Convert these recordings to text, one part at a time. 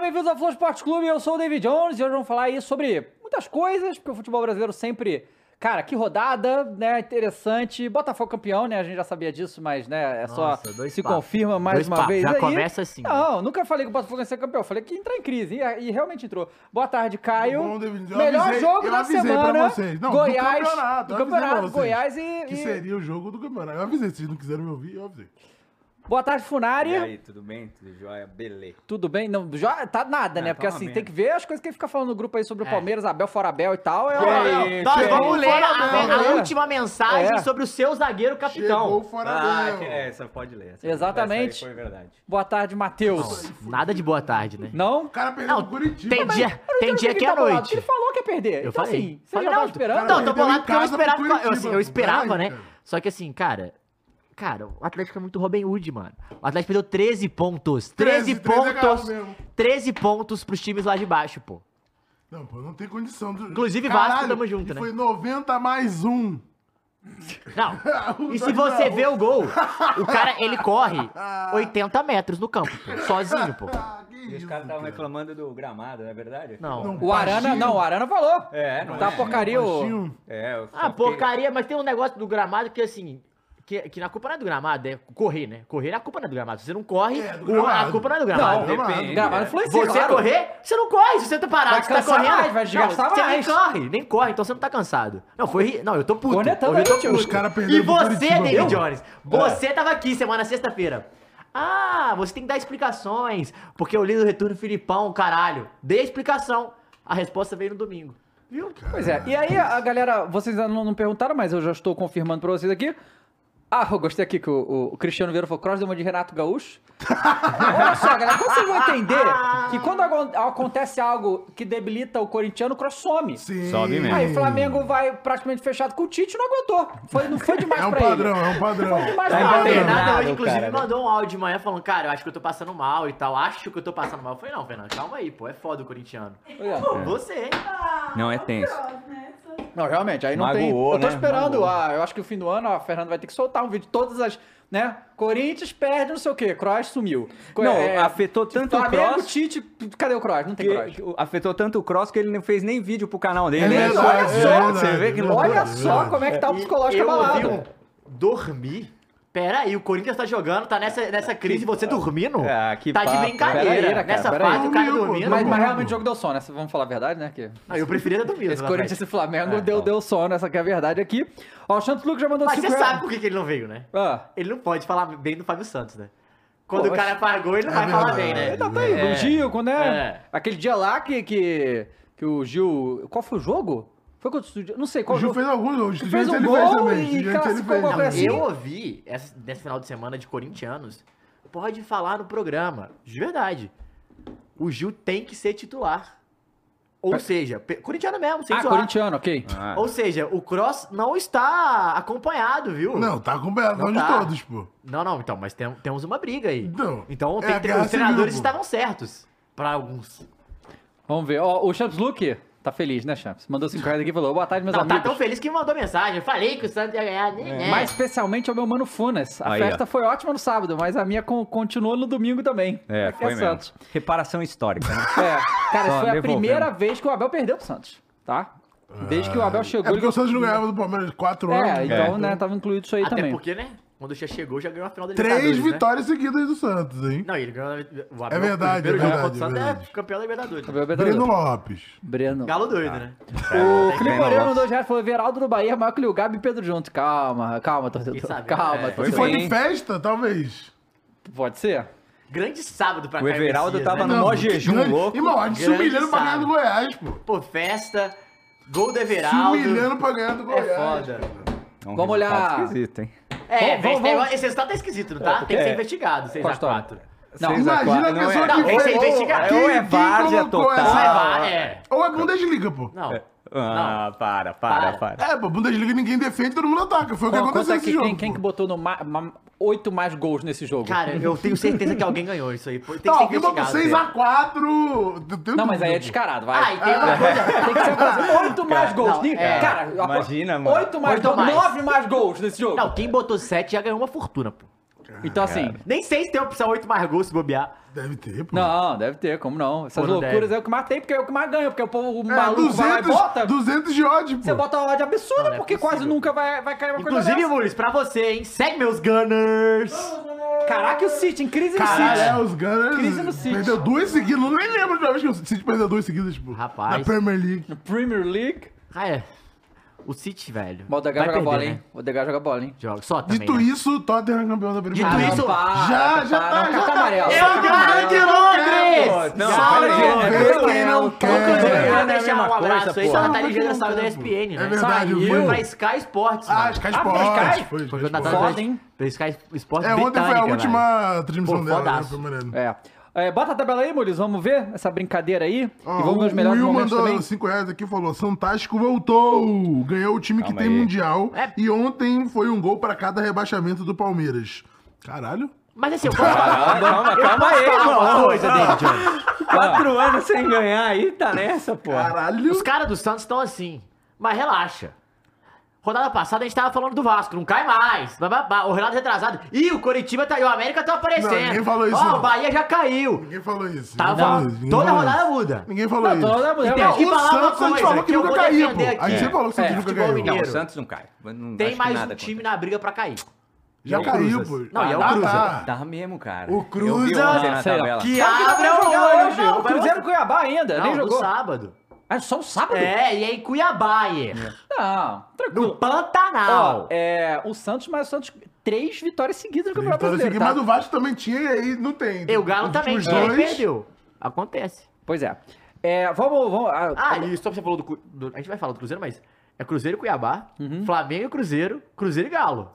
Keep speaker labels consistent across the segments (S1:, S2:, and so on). S1: Bem-vindos ao Flow Esporte Clube, eu sou o David Jones e hoje vamos falar aí sobre muitas coisas, porque o futebol brasileiro sempre... Cara, que rodada, né, interessante. Botafogo campeão, né, a gente já sabia disso, mas, né, é
S2: Nossa,
S1: só...
S2: dois
S1: Se
S2: papos.
S1: confirma mais
S2: Dois
S1: uma
S2: papos,
S1: vez
S2: já
S1: aí.
S2: começa assim, né?
S1: Não, nunca falei que o Botafogo ia ser campeão, falei que ia entrar em crise, e, e realmente entrou. Boa tarde, Caio.
S3: Tá Bom, David, eu
S1: Melhor
S3: avisei-
S1: jogo
S3: eu
S1: da
S3: avisei pra
S1: semana,
S3: vocês. Não, do
S1: Goiás,
S3: campeonato,
S1: do
S3: eu avisei pra
S1: campeonato,
S3: vocês.
S1: Goiás e...
S3: Que
S1: e-
S3: seria o jogo do campeonato. Eu avisei, vocês não quiseram me ouvir, eu avisei.
S1: Boa tarde, Funari.
S4: E aí, tudo bem? Tudo jóia? Belê.
S1: Tudo bem? Não, já tá nada, né?
S4: Não,
S1: Porque
S4: tá uma
S1: assim,
S4: merda.
S1: tem que ver as coisas que ele fica falando no grupo aí sobre o
S2: É.
S1: Palmeiras, Abel, fora Abel e tal. É,
S3: Fora
S1: é-
S3: Abel.
S4: Ei,
S2: Tá,
S4: Chegou
S2: vamos
S3: o
S2: ler a,
S3: Fora
S2: a
S1: Abel.
S2: última mensagem
S1: É.
S2: sobre o seu zagueiro
S3: Chegou o
S2: capitão.
S3: fora
S4: Ah,
S3: Abel.
S4: que- é, essa pode ler. essa-
S1: Exatamente.
S4: Essa aí foi verdade.
S1: Boa tarde, Matheus.
S2: Nada de boa tarde, né?
S1: Não?
S3: O cara perdeu
S2: Não,
S3: o Curitiba.
S2: tem dia,
S1: Eu não
S2: tem
S1: entendo
S2: dia
S1: por
S2: que é
S1: ele tá bolado, porque
S2: noite.
S1: Ele falou que ia perder.
S2: Eu
S1: então,
S2: falei.
S1: assim, você
S2: falei,
S1: já tava
S2: não,
S1: esperando?
S2: Não, tô
S3: Perdeu em
S2: bolado porque eu
S3: casa pro
S2: esperava, eu,
S3: Curitiba,
S2: eu esperava,
S3: peraí,
S2: né?
S3: cara.
S2: Só que assim, cara. Cara, o Atlético é muito Robin Hood, mano. O Atlético perdeu 13 pontos. 13,
S3: 13, 13 é
S2: pontos.
S3: galo mesmo.
S2: 13 pontos pros times lá de baixo, pô.
S3: Não, pô, não tem condição. Do...
S2: Inclusive, Vasco, tamo junto,
S3: e
S2: né?
S3: Foi 90 mais um.
S2: Não.
S3: O
S2: E se
S3: Dodge
S2: você
S3: não.
S2: vê o gol, o cara, ele corre 80 metros no campo, pô. Sozinho, pô.
S3: Ah, que
S4: E os
S3: isso,
S4: caras estavam
S3: cara.
S4: reclamando do gramado, não é verdade?
S2: Não.
S3: Não,
S1: O Arana,
S3: Baixinho.
S1: não, o Arana falou.
S4: É, não
S1: Tá
S4: é.
S1: porcaria o...
S3: Baixinho.
S4: É, eu só
S2: Ah,
S4: fiquei-
S2: porcaria, mas tem um negócio do gramado que assim. Que, que na culpa não é do gramado, é correr, né? Correr é a culpa não é do gramado. Se você não corre,
S3: É, do
S2: o-
S3: gramado.
S2: a culpa não é do
S1: Não,
S2: gramado.
S4: Depende,
S1: gramado- gramado
S4: né?
S1: influencia,
S2: você
S1: claro.
S2: correr, você não corre. Se você tá parado,
S1: Vai
S2: você tá
S1: cansar
S2: correndo.
S1: mais, vai desgastar
S2: não,
S1: mais.
S2: Você nem corre, nem corre, então você não tá cansado. Não, foi. ri- Não, eu tô puto.
S1: Cornetando
S2: Hoje eu
S1: aí,
S2: tô
S1: tio.
S2: puto.
S3: Os cara
S2: E
S3: perderam pro
S2: você,
S3: Curitiba,
S2: David
S3: eu?
S2: Jones, você tava aqui semana sexta-feira. Ah, você tem que dar explicações, porque eu li o retorno do Filipão, caralho. Dê explicação. A resposta veio no domingo. Viu?
S1: Pois é. E aí, a galera, vocês ainda não, não perguntaram, mas eu já estou confirmando pra vocês aqui. Ah, eu gostei aqui que o, o- o Cristiano Vieira falou cross deu uma de Renato Gaúcho. Olha só, galera, como vocês vão entender que quando agon- acontece algo que debilita o corintiano, o cross some.
S3: Sim.
S4: Sobe mesmo.
S1: Aí o Flamengo vai praticamente fechado com o Tite, não aguentou. Foi, não foi demais
S3: É um
S1: pra
S3: padrão,
S1: ele.
S3: é um padrão.
S1: Foi demais
S3: É um
S1: pra
S2: Não,
S1: ele.
S3: padrão.
S2: Fernanda
S4: Nada,
S2: hoje, inclusive,
S4: cara, né?
S2: mandou um áudio de manhã falando, cara, eu acho que eu tô passando mal e tal, acho que eu tô passando mal. Eu falei, não, Fernanda, calma aí, pô, é foda o corintiano. Pô,
S1: é.
S2: Você,
S4: Não, é tenso.
S1: Não, realmente, aí não
S4: Magoou,
S1: tem. Eu tô
S4: né?
S1: esperando,
S4: Magoou.
S1: ah, eu acho que o fim do ano, a Fernanda vai ter que soltar um vídeo, todas as. Né? Corinthians perde, não sei o quê, Cross sumiu. Co- é,
S4: Não, afetou tanto o
S1: Flamengo,
S4: Kroos-
S1: Tite, cadê o Cross? Não tem Cross.
S4: Que, que afetou tanto o Cross que ele não fez nem vídeo pro canal dele.
S3: É
S4: né?
S3: verdade,
S1: Olha
S3: é
S1: só,
S3: verdade,
S4: você vê que
S3: é
S4: não... né?
S1: Olha
S3: verdade,
S1: só
S3: verdade.
S1: como é que tá o psicológico
S2: eu ouvi
S1: abalado.
S2: um dormir? Pera aí, o Corinthians tá jogando, tá nessa, nessa crise, você dormindo?
S1: É,
S4: Ah, que
S2: tá de
S4: papo.
S2: brincadeira.
S1: Pera aí, cara,
S2: nessa
S1: pera
S2: fase,
S3: aí.
S2: o cara
S3: Dormiu, pô,
S1: Mas,
S2: dormindo.
S3: Mas-
S1: mas
S3: mas
S1: Tá realmente o jogo deu sono, essa- vamos falar a verdade, né? Que
S2: Não, eu preferia ter dormido.
S1: esse
S2: na
S1: Corinthians e
S2: verdade.
S1: Flamengo
S2: É,
S1: deu, deu sono, essa que é a verdade aqui. Ó, o Santos Lucas já mandou
S2: Mas
S1: 5
S2: você sabe por que que ele não veio, né?
S1: Ah,
S2: Ele não pode falar bem do Fábio Santos, né? Quando
S1: Poxa.
S2: o cara pagou, ele não
S3: É
S2: vai falar
S3: verdade.
S2: bem, né?
S3: É,
S1: tá, tá aí,
S2: É.
S1: o Gil, quando é.
S2: É.
S1: Aquele dia lá que, que, que o Gil. Qual foi o jogo? Foi contra o Estudiantes? Não sei qual
S3: O Gil
S1: jogo.
S3: fez alguns, o Gil
S1: fez um
S3: ele
S1: gol
S3: fez também.
S1: e
S3: o Gil ele
S1: classificou
S3: fez.
S1: alguma
S2: Não,
S1: coisa assim.
S2: eu ouvi essa- nesse final de semana de corintianos. Pode falar no programa. De verdade. O Gil tem que ser titular. Ou seja, pe- corintiano mesmo, sem
S1: Ah,
S2: zoar.
S1: corintiano, ok.
S4: Ah,
S2: Ou seja, o Cross não está acompanhado, viu?
S3: Não, tá com o Belão
S2: Não
S3: de
S2: tá.
S3: todos, pô.
S2: Não, não, então, mas tem- temos uma briga aí.
S3: Então,
S2: então
S3: é
S2: tem
S3: a
S2: tre-
S3: guerra
S2: os treinadores
S3: civil, pô.
S2: estavam certos. Pra alguns.
S1: Vamos ver. Ó, o Champs Luke tá feliz, né, Champs? Mandou 5 reais aqui e falou: boa tarde, meus
S2: Não, tá
S1: amigos. É.
S2: tão feliz que me mandou mensagem. Eu Falei que o Santos ia ganhar. né?
S1: Mais especialmente ao meu mano Funas. A
S4: Aí,
S1: festa
S4: ó.
S1: foi ótima no sábado, mas a minha con- continuou no domingo também.
S4: É,
S1: Aqui
S4: foi mesmo.
S1: Santos.
S4: Reparação histórica, né?
S1: É,
S4: Só
S1: cara, isso foi a
S4: devolvendo.
S1: primeira vez que o Abel perdeu pro Santos, tá? Desde que o Abel
S3: É
S1: chegou.
S3: porque
S1: ele-
S3: o Santos não ganhava do Palmeiras quatro anos.
S1: É, então,
S4: É.
S1: né, tava incluído isso aí
S2: Até
S1: também.
S2: porque, né? Quando o Xia chegou, já ganhou a final da
S3: Três
S2: Libertadores, né?
S3: vitórias seguidas do Santos, hein?
S2: Não, ele ganhou. O Abel,
S3: É verdade,
S2: o primeiro jogo
S3: é verdade,
S2: contra o Santos
S3: é verdade.
S2: é campeão da Libertadores.
S1: Abel perdeu.
S3: Breno Lopes.
S1: Breno. Ah.
S2: Galo doido, né?
S4: É,
S1: O Felipe
S4: Breno
S1: Moreno
S4: Lopes.
S1: mandou já falou: Veraldo do Bahia é maior que o Gabi e Pedro junto. Calma, calma,
S2: Quem
S1: torcedor.
S2: sabe?
S1: Calma,
S2: É,
S3: Se
S1: torcedor.
S3: for
S4: bem,
S3: de
S4: hein?
S3: festa, talvez.
S1: Pode ser?
S2: Grande sábado pra
S4: O
S1: É.
S2: Caio
S4: Everaldo
S2: Messias,
S4: tava
S2: né?
S4: no- maior jejum,
S3: grande-
S4: louco.
S3: Irmão, a gente se
S2: Grande
S3: humilhando pra ganhar
S2: sábado.
S3: do Goiás, pô.
S2: Pô, festa, gol do
S3: Se
S2: Everaldo.
S3: humilhando pra ganhar do Goiás.
S2: foda.
S4: É um
S1: Vamos
S4: resultado
S1: olhar.
S4: esquisito, hein?
S2: É,
S1: Vamos,
S2: velho,
S1: vamos, vamos.
S2: esse resultado tá esquisito, não tá? Tem que ser
S4: é.
S2: investigado, 6
S1: Qual
S2: a
S1: história?
S2: 4
S4: Não,
S3: Imagina a
S4: não
S3: pessoa
S4: é-
S3: que
S2: Não, tem que ser
S3: fez-
S2: investigado.
S3: Quem-
S4: Ou é
S3: quem
S4: várzea
S3: colocou
S4: total.
S2: Não é
S3: essa-
S2: VAR, é.
S3: Ou é Bundesliga, pô.
S2: Não.
S4: Ah, para, para, para.
S3: É, pô, Bundesliga ninguém defende, todo mundo ataca. Foi o que
S1: Ó,
S3: aconteceu
S1: conta
S3: nesse
S1: aqui
S3: jogo.
S1: quem, quem
S3: pô.
S1: é que botou no ma- ma- oito mais gols nesse jogo.
S2: Cara, eu tenho certeza que alguém ganhou isso aí. pô, Tem que
S3: Não,
S2: ser
S3: alguém botou
S2: investigado.
S3: 6x4.
S1: Não, mas aí é descarado, vai.
S2: Ah, e tem uma coisa.
S1: Tem que ser coisa. Oito mais gols. né?
S2: não, é.
S1: Cara,
S4: Imagina, mano.
S1: Oito mais
S2: Oito
S1: gols.
S2: mais.
S1: Nove mais gols nesse jogo.
S2: Não, quem botou 7 já ganhou uma fortuna, pô.
S1: Então, assim.
S2: Nem sei se tem a opção 8 mais gol se bobear.
S3: Deve ter, pô.
S1: Não, deve ter, como não? Essas
S2: Pô, não
S1: loucuras
S2: deve.
S1: é o que mais tem, porque é o que mais ganha, porque o povo o
S3: É,
S1: maluco vai lá e
S3: 200,
S1: bota.
S3: 200 de ódio, pô.
S1: Você bota uma odd absurda,
S2: Não, não é
S1: porque
S2: possível.
S1: quase nunca vai, vai cair uma coisa
S2: Inclusive, Mules, pra você, hein? Segue meus Gunners!
S1: dessa. Caraca, e o City, em crise no
S3: Caralho,
S1: City.
S3: é, os Gunners
S1: Crise no City.
S3: perdeu duas seguidas. Eu nem lembro de uma vez que o City perdeu duas seguidas, tipo.
S2: Rapaz.
S3: Na Premier League.
S1: Premier League.
S2: Ah, é. O City, velho.
S1: Mas o DH joga
S2: perder,
S1: bola,
S2: né?
S1: hein? O DH joga bola, hein?
S2: Joga. Só também,
S3: Dito
S2: né?
S3: isso, Tottenham é campeão da Premier
S2: Dito
S3: League.
S2: isso,
S1: para,
S3: já, já
S1: para,
S3: tá,
S1: não,
S3: já
S1: carta
S3: tá.
S1: amarela.
S3: Eu
S1: Carta
S3: ganho de
S1: amarela.
S2: Londres!
S4: Não,
S2: Salve,
S4: peraí, é
S2: Londres!
S4: pelo
S3: quem não
S4: Londres.
S3: quer.
S4: Londres
S2: Inclusive, eu
S4: é a
S2: vou deixar um
S4: mesma
S2: abraço
S4: coisa,
S2: aí.
S4: porra.
S2: A
S3: Sabe
S2: Natália
S3: que não
S2: Jana saiu da
S3: tem,
S2: ESPN,
S3: pô. É
S2: né?
S3: verdade, eu vi.
S2: Foi pra Sky Sports,
S3: Ah,
S2: mano.
S3: Sky
S1: Ah, foi Sky?
S3: Sports.
S2: Foi
S3: Foi, Sky
S2: quando a
S3: Sports.
S1: Foda,
S2: Natália
S1: hein?
S2: Foi Sky Sports
S3: É, ontem foi a
S2: britânica, velho.
S3: última transmissão
S2: Pô,
S3: dela, né?
S2: fodaço.
S3: Foi maneiro.
S1: É. É, Bota a tabela aí, Mules, vamos ver essa brincadeira aí.
S3: Ó,
S1: e vamos ver os
S3: Ah, o
S1: melhores
S3: Will
S1: momentos
S3: mandou
S1: também.
S3: 5 reais aqui e falou: Santástico voltou! Ganhou o time
S4: Calma
S3: que tem
S4: aí.
S3: Mundial.
S2: É.
S3: E ontem foi um gol pra cada rebaixamento do Palmeiras. Caralho?
S2: Mas assim, eu posso falar
S4: Calma, calma aí,
S2: uma
S4: irmão. Ah.
S2: coisa, David.
S4: Quatro anos sem ganhar aí, tá nessa, pô.
S3: Caralho!
S2: Os caras do Santos estão assim. Mas relaxa. Rodada passada a gente tava falando do Vasco, não cai mais. Blá, blá, blá. O Renato retrasado. Ih, o Coritiba tá aí, o América tá aparecendo.
S3: Não, ninguém falou isso,
S2: Ó,
S3: não.
S2: o Bahia já caiu.
S3: Ninguém falou isso.
S2: Tava
S3: ninguém falou isso,
S2: falando.
S3: ninguém
S2: Toda
S3: falou
S2: rodada
S3: isso.
S2: muda.
S3: Ninguém falou
S1: Não,
S3: isso.
S1: toda hora,
S2: Então,
S1: realmente.
S2: e
S3: o
S2: falar uma
S3: Santos a gente
S2: coisa
S3: falou que
S2: que eu
S3: nunca
S2: vou
S3: caía, pô.
S2: defender
S3: A gente
S2: aqui.
S3: sempre falou que o Santos
S1: É,
S3: nunca
S2: futebol
S3: caiu.
S2: mineiro.
S4: Não, o Santos não cai. Não-
S2: Tem
S4: acho que
S2: mais um
S4: nada
S2: time
S4: contra.
S2: na briga pra cair.
S3: Já
S4: E o
S3: caiu,
S4: Cruzas?
S3: pô.
S2: Não, e é o
S3: Ah,
S2: Cruzas.
S3: tá.
S4: Tá mesmo, cara.
S3: O
S4: Eu vi
S3: Cruzas-
S4: ontem na
S1: Ah, Sei lá.
S4: tabela. Tá
S2: Que
S1: Sabe que não vai
S2: abra
S1: jogar
S2: hoje.
S1: hoje, O Cruzeiro Cuiabá ainda,
S2: Não,
S1: nem
S2: no
S1: jogou.
S2: sábado.
S1: Ah, só um sábado?
S2: É, e é em Cuiabá, é.
S1: Não,
S2: No
S1: tranquilo.
S2: Pantanal.
S1: Ó, é, o Santos, mas o Santos, três vitórias seguidas no Campeonato
S3: Vitória
S1: Brasileiro.
S3: seguida,
S1: tá?
S3: assim Mas o Vasco também tinha e aí não tem.
S2: E o Galo também.
S3: Os
S2: que ele
S3: dois.
S2: perdeu. Acontece.
S1: Pois é. É, vamos. vamos ah,
S2: Ah, e só que você falou do, Cu- do- A gente vai falar do Cruzeiro, mas. É Cruzeiro e Cuiabá,
S1: Uhum.
S2: Flamengo e Cruzeiro, Cruzeiro e Galo.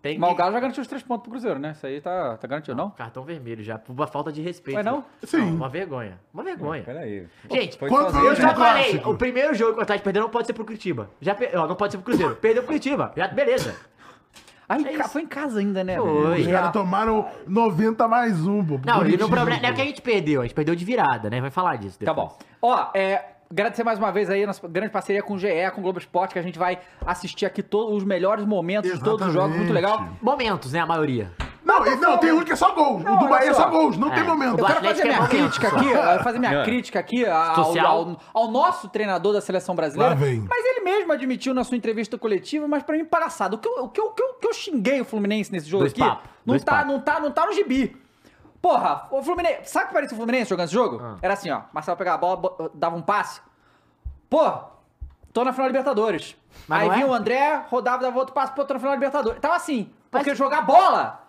S2: Tem
S1: mas o
S2: que-
S1: Galo já garantiu os três pontos pro Cruzeiro, né? Isso aí tá, tá garantido, não?
S2: Cartão vermelho já, por uma falta de respeito.
S1: Mas não?
S3: Sim.
S2: uma vergonha. Uma vergonha.
S4: Peraí.
S2: Gente,
S4: Foi
S3: quanto-
S4: sozinho,
S2: Eu já
S4: né?
S3: Clássico.
S2: falei, o primeiro jogo que o Atlético perdeu não pode ser pro Curitiba. Já per- ó, não pode ser pro Cruzeiro. Perdeu pro Curitiba. Já, beleza.
S1: Ah, em
S2: É
S1: ca-
S2: isso.
S1: foi em casa ainda, né?
S2: Foi.
S3: Os caras tomaram 90 mais um, pô.
S2: Não, e
S3: Curitiba,
S2: o problema não é
S3: pô.
S2: que a gente perdeu, a gente perdeu de virada, né? Vai falar disso
S1: Tá
S2: depois.
S1: bom. Ó, é. Agradecer mais uma vez aí a nossa grande parceria com o GE, com o Globo Esporte, que a gente vai assistir aqui todos os melhores momentos de todos os jogos. Muito legal.
S3: Exatamente.
S2: Momentos, né? A maioria.
S3: Não, e- não, tem um que é só gols.
S1: Não,
S3: o do
S1: olha
S3: Bahia é
S1: só.
S3: só gols, não
S2: É.
S3: tem momento.
S2: O
S1: Eu quero
S2: Atlético
S1: fazer
S2: é
S1: minha
S2: momento,
S1: crítica
S2: só.
S1: aqui, eu quero fazer minha
S4: É.
S1: crítica aqui ao,
S2: Social.
S1: ao, ao nosso treinador da seleção brasileira.
S3: Lá vem.
S1: Mas ele mesmo admitiu na sua entrevista coletiva, mas pra mim palhaçada. O que eu, o que eu, o que eu, o que eu xinguei o Fluminense nesse jogo
S2: Dois
S1: aqui,
S2: papo,
S1: não
S2: dois
S1: tá,
S2: papo.
S1: não tá, não tá no gibi. Porra, o Fluminense, sabe o que parecia o Fluminense jogando esse jogo?
S2: Ah.
S1: Era assim, ó, Marcelo pegava a bola, bo- dava um passe. Pô, tô na final da Libertadores.
S2: Mas
S1: Aí
S2: não é?
S1: vinha o André, rodava, dava outro passe, pô, tô na final da Libertadores. Tava assim, porque
S2: Mas-
S1: jogar bola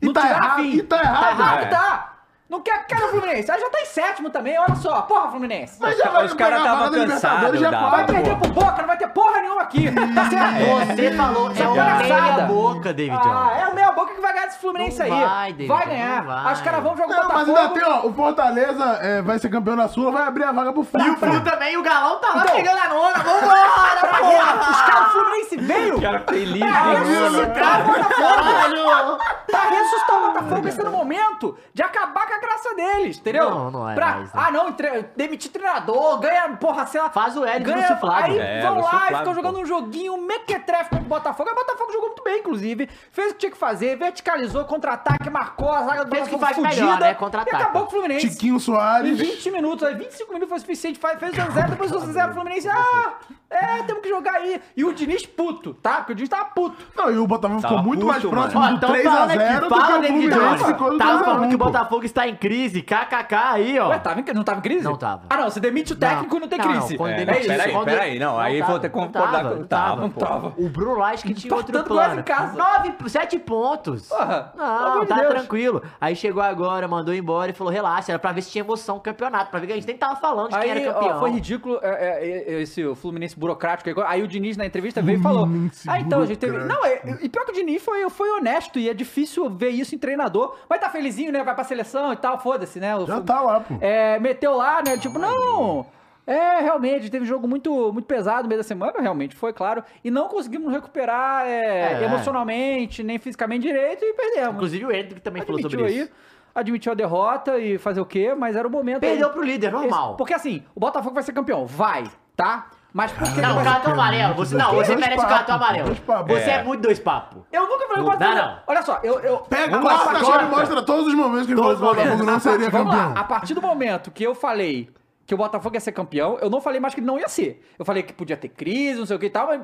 S3: E
S1: não
S3: tá
S1: te dá
S3: errado,
S1: fim.
S3: e tá
S1: Tá
S3: errado.
S1: errado,
S4: É.
S1: tá! Não quer, quer o Fluminense. Aí já tá em sétimo também, olha só. Porra, Fluminense.
S3: Mas já vai
S4: Os caras
S3: pegar a
S4: estavam
S3: bola da Libertadores,
S4: cansados.
S3: já
S4: da-
S1: Vai
S3: pode,
S1: perder pro Boca, não vai ter porra nenhuma aqui. Tá certo?
S2: Você falou, é
S1: é
S2: uma
S1: palhaçada.
S2: meia boca, David
S1: Ah,
S2: Jones.
S1: é o meia boca que vai ganhar esse Fluminense
S2: Não
S1: aí.
S2: vai, David,
S1: vai
S2: não
S1: ganhar.
S2: vai.
S1: Os caras vão jogar o
S3: Não, mas ainda tem,
S1: Botafogo.
S3: ó, o Fortaleza é, vai ser campeão da Sula, vai abrir a vaga pro
S2: E o
S3: Flu.
S2: Flu também, o Galão tá lá
S1: Então-
S2: pegando a nona. Vambora,
S1: Pra quê? Os caras do Fluminense veio
S4: Cara feliz.
S1: pra
S4: né?
S1: ressuscitar
S2: Tá
S1: o Botafogo.
S2: porra!
S1: Pra ressuscitar o Botafogo esse é o momento de acabar com a graça deles, entendeu?
S2: Não, não é
S1: pra...
S2: mais, né?
S1: Ah, não, tre... demitir treinador, ganha, porra, sei lá.
S2: Faz o L de
S1: ganha,
S2: Lúcio Flávio.
S1: Aí
S4: É,
S1: vão
S4: Lúcio
S1: lá e
S4: Flávio,
S1: ficam jogando
S4: pô.
S1: um joguinho mequetrefe contra o Botafogo. Aí O Botafogo jogou muito bem, inclusive. Fez o que tinha que fazer, verticalizou, contra-ataque, marcou a zaga do
S2: Fez o que
S1: Botafogo
S2: faz melhor,
S1: fudida,
S2: né? Contra-ataque.
S1: E acabou com o Fluminense.
S3: Tiquinho
S1: Em
S3: Soares.
S1: 20 minutos, é, aí 25 minutos foi o suficiente, faz- fez o 0 depois o 0 Fluminense, ah, é, temos que jogar aí. E o Diniz puto, tá? Porque o Diniz tava puto.
S3: Não, e o Botafogo ficou
S4: Tava
S3: muito mais
S4: puto,
S3: próximo
S2: Ó,
S3: do
S2: tão falando aqui,
S3: 3x0 do que
S2: fala, né?
S3: o
S2: David
S3: Fluminense ficou
S2: Jones.
S3: do
S2: Tava falando que o
S3: 3x1.
S2: Botafogo está em crise, kkk aí, ó.
S1: Ué, tava em- não tava em crise?
S2: Não tava.
S1: Ah, não, você demite o técnico e não tem
S2: não,
S1: crise.
S2: não, quando
S1: é,
S2: demite-
S1: isso.
S4: peraí,
S2: quando-
S4: peraí, não, aí
S2: tava,
S4: vou ter que
S2: não
S4: concordar
S2: tava,
S4: com-
S2: não
S4: tava,
S2: tava,
S4: não
S2: pô.
S1: tava.
S2: O Bruno Lage que tinha
S1: Tá
S2: outro
S1: botando quase
S2: plano.
S1: em casa.
S2: Nove, sete pontos.
S1: Porra, pelo amor
S2: não,
S1: de
S2: tá
S1: Deus.
S2: tranquilo. Aí chegou agora, mandou embora e falou, relaxa, era pra ver se tinha emoção no campeonato, pra ver que a gente nem tava falando de quem
S1: Aí,
S2: era
S1: ó,
S2: campeão.
S1: foi ridículo é, é, é, esse o Fluminense burocrático. agora. Aí o Diniz na entrevista veio e falou.
S3: Fluminense
S1: Ah, então, a gente teve. Não,
S3: burocrático.
S1: é- e pior que o Diniz foi, foi honesto e é difícil ver isso em treinador. Mas tá felizinho, né? Vai pra seleção e tal, foda-se, né? O
S3: Já
S1: Flu-
S3: tá lá, pô.
S1: É, meteu lá, né? Tipo, não! É, realmente, teve jogo muito, muito pesado no meio da semana, realmente, foi claro. E não conseguimos recuperar é,
S2: É.
S1: emocionalmente, nem fisicamente direito e perdemos.
S2: Inclusive o Hendrick também falou
S1: admitiu
S2: sobre
S1: aí,
S2: isso.
S1: admitiu a derrota e fazer o quê, mas era o momento.
S2: Perdeu
S1: aí.
S2: pro líder,
S1: Esse-
S2: normal.
S1: Porque assim, o Botafogo vai ser campeão, vai, tá? Mas por que.
S2: Não,
S1: que-
S2: cartão amarelo. Você, não, você
S3: Dois
S2: merece
S3: papo,
S2: cartão amarelo.
S3: dois papo.
S2: Você é.
S3: É.
S2: muito dois papos.
S1: Eu nunca falei
S2: Não
S1: quatro
S2: dá,
S1: anos.
S2: não.
S1: Olha só, eu. eu
S3: Pega,
S1: a
S3: corta,
S1: partir-
S3: corta e
S1: vamos
S3: mostra todos os momentos que ele falou
S2: Todos
S3: que o Botafogo
S2: momentos.
S3: não seria campeão.
S1: lá, a partir do momento que eu falei que o Botafogo ia ser campeão, eu não falei mais que ele não ia ser. Eu falei que podia ter crise, não sei o que e tal, mas.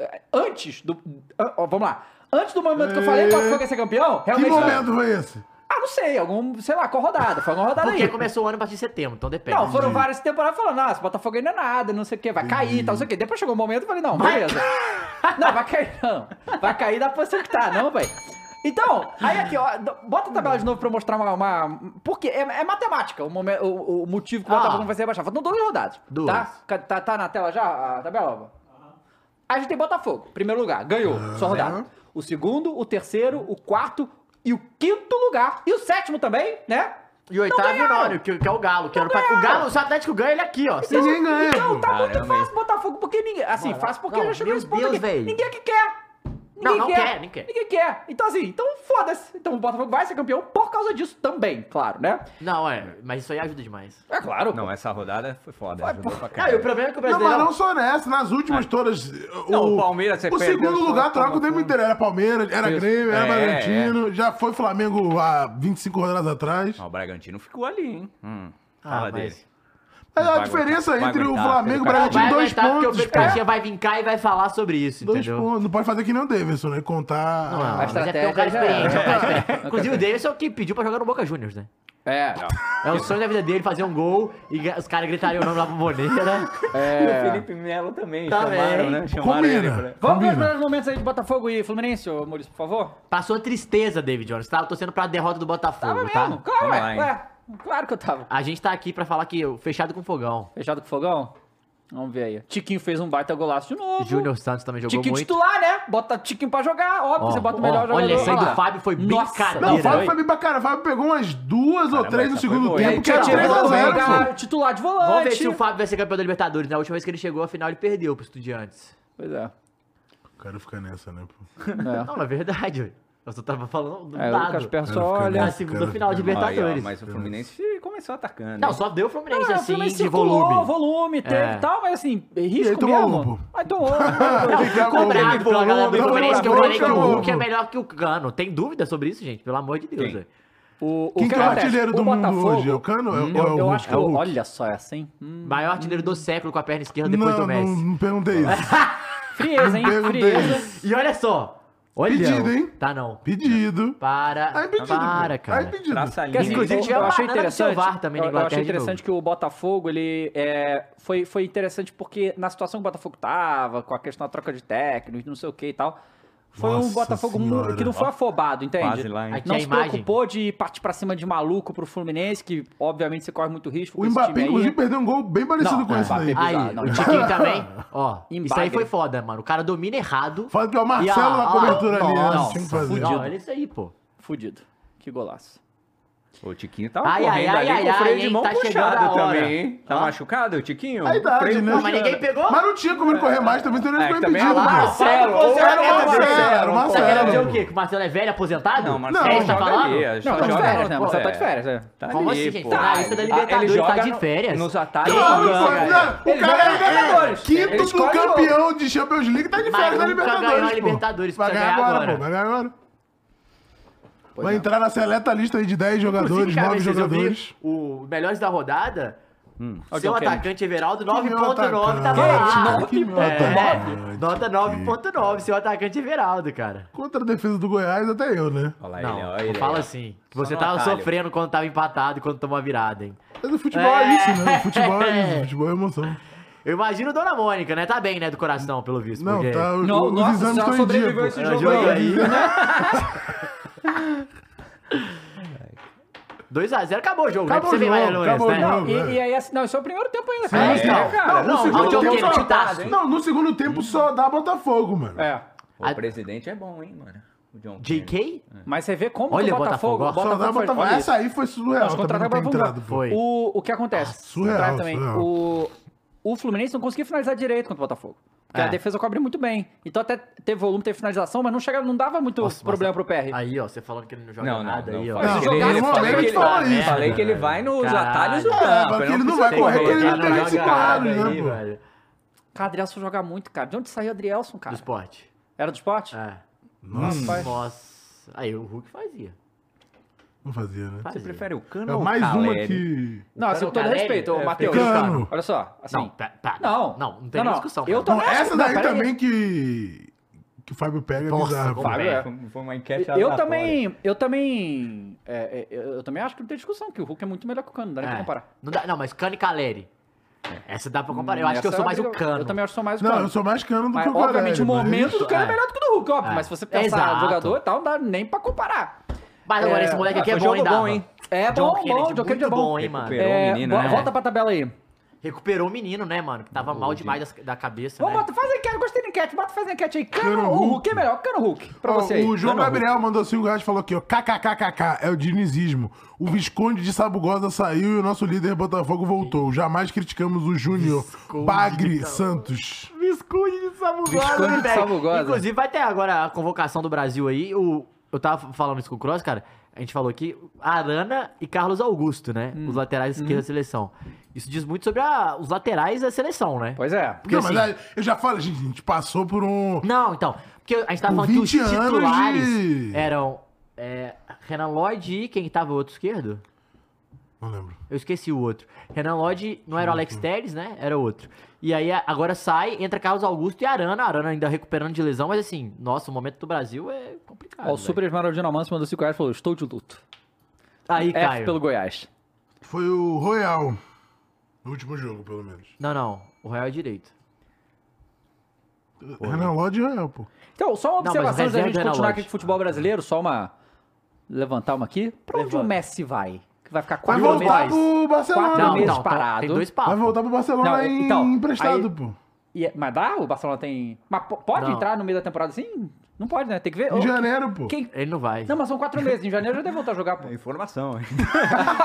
S1: eh, Antes do. ah, ó, vamos lá. Antes do momento que eu falei que o Botafogo ia ser campeão,
S3: Que
S1: realmente.
S3: momento foi esse?
S1: Ah, não sei, algum, sei lá, qual rodada? Foi alguma rodada
S2: Porque
S1: aí.
S2: começou o ano a partir de setembro, então depende.
S1: Não, foram várias temporadas falando, nossa, o Botafogo ainda é nada, não sei o que, vai cair e tal, não sei o que. Depois chegou o momento e falei, não, beleza. não, vai cair não. Vai cair da posição que tá, não, velho. Então, aí aqui, ó, d- bota a tabela de novo pra eu mostrar uma. uma por quê? É, é matemática o, momen- o, o motivo que o
S2: Ah.
S1: Botafogo não vai ser rebaixado. Faltam duas rodadas.
S2: Duas.
S1: Tá? Ca- tá? Tá na tela já a tabela? Alba? Aí a gente tem Botafogo, primeiro lugar, ganhou,
S2: Ah.
S1: só rodada. O segundo, o terceiro, o quarto e o quinto lugar. E o sétimo também, né?
S2: E o oitavo
S1: Não
S2: e o
S1: ganharam.
S2: nono, que, que é o Galo. Que
S1: Não
S2: era pra- o
S1: ganharam.
S2: Galo, se o Atlético ganha, ele aqui, ó. Vocês-
S3: Ninguém ganha,
S1: Então
S3: pô.
S1: tá muito
S4: Caramba,
S1: fácil Botafogo, porque ninguém. Assim,
S2: Mano,
S1: fácil porque
S2: não,
S1: já chegou
S2: meu
S1: nesse ponto
S2: Deus,
S1: aqui.
S2: velho.
S1: Ninguém aqui quer. Ninguém
S2: não
S1: quer.
S2: quer, nem quer.
S1: Ninguém quer. Então, assim, então foda-se. Então o Botafogo vai ser campeão por causa disso também, claro, né?
S2: Não, é, mas isso aí ajuda demais.
S4: tá
S1: É claro.
S4: Não,
S1: pô.
S4: essa rodada foi foda. Ajudou pra
S2: Não, e o
S4: caralho.
S2: problema é que o
S3: Não, mas
S2: brasileiro.
S3: não só nessa, nas últimas todas.
S4: É. Não, o Palmeiras, você
S3: O
S4: perdeu,
S3: segundo
S4: só
S3: lugar troca o
S4: tomou
S3: tempo
S4: ponto.
S3: inteiro. Era Palmeiras, era
S1: Isso.
S3: Grêmio, era
S4: É,
S3: Valentino. Já foi Flamengo há 25 rodadas atrás.
S4: Ah, o Bragantino ficou ali, hein? Hum, fala
S2: Ah, mas-
S4: dele.
S3: Mas é a
S4: vai
S3: diferença
S4: aguentar,
S3: entre
S4: vai
S3: o
S4: aguentar,
S3: Flamengo e o
S4: vai
S3: Bragantino,
S2: vai
S3: dois
S2: aguentar, porque o
S3: pontos. cara.
S2: Caixinha vai vir cá e vai falar sobre isso,
S3: Dois
S2: entendeu?
S3: pontos. Não pode fazer que nem o Davidson, né? Contar.
S2: Não, mas
S1: estratégia
S2: é porque é um cara
S1: já
S2: experiente, é um
S1: era.
S2: cara experiente. Inclusive o Davidson é o que pediu pra jogar no Boca Juniors, né?
S1: É.
S2: É o sonho da vida dele fazer um gol e ga- os caras gritariam o nome da
S5: É.
S2: bomboneira.
S4: É, E o Felipe Melo também,
S2: Também.
S4: chamaram, né? Chamaram ele.
S3: Combina.
S4: pra-
S1: Vamos ver os
S3: Combina.
S1: melhores momentos aí de Botafogo e Fluminense, ô Maurício, por favor?
S2: Passou tristeza, David Jones. Tava torcendo pra derrota do
S1: Tava
S2: Botafogo, tá?
S1: mesmo, claro,
S4: Vamos
S1: ué,
S4: lá, hein.
S1: ué. Claro que eu tava.
S2: A gente tá aqui pra falar que eu- fechado com fogão.
S1: Fechado com o fogão? Vamos ver aí. Tiquinho fez um baita golaço de novo.
S2: Júnior Santos também jogou
S1: Tiquinho
S2: muito.
S1: titular, né? Bota Tiquinho pra jogar, óbvio,
S2: Ó,
S1: você bota o
S2: ó,
S1: melhor jogador.
S2: olha, esse aí
S1: lá.
S2: do Fábio foi
S1: Nossa,
S2: brincadeira.
S3: Não, o Fábio
S4: Foi.
S3: foi bem pra cara. O Fábio pegou umas duas ou
S4: Caramba,
S3: três no
S4: essa
S3: segundo
S4: foi boa.
S1: E aí,
S3: tempo, que era
S1: Tietchan
S3: 3 a
S1: voltou a
S3: 0 pô.
S1: jogar titular de volante.
S2: Vamos ver se o Fábio vai ser campeão da Libertadores. Na última vez que ele chegou, à final ele perdeu pro Estudiantes.
S1: Pois é.
S3: O cara fica nessa, né? pô?
S2: Não, é verdade, ué. Eu só tava falando do
S1: É, o Lucas
S2: dado.
S1: Perro
S3: Cara,
S1: só
S3: fica
S1: olha.
S2: Na
S3: nessa.
S2: segunda
S3: Cara,
S2: final de
S3: fica-
S4: Aí, ó,
S2: Libertadores.
S4: mas o Fluminense começou atacando.
S2: Não,
S4: né?
S2: só deu o Fluminense,
S1: Ah, o
S2: assim,
S1: Fluminense
S2: de
S1: circulou,
S2: volume.
S1: volume, teve
S2: É.
S1: e tal, mas assim, risco
S3: E aí tomou
S1: mesmo.
S3: um, pô.
S1: Aí tomou. né?
S2: Não,
S3: Fica
S2: ficou
S3: bom,
S2: bravo
S4: volume,
S2: pela galera do
S4: volume,
S2: Fluminense, que eu
S3: volume,
S2: falei que o
S3: volume.
S2: Hulk é melhor que o Cano. Tem dúvida sobre isso, gente? Pelo amor de Deus,
S4: Quem?
S2: velho.
S1: o, o
S3: Quem que é o
S1: acontece?
S3: artilheiro do
S1: O
S3: mundo
S1: Botafogo- Hum.
S3: hoje? É o Cano? ou é- ou é
S1: Eu,
S3: o
S1: eu
S3: Hulk?
S1: acho que.
S3: É o
S1: eu-
S3: Hulk?
S1: olha só, é assim. Hum.
S2: Maior artilheiro do século com a perna esquerda depois
S3: Não,
S2: do Messi.
S3: não, não perguntei isso.
S1: Frieza, hein?
S3: Pego
S1: Frieza.
S3: dele.
S2: E olha só. Olha.
S3: Pedido, hein?
S2: Tá não.
S3: Pedido.
S2: Para.
S3: Aí é pedido.
S2: para,
S3: pô.
S2: cara.
S3: Aí é pedido.
S4: Traça a
S1: Porque,
S4: linha.
S1: assim,
S2: Inclusive,
S1: eu-
S2: tinha
S1: eu achei
S2: banana com seu
S1: interessante.
S2: VAR também na
S1: eu- eu
S2: Inglaterra
S1: achei
S2: de novo.
S1: interessante que o Botafogo, ele é, foi, foi interessante porque na situação que o Botafogo tava, com a questão da troca de técnicos, não sei o que e tal, foi
S3: Nossa
S1: um Botafogo
S3: Senhora.
S1: mu- que não foi afobado, entende?
S4: Quase lá, hein?
S2: Aqui
S1: não
S2: a
S1: se
S2: imagem.
S1: preocupou de partir pra cima de maluco pro Fluminense, que obviamente você corre muito risco. com
S3: O
S1: esse
S3: Mbappé,
S1: time aí.
S3: inclusive, perdeu um gol bem parecido
S1: Não,
S3: com
S1: é,
S3: esse daí.
S1: Mbappé.
S2: Aí,
S1: Bizarro, não.
S2: o Tiquinho também, ó.
S1: Embagre.
S2: Isso aí
S4: né?
S2: foi foda, mano. O cara domina errado.
S3: Fala que é o Marcelo
S2: E, ó,
S3: na
S2: ó,
S3: cobertura ali. né?
S1: nossa,
S3: Tinha que fazer.
S1: fudido.
S2: Ó, Olha isso aí, pô.
S1: Fudido. Que golaço.
S4: O Tiquinho tava
S2: Ai,
S4: correndo
S2: ai,
S4: ali
S2: ai,
S4: com o freio
S2: ai,
S4: de
S2: hein?
S4: mão
S2: Tá chegando a
S4: puxado
S2: hora.
S4: também, hein? Tá
S2: Ó.
S4: machucado o Tiquinho?
S3: A idade,
S4: Freio
S3: né?
S4: puxado.
S2: Não, mas ninguém pegou.
S3: Mas não tinha como ele correr mais também, então ele
S4: É,
S3: foi
S4: que também
S3: impedido.
S4: é lá.
S3: pô.
S1: Marcelo,
S2: Marcelo,
S1: era o
S2: Marcelo,
S1: Marcelo,
S2: Você tá querendo
S3: Marcelo.
S2: dizer o quê? Que o Marcelo é velho, aposentado?
S4: Não, mas
S3: Não,
S2: é
S4: Marcelo
S2: isso que tá
S4: joga
S2: falando?
S4: ali, acho
S1: Não,
S4: que
S1: tá de
S4: joga-
S1: férias, né? O
S4: Pô,
S1: Marcelo tá
S4: é.
S1: de férias, né?
S4: Tá
S2: Como
S4: ali,
S2: assim, gente?
S4: pô. Ah,
S2: Tá na lista da Libertadores,
S4: Ele
S2: tá
S4: joga
S2: de
S4: no-
S2: férias.
S4: Nos atalhos.
S3: Claro,
S4: ele
S3: pô,
S4: joga,
S3: né?
S4: é.
S3: O
S1: Ele
S3: cara
S1: joga
S3: é
S1: Libertadores. Ele
S3: quinto do
S1: escolhe o-
S3: campeão de Champions League, tá de
S2: Mas
S3: férias na
S2: nunca ganhou
S3: Libertadores.
S2: a
S3: pô.
S2: Libertadores,
S3: Vai
S2: precisa
S3: ganhar
S2: ganhar
S3: agora,
S2: agora.
S3: pô. Vai ganhar agora.
S1: Pois
S3: Vai
S1: é.
S3: entrar na seleta lista aí de 10 jogadores,
S2: Inclusive, cara,
S3: 9
S2: vocês, eu vi
S3: jogadores.
S2: O melhores da rodada. Seu
S1: Alguém quer?
S2: atacante Everaldo,
S3: meu
S2: 9.9 tava
S3: atacante,
S2: lá.
S1: Gente,
S3: que meu
S2: É,
S3: atacante.
S2: nota 9.9, seu atacante Everaldo, cara.
S3: Contra a defesa do Goiás, até eu, né?
S4: Olha lá ele,
S2: Não,
S4: olha
S2: não
S4: ele,
S2: fala
S4: ó.
S2: assim. que Você
S4: no
S2: tava
S4: atalho.
S2: sofrendo quando tava empatado e quando tomou a virada, hein?
S3: Mas o futebol é isso, né? O futebol é isso. O futebol é emoção.
S2: Eu imagino Dona Mônica, né? Tá bem, né, do coração, pelo visto.
S3: Não,
S2: porque-
S3: tá. o-
S1: No-
S3: os
S1: nossa
S3: exames
S1: senhora,
S3: estão em dia.
S1: sobreviveu
S3: pô.
S1: esse
S2: É,
S1: jogo
S2: jogo
S1: aí.
S2: aí. 2x0, acabou o jogo,
S3: Acabou
S2: né? Pra
S3: o
S2: você ver mais
S3: jogo,
S2: longe,
S3: acabou o
S2: né?
S3: jogo.
S1: Não, e, e aí, assim, não, isso é o primeiro tempo ainda.
S2: É,
S1: cara.
S2: então.
S1: É, cara.
S3: Não,
S2: Não,
S3: no segundo
S2: mas o
S3: tempo
S2: Joker
S3: só-
S2: é titaço.
S3: Não, no segundo tempo só dá Botafogo, mano.
S1: É.
S4: O
S2: A-
S4: presidente é bom, hein, mano? O John Kennedy.
S2: JK?
S1: Mas você vê como
S2: Olha
S1: que o
S2: o
S1: Botafogo,
S2: Botafogo, ó.
S1: o
S3: Só dá
S1: Botafogo foi-
S3: Botafogo.
S1: olha
S3: tá Essa aí foi surreal.
S1: Nós
S3: Também não
S1: contratamos
S3: tem
S1: a
S3: entrado,
S1: Vamos-
S3: pô. Ah,
S2: Foi.
S1: O, o que acontece?
S3: surreal,
S1: Traz também.
S3: surreal.
S1: O, o Fluminense não conseguia finalizar direito contra o Botafogo. Porque
S2: É.
S1: a defesa cobre muito bem. Então até teve volume, teve finalização, mas não, chega, não dava muito
S2: Nossa,
S1: problema pro PR.
S2: Aí, ó, você falando que ele não joga
S4: Não, não,
S2: nada
S4: não.
S2: aí, ó.
S4: Falei
S3: Não,
S4: que
S3: jogar
S4: ele-
S3: nesse momento
S4: falei que ele-
S3: fala isso.
S4: Falei que ele vai nos
S2: Caralho.
S4: atalhos do
S2: É,
S4: campo.
S3: porque ele não vai
S4: precisa
S3: correr, porque ele
S4: correr,
S2: Ele não
S3: tem
S2: joga
S3: 25
S2: nada
S3: anos, né,
S2: aí,
S3: pô?
S2: velho.
S1: Cara, Adrielson joga muito, cara. De onde saiu Adrielson,
S2: do
S1: cara?
S2: esporte.
S1: Era do esporte? Hum.
S2: É.
S3: Nossa.
S1: Rapaz.
S2: Nossa. Aí o Hulk fazia.
S3: Não fazia, né?
S2: fazia.
S4: Você prefere o Cano
S3: É
S4: ou o
S3: mais uma
S4: Caleri?
S3: que.
S1: Não, assim, com todo
S2: Caleri,
S1: respeito, ô,
S4: é,
S1: Matheus.
S3: Cano.
S1: Olha só, assim.
S2: Não, pa- pa-
S1: Não.
S2: Tá, Não, não
S1: Não,
S2: tem nem
S1: não.
S2: discussão.
S1: Eu
S2: cara.
S1: tô-
S3: Não, essa
S1: Não,
S3: daí
S1: pera aí.
S3: também que. Que o Fábio pega é
S2: Nossa,
S3: bizarro.
S2: como
S1: Fábio é.
S4: Foi- Foi uma enquete
S1: Eu
S4: aleatória.
S1: também, eu também, é, é, eu eu também acho que não tem discussão, que o Hulk é muito melhor que o Cano, não dá nem pra
S2: É.
S1: comparar.
S2: Não, dá- não, mas Cano e Caleri. Essa dá pra comparar. Eu
S1: Hum,
S2: acho que eu
S1: essa
S2: sou mais
S1: briga-
S2: o Cano.
S1: Eu também acho que sou mais o
S3: Não,
S1: Cano.
S3: eu sou mais cano do
S1: Mas,
S3: que o
S1: obviamente,
S3: Caleri,
S1: o
S3: mas-
S1: momento do Cano é
S2: é.
S1: melhor do que o do Hulk, óbvio,
S2: É.
S1: mas se você pensar
S2: Exato.
S1: jogador e tal, não dá nem pra comparar.
S2: Mas agora esse moleque aqui
S4: Ah,
S2: é
S4: foi jogo
S2: bom, hein,
S4: bom,
S2: Dava?
S4: hein?
S1: É
S2: John
S1: bom,
S2: Kennedy,
S1: bom, John Kennedy é
S2: muito
S1: bom.
S2: bom, hein, mano.
S4: Recuperou o menino,
S1: bo-
S4: né?
S1: Volta pra tabela aí.
S2: Recuperou o menino, né, mano? Que tava mal demais das- da, cabeça,
S1: Vamos,
S2: né?
S1: bota, faz a enquete, bota fazer enquete, bota fazer enquete aí. Cano,
S3: Cano
S1: ou Hulk?
S3: Hulk?
S1: é melhor? Cano ou Hulk? Pra
S3: Ó,
S1: você aí.
S3: o João
S1: Cano ou Hulk?
S3: Gabriel mandou 5 reais e falou aqui, ó. KKKKK, é o dinizismo. O Visconde de Sabugosa saiu e o nosso líder Botafogo voltou. Jamais criticamos o Júnior
S2: Visconde
S3: Bagre
S2: de
S3: Santos.
S2: Visconde de Samugosa,
S1: Visconde de
S2: moleque.
S1: Sabugosa.
S2: né, Inclusive, vai ter agora a convocação do Brasil aí. O, eu tava falando isso com o Cross, cara. A gente falou aqui, Arana e Carlos Augusto, né?
S1: Hum.
S2: Os laterais esquerda da seleção. Isso diz muito sobre a- os laterais da seleção, né?
S1: Pois é.
S2: Porque,
S3: não, mas
S2: assim-
S3: aí, eu já falo, gente, a gente passou por um...
S2: Não, então. Porque a gente tava
S3: Com
S2: falando que os
S3: 20 anos
S2: titulares
S3: de-
S2: eram é, Renan Lloyd e quem tava o outro esquerdo?
S3: Não lembro.
S2: Eu esqueci o outro. Renan Lodge não era o Alex Teres, né? Era outro. E aí a- agora sai, entra Carlos Augusto e Arana. Arana ainda recuperando de lesão, mas assim, nossa, o momento do Brasil é complicado.
S1: Ó, o
S2: velho.
S1: Super Esmeraldino Manso mandou 5 reais e falou, estou de luto.
S2: Aí,
S1: F
S2: Caio.
S1: pelo Goiás.
S3: Foi o Royal. No último jogo, pelo menos.
S2: Não, não. O Real é direito.
S3: Renan Lodge e Royal, pô.
S1: Então, só uma
S2: Não, mas
S1: observação antes da
S2: reserva
S1: gente
S2: era
S1: continuar
S2: longe.
S1: aqui com o futebol brasileiro, só uma. Levantar uma aqui. Pra onde
S2: Levanta.
S1: o Messi vai? Que vai ficar
S3: Vai
S1: quatro
S3: voltar
S1: meses.
S3: pro Barcelona.
S1: Quatro
S2: Não,
S1: meses.
S3: Não,
S2: então, tá,
S1: parado.
S2: tem dois
S3: vai
S2: papos.
S3: voltar pro Barcelona
S1: Não,
S3: em-
S1: então,
S3: emprestado,
S1: aí-
S3: pô.
S1: E é- mas dá? O Barcelona tem. Mas po- pode
S2: Não.
S1: entrar no meio da temporada assim? Não pode, né? Tem que ver. Ô,
S3: Em janeiro, pô.
S1: Quem...
S2: Ele não vai.
S1: Não, mas são quatro meses. Em janeiro já deve voltar a jogar, pô.
S4: Informação, hein?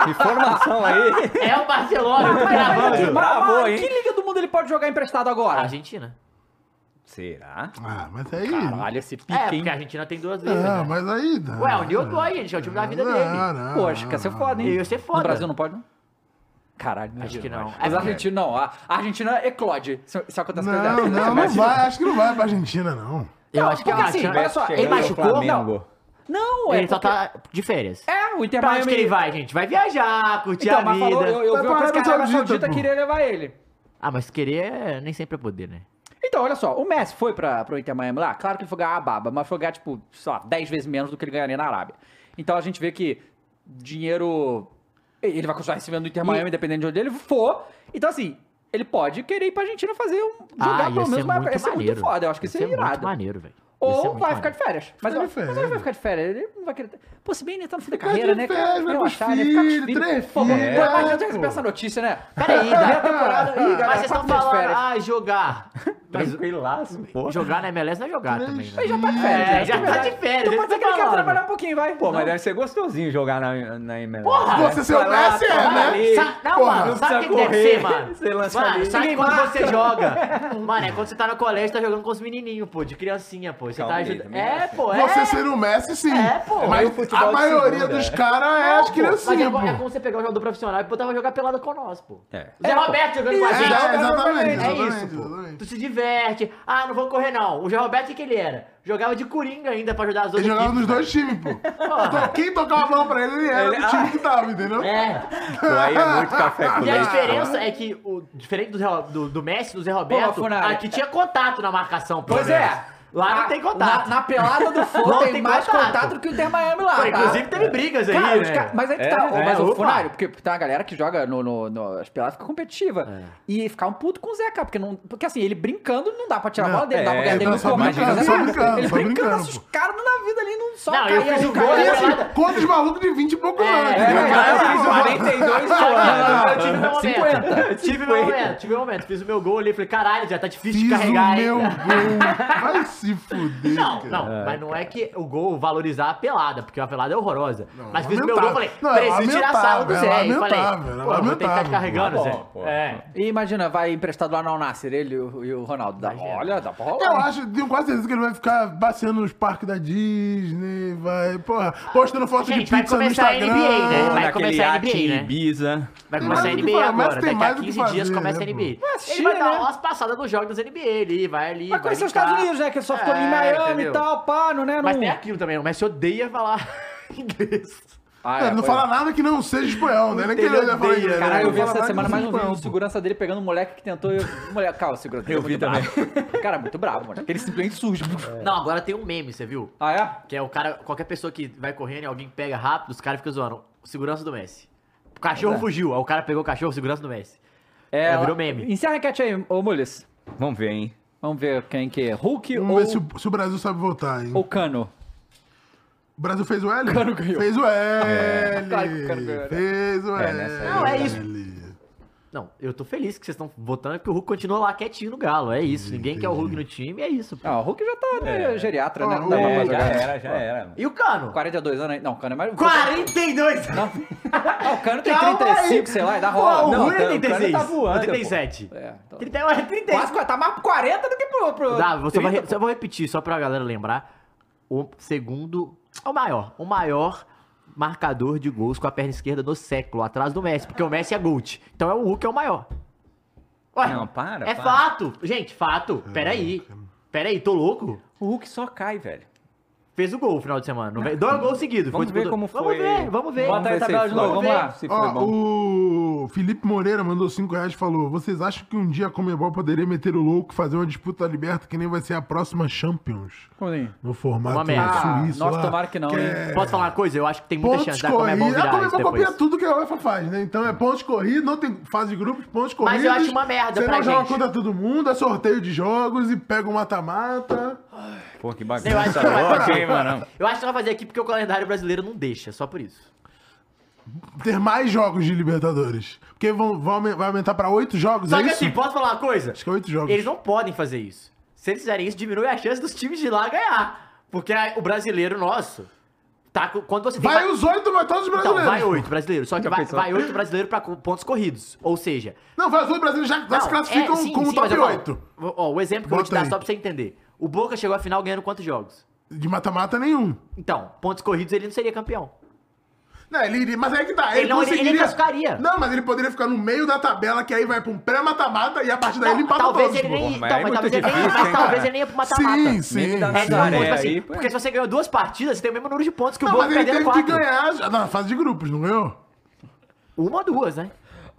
S4: Informação aí.
S2: É o Barcelona, eu tô
S1: Mas,
S2: gravando.
S1: mas-
S4: Bravou,
S1: mas
S4: hein?
S1: que liga do mundo ele pode jogar emprestado agora?
S2: Argentina.
S4: Será?
S3: Ah, mas aí...
S1: Caralho, esse pique,
S2: é,
S1: hein?
S2: porque a Argentina tem duas vezes.
S3: Ah,
S2: né?
S3: mas aí... dá.
S2: Ué, o Newton Boy, gente, é o time da vida
S3: não,
S2: dele.
S3: Não,
S1: Pô, acho que ia ser foda, hein?
S2: Ia ser foda.
S1: No Brasil não pode, não? Caralho, não
S2: Acho que não.
S1: Mas a Argentina não. A a Argentina é eclode. Se, se acontece
S3: Não,
S1: coisa
S3: não,
S1: dessa.
S3: não,
S1: Mas-
S3: vai. Acho que não vai pra Argentina, não.
S2: Eu
S1: Não,
S2: acho
S1: porque
S2: que a
S1: assim,
S2: Argentina-
S1: olha só, ele
S4: Chegando ao
S1: machucou?
S4: Flamengo.
S1: Não, é
S2: Ele só
S1: porque-
S2: tá de férias.
S1: É, o Inter
S2: Pra onde que
S1: Miami-
S2: ele vai, gente? Vai viajar, curtir
S1: Então,
S2: a
S1: mas
S2: vida.
S1: falou, eu, eu
S3: Vai
S1: vi
S3: pra
S1: uma coisa que a
S3: Arábia
S1: Arábia
S3: Saudita,
S1: Saudita
S3: pô.
S1: queria levar ele.
S2: Ah, mas querer é- nem sempre é poder, né?
S1: Então, olha só, o Messi foi pra, pro Inter Miami lá, claro que ele foi ganhar a baba, mas foi ganhar, tipo, sei lá, 10 vezes menos do que ele ganharia na Arábia. Então a gente vê que dinheiro. Ele vai continuar recebendo do Inter Miami, dependendo de onde ele for. Então, assim, ele pode querer ir pra Argentina fazer um. jogar
S2: ah,
S1: pelo menos uma. Ia
S2: Ia
S1: ser muito foda, eu acho que
S2: Ia
S1: isso é
S2: ser muito
S1: irado.
S2: maneiro, velho. Ia ser
S1: Ou
S2: é muito
S1: vai ficar
S2: maneiro.
S1: de férias. Mas,
S3: Fica
S1: eu,
S3: de férias.
S1: mas ele vai ficar de férias. Ele não vai querer. Pô, se bem ele tá no fim da
S3: Ficar
S1: carreira,
S3: de
S1: né?
S3: férias,
S1: cara?
S3: vai com
S1: Relaxar,
S3: os
S1: né? Ficar com os
S3: filhos,
S1: filhos.
S3: três
S1: Pô,
S2: É,
S3: filhos,
S1: pô, imagina você
S3: pô.
S1: receber essa notícia, né?
S2: Peraí, dá.
S1: Meia temporada aí, galera.
S2: Mas
S1: quatro
S2: vocês estão
S1: meses de
S2: falando,
S1: férias.
S2: ah, jogar. Mas
S4: Tranquilaço, pô.
S2: jogar na MLS não é jogar também, né?
S1: Aí já tá de férias.
S2: É,
S1: né?
S2: já
S1: É
S2: tá
S1: verdade.
S2: de férias,
S1: Então
S2: é
S1: pode ser
S2: isso
S1: que
S2: que eu
S1: ele quer
S2: falo.
S1: trabalhar um pouquinho, vai.
S4: Pô, mas deve ser gostosinho jogar na, na MLS.
S2: Porra!
S4: né?
S3: Você ser o
S4: Vai lá,
S3: Messi é,
S4: tá
S3: né?
S4: ali.
S2: Sa- não,
S3: Porra,
S2: mano,
S4: não
S2: sabe o que,
S4: precisa
S2: que é? deve ser,
S4: correr,
S2: mano?
S4: você lança
S2: mano
S4: ali.
S2: sabe
S4: Ninguém
S2: quando
S4: marca.
S2: você joga? Mano, é quando você tá no colégio, tá jogando com os menininhos, pô, de criancinha, pô. Você
S4: Calma
S2: tá
S4: aí,
S2: ajudando.
S4: também assim.
S2: É,
S4: acho.
S2: pô, é.
S3: Você ser o Messi, sim.
S2: É, pô.
S4: É o
S3: Mas
S4: futebol
S3: a
S4: de
S3: maioria
S4: segunda,
S3: dos
S4: é.
S3: caras é
S2: Não,
S3: as
S2: pô,
S3: criancinhas,
S2: Mas é, é
S3: pô.
S2: como você pegar um jogador profissional e botar pra jogar pelada com nós, pô.
S4: É.
S2: Zé Roberto jogando com a
S3: É,
S2: gente.
S3: exatamente,
S2: É
S3: exatamente,
S2: isso, pô.
S3: exatamente.
S2: Tu se diverte. Ah, não vou correr não. O Zé Roberto, o que que ele era? Jogava de coringa ainda pra ajudar as outras
S3: Ele jogava
S2: equipes,
S3: nos dois times, pô. Então, Quem tocava a bola pra ele, ele era
S4: Ele-
S3: do time que tava, entendeu?
S2: É.
S4: Pô, aí é muito café com
S2: E a
S4: leite, né?
S2: diferença é que, o, diferente do, Zé- do, do Messi, do Zé
S1: Pô,
S2: Roberto,
S1: Funari,
S2: aqui tinha contato na marcação. pelo
S1: Pois
S2: menos.
S1: é.
S2: Lá
S1: Na-
S2: não tem contato.
S1: Na, na pelada do Flu
S2: Não
S1: tem
S2: tem
S1: mais
S2: contato.
S1: contato do que o Inter Miami lá,
S2: Pô,
S1: tá?
S2: Inclusive teve brigas aí,
S1: Cara, os
S2: né?
S1: ca- mas aí que
S4: É,
S1: tá,
S4: é,
S1: mas o
S4: opa.
S1: funário, porque tem uma galera que joga no, no, no- as peladas fica competitiva. E ficar um puto com o Zé, cara, porque, não, porque assim, ele brincando não dá pra tirar a bola dele,
S4: é,
S1: não dá pra ganhar
S4: eu
S1: dele no
S4: tô só
S1: combate.
S4: brincando,
S1: mas
S3: só
S1: é-
S3: brincando,
S1: Ele
S3: só
S1: brincando,
S3: brincando,
S1: esses caras na vida ali não só
S2: Não, eu
S1: caem,
S2: fiz
S1: aí
S2: o
S1: cai,
S2: gol,
S1: aí
S3: E
S1: cai.
S3: assim, contra os malucos de 20 e pouco anos, né?
S1: É,
S4: O
S3: entendeu?
S4: cara fez
S3: Pô,
S4: 42
S2: Não, não, não,
S4: anos.
S2: é, eu
S1: 50.
S2: tive meu momento. um Tive meu momento, tive meu momento. Fiz o meu gol ali, falei, caralho, já tá difícil
S3: Fiz
S2: de
S3: o
S2: carregar, hein?
S3: meu gol. Vai se fuder,
S2: Não,
S3: cara.
S2: não, mas não é que o gol valorizar a pelada, porque a pelada é horrorosa. mas fiz o meu gol e
S3: lamentável.
S2: falei,
S3: Não, é
S2: preciso tirar sarro do
S3: lamentável,
S2: Zé.
S3: é
S2: E falei,
S3: lamentável, é
S2: pô, vou ter que ficar
S3: lamentável.
S2: te carregando,
S4: Pô,
S2: Zé.
S4: pô,
S2: é.
S1: E imagina, vai emprestado lá no Al-Nasser, ele e o, e o Ronaldo. Dá, olha, dá pra
S3: Eu
S1: rolar. hein?
S3: acho, tenho quase certeza que ele vai ficar passeando nos parques da Disney, vai, porra, postando foto de
S2: Gente, vai
S3: pizza no
S2: começar a
S3: Instagram.
S2: NBA, né? Vai
S4: Naquele
S2: começar a NBA,
S4: iate
S2: né?
S4: em Ibiza.
S2: Vai
S3: Tem
S2: começar a
S3: mais o que
S2: NBA
S3: falar, mas
S2: agora,
S3: tem
S2: daqui
S3: mais
S2: a
S3: o que
S2: 15
S3: fazer,
S2: dias começa a
S3: né,
S2: NBA. Ele
S1: China,
S2: vai dar
S1: né?
S2: umas passadas nos jogos das NBA ali, vai ali,
S1: Mas
S2: vai
S1: conhecer os
S2: brincar.
S1: Estados Unidos, né? Que só ficou ali em
S2: É,
S1: Miami
S2: entendeu?
S1: e tal, pá, não né?
S2: Mas
S1: não...
S2: tem aquilo também, o Messi odeia falar inglês.
S1: Ah,
S3: Cara,
S1: é,
S3: não
S1: foi-
S3: fala nada que não seja espanhol, né? Nem que ele
S2: Ele
S3: olha e fala
S2: odeia,
S3: inglês.
S1: Caralho, eu vi
S3: Fala
S1: essa
S3: nada que
S1: semana mais um
S3: não seja
S1: vídeo de
S3: espanhol,
S1: segurança dele pegando um moleque que tentou. e o Moleque, calma, segurança.
S4: Eu
S1: tá
S4: vi É.
S1: muito bravo. Cara, muito bravo, mano. Ele simplesmente surge.
S2: Não, agora tem um meme, você viu?
S1: É. Ah, é?
S2: Que é o cara, qualquer pessoa que vai correndo e alguém pega rápido, os caras ficam zoando. Segurança do Messi. O cachorro fugiu, aí o cara pegou o cachorro, segurança do Messi.
S1: É,
S2: virou meme.
S1: Encerra a enquete aí, ô Mules.
S4: Vamos ver, hein?
S1: Vamos ver quem que é. Hulk
S3: Vamos
S1: ou,
S3: ver se o, se o Brasil sabe votar, hein?
S1: ou Cano?
S3: O Brasil fez o L?
S1: Cano ganhou.
S3: Fez o L.
S1: Claro que o Cano ganhou, né?
S3: Fez o
S4: É,
S3: L.
S4: nessa aí.
S2: Não, é isso. Não, eu tô feliz que vocês estão votando, porque o Hulk continua lá quietinho no galo. É isso. Ninguém quer o Hulk no time, é isso. pô.
S1: Ah, o Hulk já tá né, geriatra, né? Não
S3: Ah,
S1: dá
S3: o-
S1: pra
S3: É,
S1: mais
S3: já
S1: jogar.
S4: já era.
S2: E o Cano?
S1: 42 anos aí. Não, o Cano é mais.
S2: 42!
S1: Não. Ah, o Cano tem
S2: Calma
S1: 35,
S2: aí.
S1: sei lá, e dá
S2: Pô,
S1: rola.
S2: o
S1: Não, o
S2: Hulk é
S1: Cano- o Cano
S2: 36.
S1: tá voando.
S2: o 37.
S1: pô. É, então-
S2: 31 é 36.
S1: Quase, tá mais pro 40 do que pro. pro
S2: Dá, você vai,
S1: 30,
S2: só vou repetir, só pra galera lembrar. O segundo. O maior. O maior marcador de gols com a perna esquerda no século, atrás do Messi, porque o Messi é Gold. Então é o Hulk é o maior. Ué,
S4: Não, para,
S2: É
S4: para.
S2: fato! Gente, fato. Peraí. Peraí, tô louco?
S4: O Hulk só cai, velho.
S2: Fez o gol no final de semana. Não ve- Dois gols seguidos.
S4: Vamos
S2: foi
S4: ver como
S2: disputado.
S4: foi.
S2: Vamos ver, vamos ver.
S1: Bota aí
S4: Vamos ver
S1: a
S4: se
S1: tabela de
S4: foi. Ah,
S1: novo, vamos lá. Se foi bom.
S3: Ó, o Felipe Moreira mandou 5 reais e falou: Vocês acham que um dia a Comebol poderia meter o louco e fazer uma disputa liberta que nem vai ser a próxima Champions?
S1: Como assim?
S3: No formato
S2: Uma merda. Ah,
S3: suíço.
S1: Nossa,
S3: lá,
S1: tomara que não, hein?
S3: é
S2: Posso falar uma coisa? Eu acho que tem muita
S3: Pontos
S2: chance da Comebol
S4: Ah, é
S3: corridos. A
S2: é virar isso
S3: Comebol copia
S2: depois.
S3: tudo que a UEFA faz, né? Então é pontos corridos, não tem fase de grupos, pontos
S2: Mas
S3: corridos.
S2: eu acho uma merda
S3: Você
S2: pra
S3: não joga
S2: gente.
S3: contra todo mundo, é sorteio de jogos e pega o mata-mata.
S4: Pô, que
S2: Eu acho
S4: bagunça
S2: que não vai
S4: louca,
S2: fazer.
S4: hein, mano?
S2: Eu acho que não vai fazer aqui porque o calendário brasileiro não deixa, só por isso.
S3: Ter mais jogos de Libertadores. Porque vão, vão aumen- vai aumentar pra oito jogos,
S2: Só
S3: é
S2: que
S3: isso?
S2: assim, posso falar uma coisa?
S3: Acho que é oito jogos.
S2: Eles não podem fazer isso. Se eles fizerem isso, diminui a chance dos times de lá ganhar. Porque a- o brasileiro nosso, tá, co- quando você tem...
S3: Vai os oito, vai todos os
S2: Então,
S3: brasileiros.
S2: vai oito brasileiros, só que
S1: Já
S2: vai,
S1: pensou?
S2: vai oito brasileiros pra co- pontos corridos. Ou seja...
S3: Não, vai os oito brasileiros já, já
S2: não,
S3: se classificam
S2: é, sim,
S3: como
S2: sim, mas
S3: top
S2: eu falo-
S3: oito.
S2: Ó, o exemplo que eu vou te
S3: Bota
S2: dar
S3: aí.
S2: só pra você entender. O Boca chegou à final ganhando quantos jogos?
S3: De mata-mata nenhum.
S2: Então, pontos corridos ele não seria campeão.
S3: Não, ele iria, mas aí que tá. Ele,
S2: Ele não- ele- ele
S3: conseguiria...
S2: classificaria.
S3: Não, mas ele poderia ficar no meio da tabela, que aí vai pra um pré-mata-mata e a partir daí
S2: Não,
S3: ele empata
S2: talvez
S3: todos.
S2: ele nem.
S4: Porra, mas
S2: então,
S4: aí
S2: mas
S4: é
S2: talvez
S4: muito
S2: ele nem.
S4: difícil,
S2: Mas
S4: hein,
S2: talvez
S4: cara?
S2: ele nem ia pro mata-mata.
S3: É. Sim, sim.
S4: Nem
S1: tá
S4: que dá
S2: É,
S4: Mas
S2: então,
S4: azar,
S2: tipo
S4: é,
S2: assim,
S4: aí, pô.
S2: porque se você ganhou duas partidas, você tem o mesmo número de pontos que o
S3: Não,
S2: Boca
S3: mas ele
S2: perdendo
S3: teve
S2: quatro.
S3: que ganhar já na fase de grupos, não ganhou?
S2: Uma ou duas, né?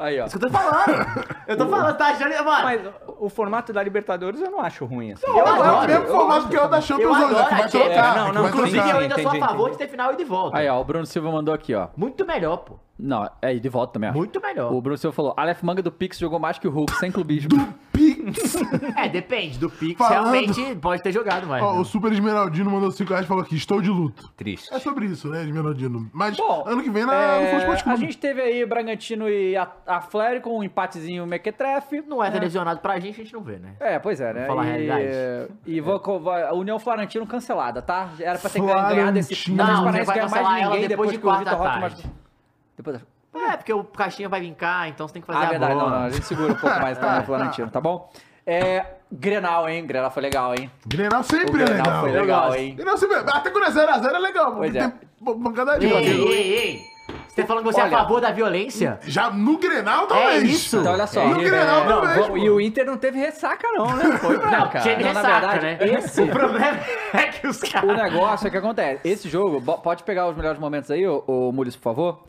S1: Aí, ó.
S2: Isso que eu tô falando. Eu tô falando, tá achando. Mano,
S4: Mas o o formato da Libertadores eu não acho ruim, assim.
S2: eu
S3: É o
S2: adoro.
S3: mesmo formato que é o da
S2: Eu
S3: Champions League, né?
S2: adoro
S3: Que
S2: a
S3: vai
S1: É,
S2: Champions.
S4: Não,
S3: trocar. que
S4: não,
S3: vai
S4: não,
S2: Inclusive,
S3: trocar.
S2: eu ainda sou a
S4: entendi,
S2: favor
S4: entendi.
S2: de ter final e de volta.
S1: Aí, ó, o Bruno Silva mandou aqui, ó.
S2: Muito melhor, pô.
S1: Não, é e de volta também, ó.
S2: Muito melhor.
S1: O Bruno Silva falou: Aleph Manga do Pix jogou mais que o Hulk, sem clubismo.
S3: Pix.
S2: É, depende. Do Pix,
S3: Falando-
S2: realmente pode ter jogado mais.
S3: Ó,
S2: né?
S3: o Super Esmeraldino mandou 5 reais e falou aqui, estou de luto.
S4: Triste.
S3: É sobre isso, né, Esmeraldino? Mas
S1: Bom,
S3: ano que vem na,
S1: é,
S3: no Futebol Esporte
S1: A
S3: Clube.
S1: gente teve aí Bragantino e a, a Flair com um empatezinho mequetrefe.
S2: Não é televisionado pra gente, a gente não vê, né?
S1: É, pois é, né?
S2: Vamos falar a
S1: e
S2: realidade.
S1: e vou, co- vai- a União Florentino cancelada, tá? Era pra ter ganho- ganhado esse.
S3: Florentino.
S1: mas
S2: Não,
S1: parece
S2: vai
S1: que ganha mais
S2: cancelar
S1: de
S2: ela
S1: ninguém
S2: depois
S1: depois,
S2: de
S1: que o
S2: quatro
S1: Vitor
S2: da
S1: Roque.
S2: tarde.
S1: mas- Depois da...
S2: É, porque o Caixinha vai vir cá, então você tem que fazer
S1: Ah,
S2: a
S1: verdade, não,
S2: bola.
S1: não, a gente segura um pouco mais pra Florentino, tá bom? É, Grenal, hein? Grenal foi legal, hein?
S3: Grenal
S1: O
S3: sempre é
S1: Grenal
S3: legal.
S1: foi
S2: Eu
S1: legal,
S2: gosto.
S1: hein?
S3: Grenal sempre é- Até quando é 0x0 é legal,
S1: Pois
S3: porque
S1: é.
S3: tem bo- pancadaria.
S2: Ei, ei, ei! Você tá falando que você
S1: Olha-
S2: é a favor da violência? É
S3: Já no Grenal,
S4: é
S3: talvez.
S2: isso.
S1: Então, olha só.
S3: é No
S1: e-
S3: Grenal,
S1: não,
S3: talvez,
S1: vamos-
S3: pô.
S1: E o Inter não teve ressaca, não, né? Foi pra
S2: Não,
S1: cá.
S2: time
S4: Então,
S1: Não, na
S2: ressaca,
S1: verdade,
S2: né?
S1: Esse,
S2: O problema é que os
S1: o
S2: caras...
S1: negócio é que acontece. Esse jogo, bo- pode pegar os melhores momentos aí, ô, ô Mules, por favor.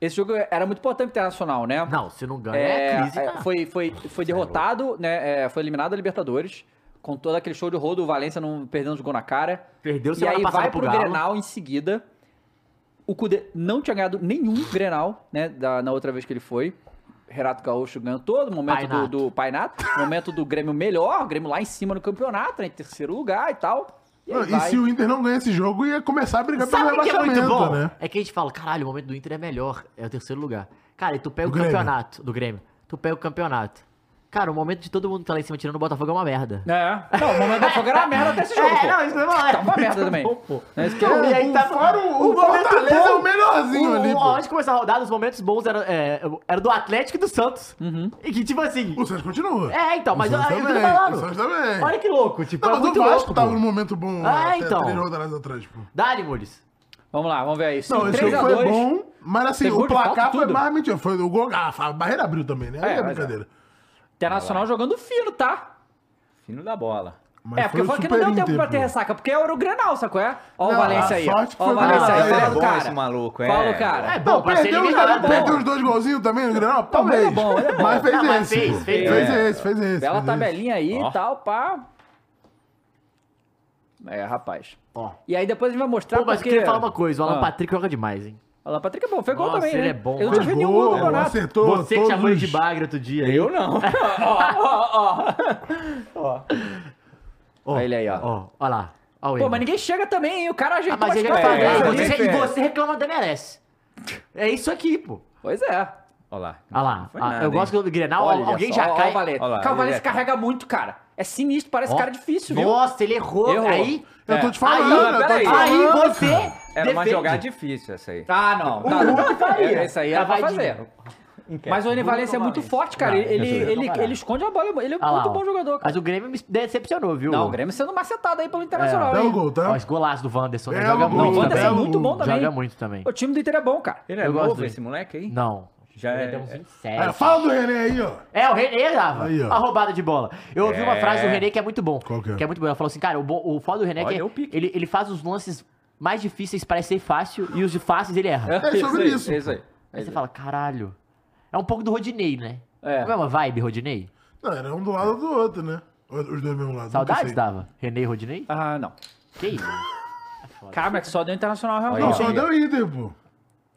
S1: Esse jogo era muito importante pro internacional, né?
S2: Não, se não ganha, é,
S1: É,
S2: crise,
S1: é,
S2: cara.
S1: foi, foi, foi derrotado, né? é, foi eliminado da Libertadores. Com todo aquele show de rodo, o Valência não perdendo os gol na cara.
S2: Perdeu
S1: E
S2: semana
S1: aí
S2: passada
S1: vai
S2: pro
S1: pro
S2: Galo.
S1: Grenal em seguida. O Cudê não tinha ganhado nenhum Grenal, né? Da, na outra vez que ele foi. Renato Gaúcho ganhou todo, momento do,
S2: Painato.
S1: do Painato, momento do Grêmio melhor, Grêmio lá em cima no campeonato, né, em terceiro lugar e tal. E, aí
S3: Não, e
S1: vai.
S3: se o Inter não ganha esse jogo, ia começar a brigar pelo
S2: Sabe o que é muito
S3: rebaixamento,
S2: bom?
S3: né?
S2: É que a gente fala, caralho, o momento do Inter é melhor. É o terceiro lugar. Cara, e tu pega
S3: Do
S2: o
S3: Grêmio.
S2: campeonato do Grêmio. Tu pega o campeonato. Cara, o momento de todo mundo tá lá em cima tirando o Botafogo é uma merda.
S1: É. Não, o momento do fogo era uma merda até esse jogo, pô.
S2: isso não é.
S1: Tá uma merda também.
S2: Bom, pô.
S1: É isso que
S2: Não, e aí tá
S3: Fora o, o Fortaleza é o melhorzinho
S2: O-
S3: ali,
S2: o-
S3: pô.
S2: Antes de começar a rodada, os momentos bons eram é, era do Atlético e do Santos.
S1: Uhum.
S2: E que, tipo assim.
S3: O Santos continua.
S2: É, então, mas
S3: O
S2: eu,
S3: Santos
S2: eu tô
S3: também,
S2: falando.
S3: o Santos também.
S2: Olha que louco, tipo,
S3: Não,
S2: é
S3: mas
S2: muito
S3: o Vasco
S2: louco.
S3: tava
S2: pô.
S3: num momento bom né,
S2: Ah,
S3: até
S2: então.
S3: três rodadas atrás, pô.
S2: Dá-lhe, Mules.
S1: Vamos lá, vamos ver aí.
S3: Não, esse
S1: 3
S3: jogo
S1: a
S3: foi
S1: 2.
S3: bom, mas assim,
S1: Tem gol
S3: o
S1: de falta,
S3: placar foi
S1: tudo.
S3: mais mentira. Foi o gol. Ah, a barreira abriu também, né? Aí
S1: É,
S3: é,
S1: mas é.
S3: brincadeira.
S1: Internacional É jogando fino, tá?
S4: Fino da bola.
S3: é? Mas
S1: é, porque foi que não deu tempo pra ter ressaca, porque era o Grenal, sacou? É? Ó o
S3: Não,
S1: Valência
S3: Ah, a
S1: aí.
S3: sorte que
S1: Ó
S3: foi
S1: o
S3: o
S1: Valência
S3: Grenal.
S1: aí.
S3: Ele é
S1: Fala o
S3: bom,
S1: cara.
S4: esse maluco, é.
S1: Fala o cara.
S2: É bom,
S3: Não,
S2: pra ser
S3: perdeu, os,
S2: eliminado é bom.
S3: perdeu os dois golzinhos também no Grenal? Talvez.
S1: ele é bom, ele é bom.
S3: Mas fez
S2: Não, mas
S3: esse.
S2: fez,
S3: pô.
S2: fez.
S4: É.
S3: esse, fez esse.
S1: Bela
S3: fez esse.
S1: tabelinha aí
S4: Ó.
S1: e tal, pá. É, rapaz.
S2: Ó.
S1: E aí depois a gente vai mostrar
S2: Pô, mas eu
S1: porque...
S2: queria falar uma coisa, o Alan
S1: Ah.
S2: Patrick joga demais, hein?
S1: Alan Patrick é bom, foi gol
S2: Nossa,
S1: também,
S2: ele
S1: né?
S2: é bom,
S1: Eu não
S2: cara.
S1: vi nenhum gol no
S3: Gol,
S1: campeonato.
S3: acertou
S2: Você que chamou ele
S3: todos
S2: de
S3: os-
S2: bagre outro dia. aí.
S4: Eu não.
S2: Ó,
S1: Olha ele aí, ó.
S2: Ó, ó lá. Ó o
S1: Pô,
S2: Ener.
S1: mas ninguém chega também, hein? O cara
S2: né? Ah,
S1: ajeitou
S2: mas ele
S1: umas
S2: é
S1: coisas
S2: favorito,
S1: ali.
S4: é,
S2: você,
S4: é,
S2: e
S4: é.
S2: você reclama da merece. É isso aqui, pô.
S1: Pois é.
S4: Olha lá.
S2: Olha lá.
S4: Foi
S2: ah,
S4: nada,
S2: eu
S4: hein?
S2: gosto que o Grenal,
S1: Olha
S2: alguém
S1: só,
S2: já
S1: ó,
S2: cai.
S1: o Valete.
S4: Olha lá,
S1: Cara, o Valete
S4: ele é-
S1: carrega muito, cara. É sinistro, parece
S2: Ó.
S1: cara difícil, viu?
S2: Nossa, ele errou.
S1: Errou. É.
S2: Aí,
S3: Eu tô te falando,
S1: Aí,
S3: eu tô
S1: peraí.
S3: te
S2: aí
S3: falando.
S2: você
S4: Era uma
S2: defende.
S4: jogada difícil essa aí.
S1: Ah, não. Tá,
S2: faria.
S1: É, Isso aí ela vai fazer. Mas o Enem Valencia é muito
S2: Valencia.
S1: forte, cara.
S2: Não,
S1: Ele,
S2: resolveu.
S1: ele, ele,
S2: Vamos lá.
S1: esconde a bola. Ele é
S2: Ah lá,
S1: muito
S2: ó.
S1: bom jogador, cara.
S2: Mas o Grêmio me decepcionou, viu?
S1: Não, Tá, o Grêmio sendo macetado aí pelo Internacional,
S3: Dá o
S1: hein?
S3: gol,
S2: Ó,
S3: tá?
S2: esse golaço do Wanderson. né?
S3: Belo
S2: Joga
S3: gol,
S1: Não, o
S2: muito
S1: Wanderson é
S3: Belo
S2: também.
S1: muito bom também.
S2: Joga muito também.
S1: O time do Inter é bom, cara.
S4: Ele é
S2: Eu gosto
S4: novo
S2: dele.
S4: esse moleque aí?
S2: Não.
S4: Já
S2: Ele
S4: é-
S2: tem uns
S3: É,
S2: 27.
S3: fala do René aí, ó.
S2: É, o René dava.
S3: Aí, ó.
S2: a roubada de bola. Eu ouvi uma
S4: É.
S2: frase do René que é muito bom.
S3: Qual que é?
S2: é muito bom. Ela falou assim, cara, o, bom- o foda do René é que
S4: Olha o pique.
S2: ele, ele faz os lances mais difíceis parecer fácil e os de fáceis ele erra.
S3: É sobre isso.
S1: É isso aí.
S2: Aí você fala, caralho. É um pouco do Rodinei, né?
S1: É.
S2: Não é uma vibe, Rodinei?
S3: Não, era um do lado do outro, né? Os dois mesmo lado.
S2: Saudades
S3: da.
S2: dava. René e Rodinei?
S1: Ah, não.
S2: Que isso?
S1: Cara, mas só deu Internacional realmente.
S3: Não,
S1: Não,
S3: só
S4: Aí, ó.
S3: deu Inter, pô.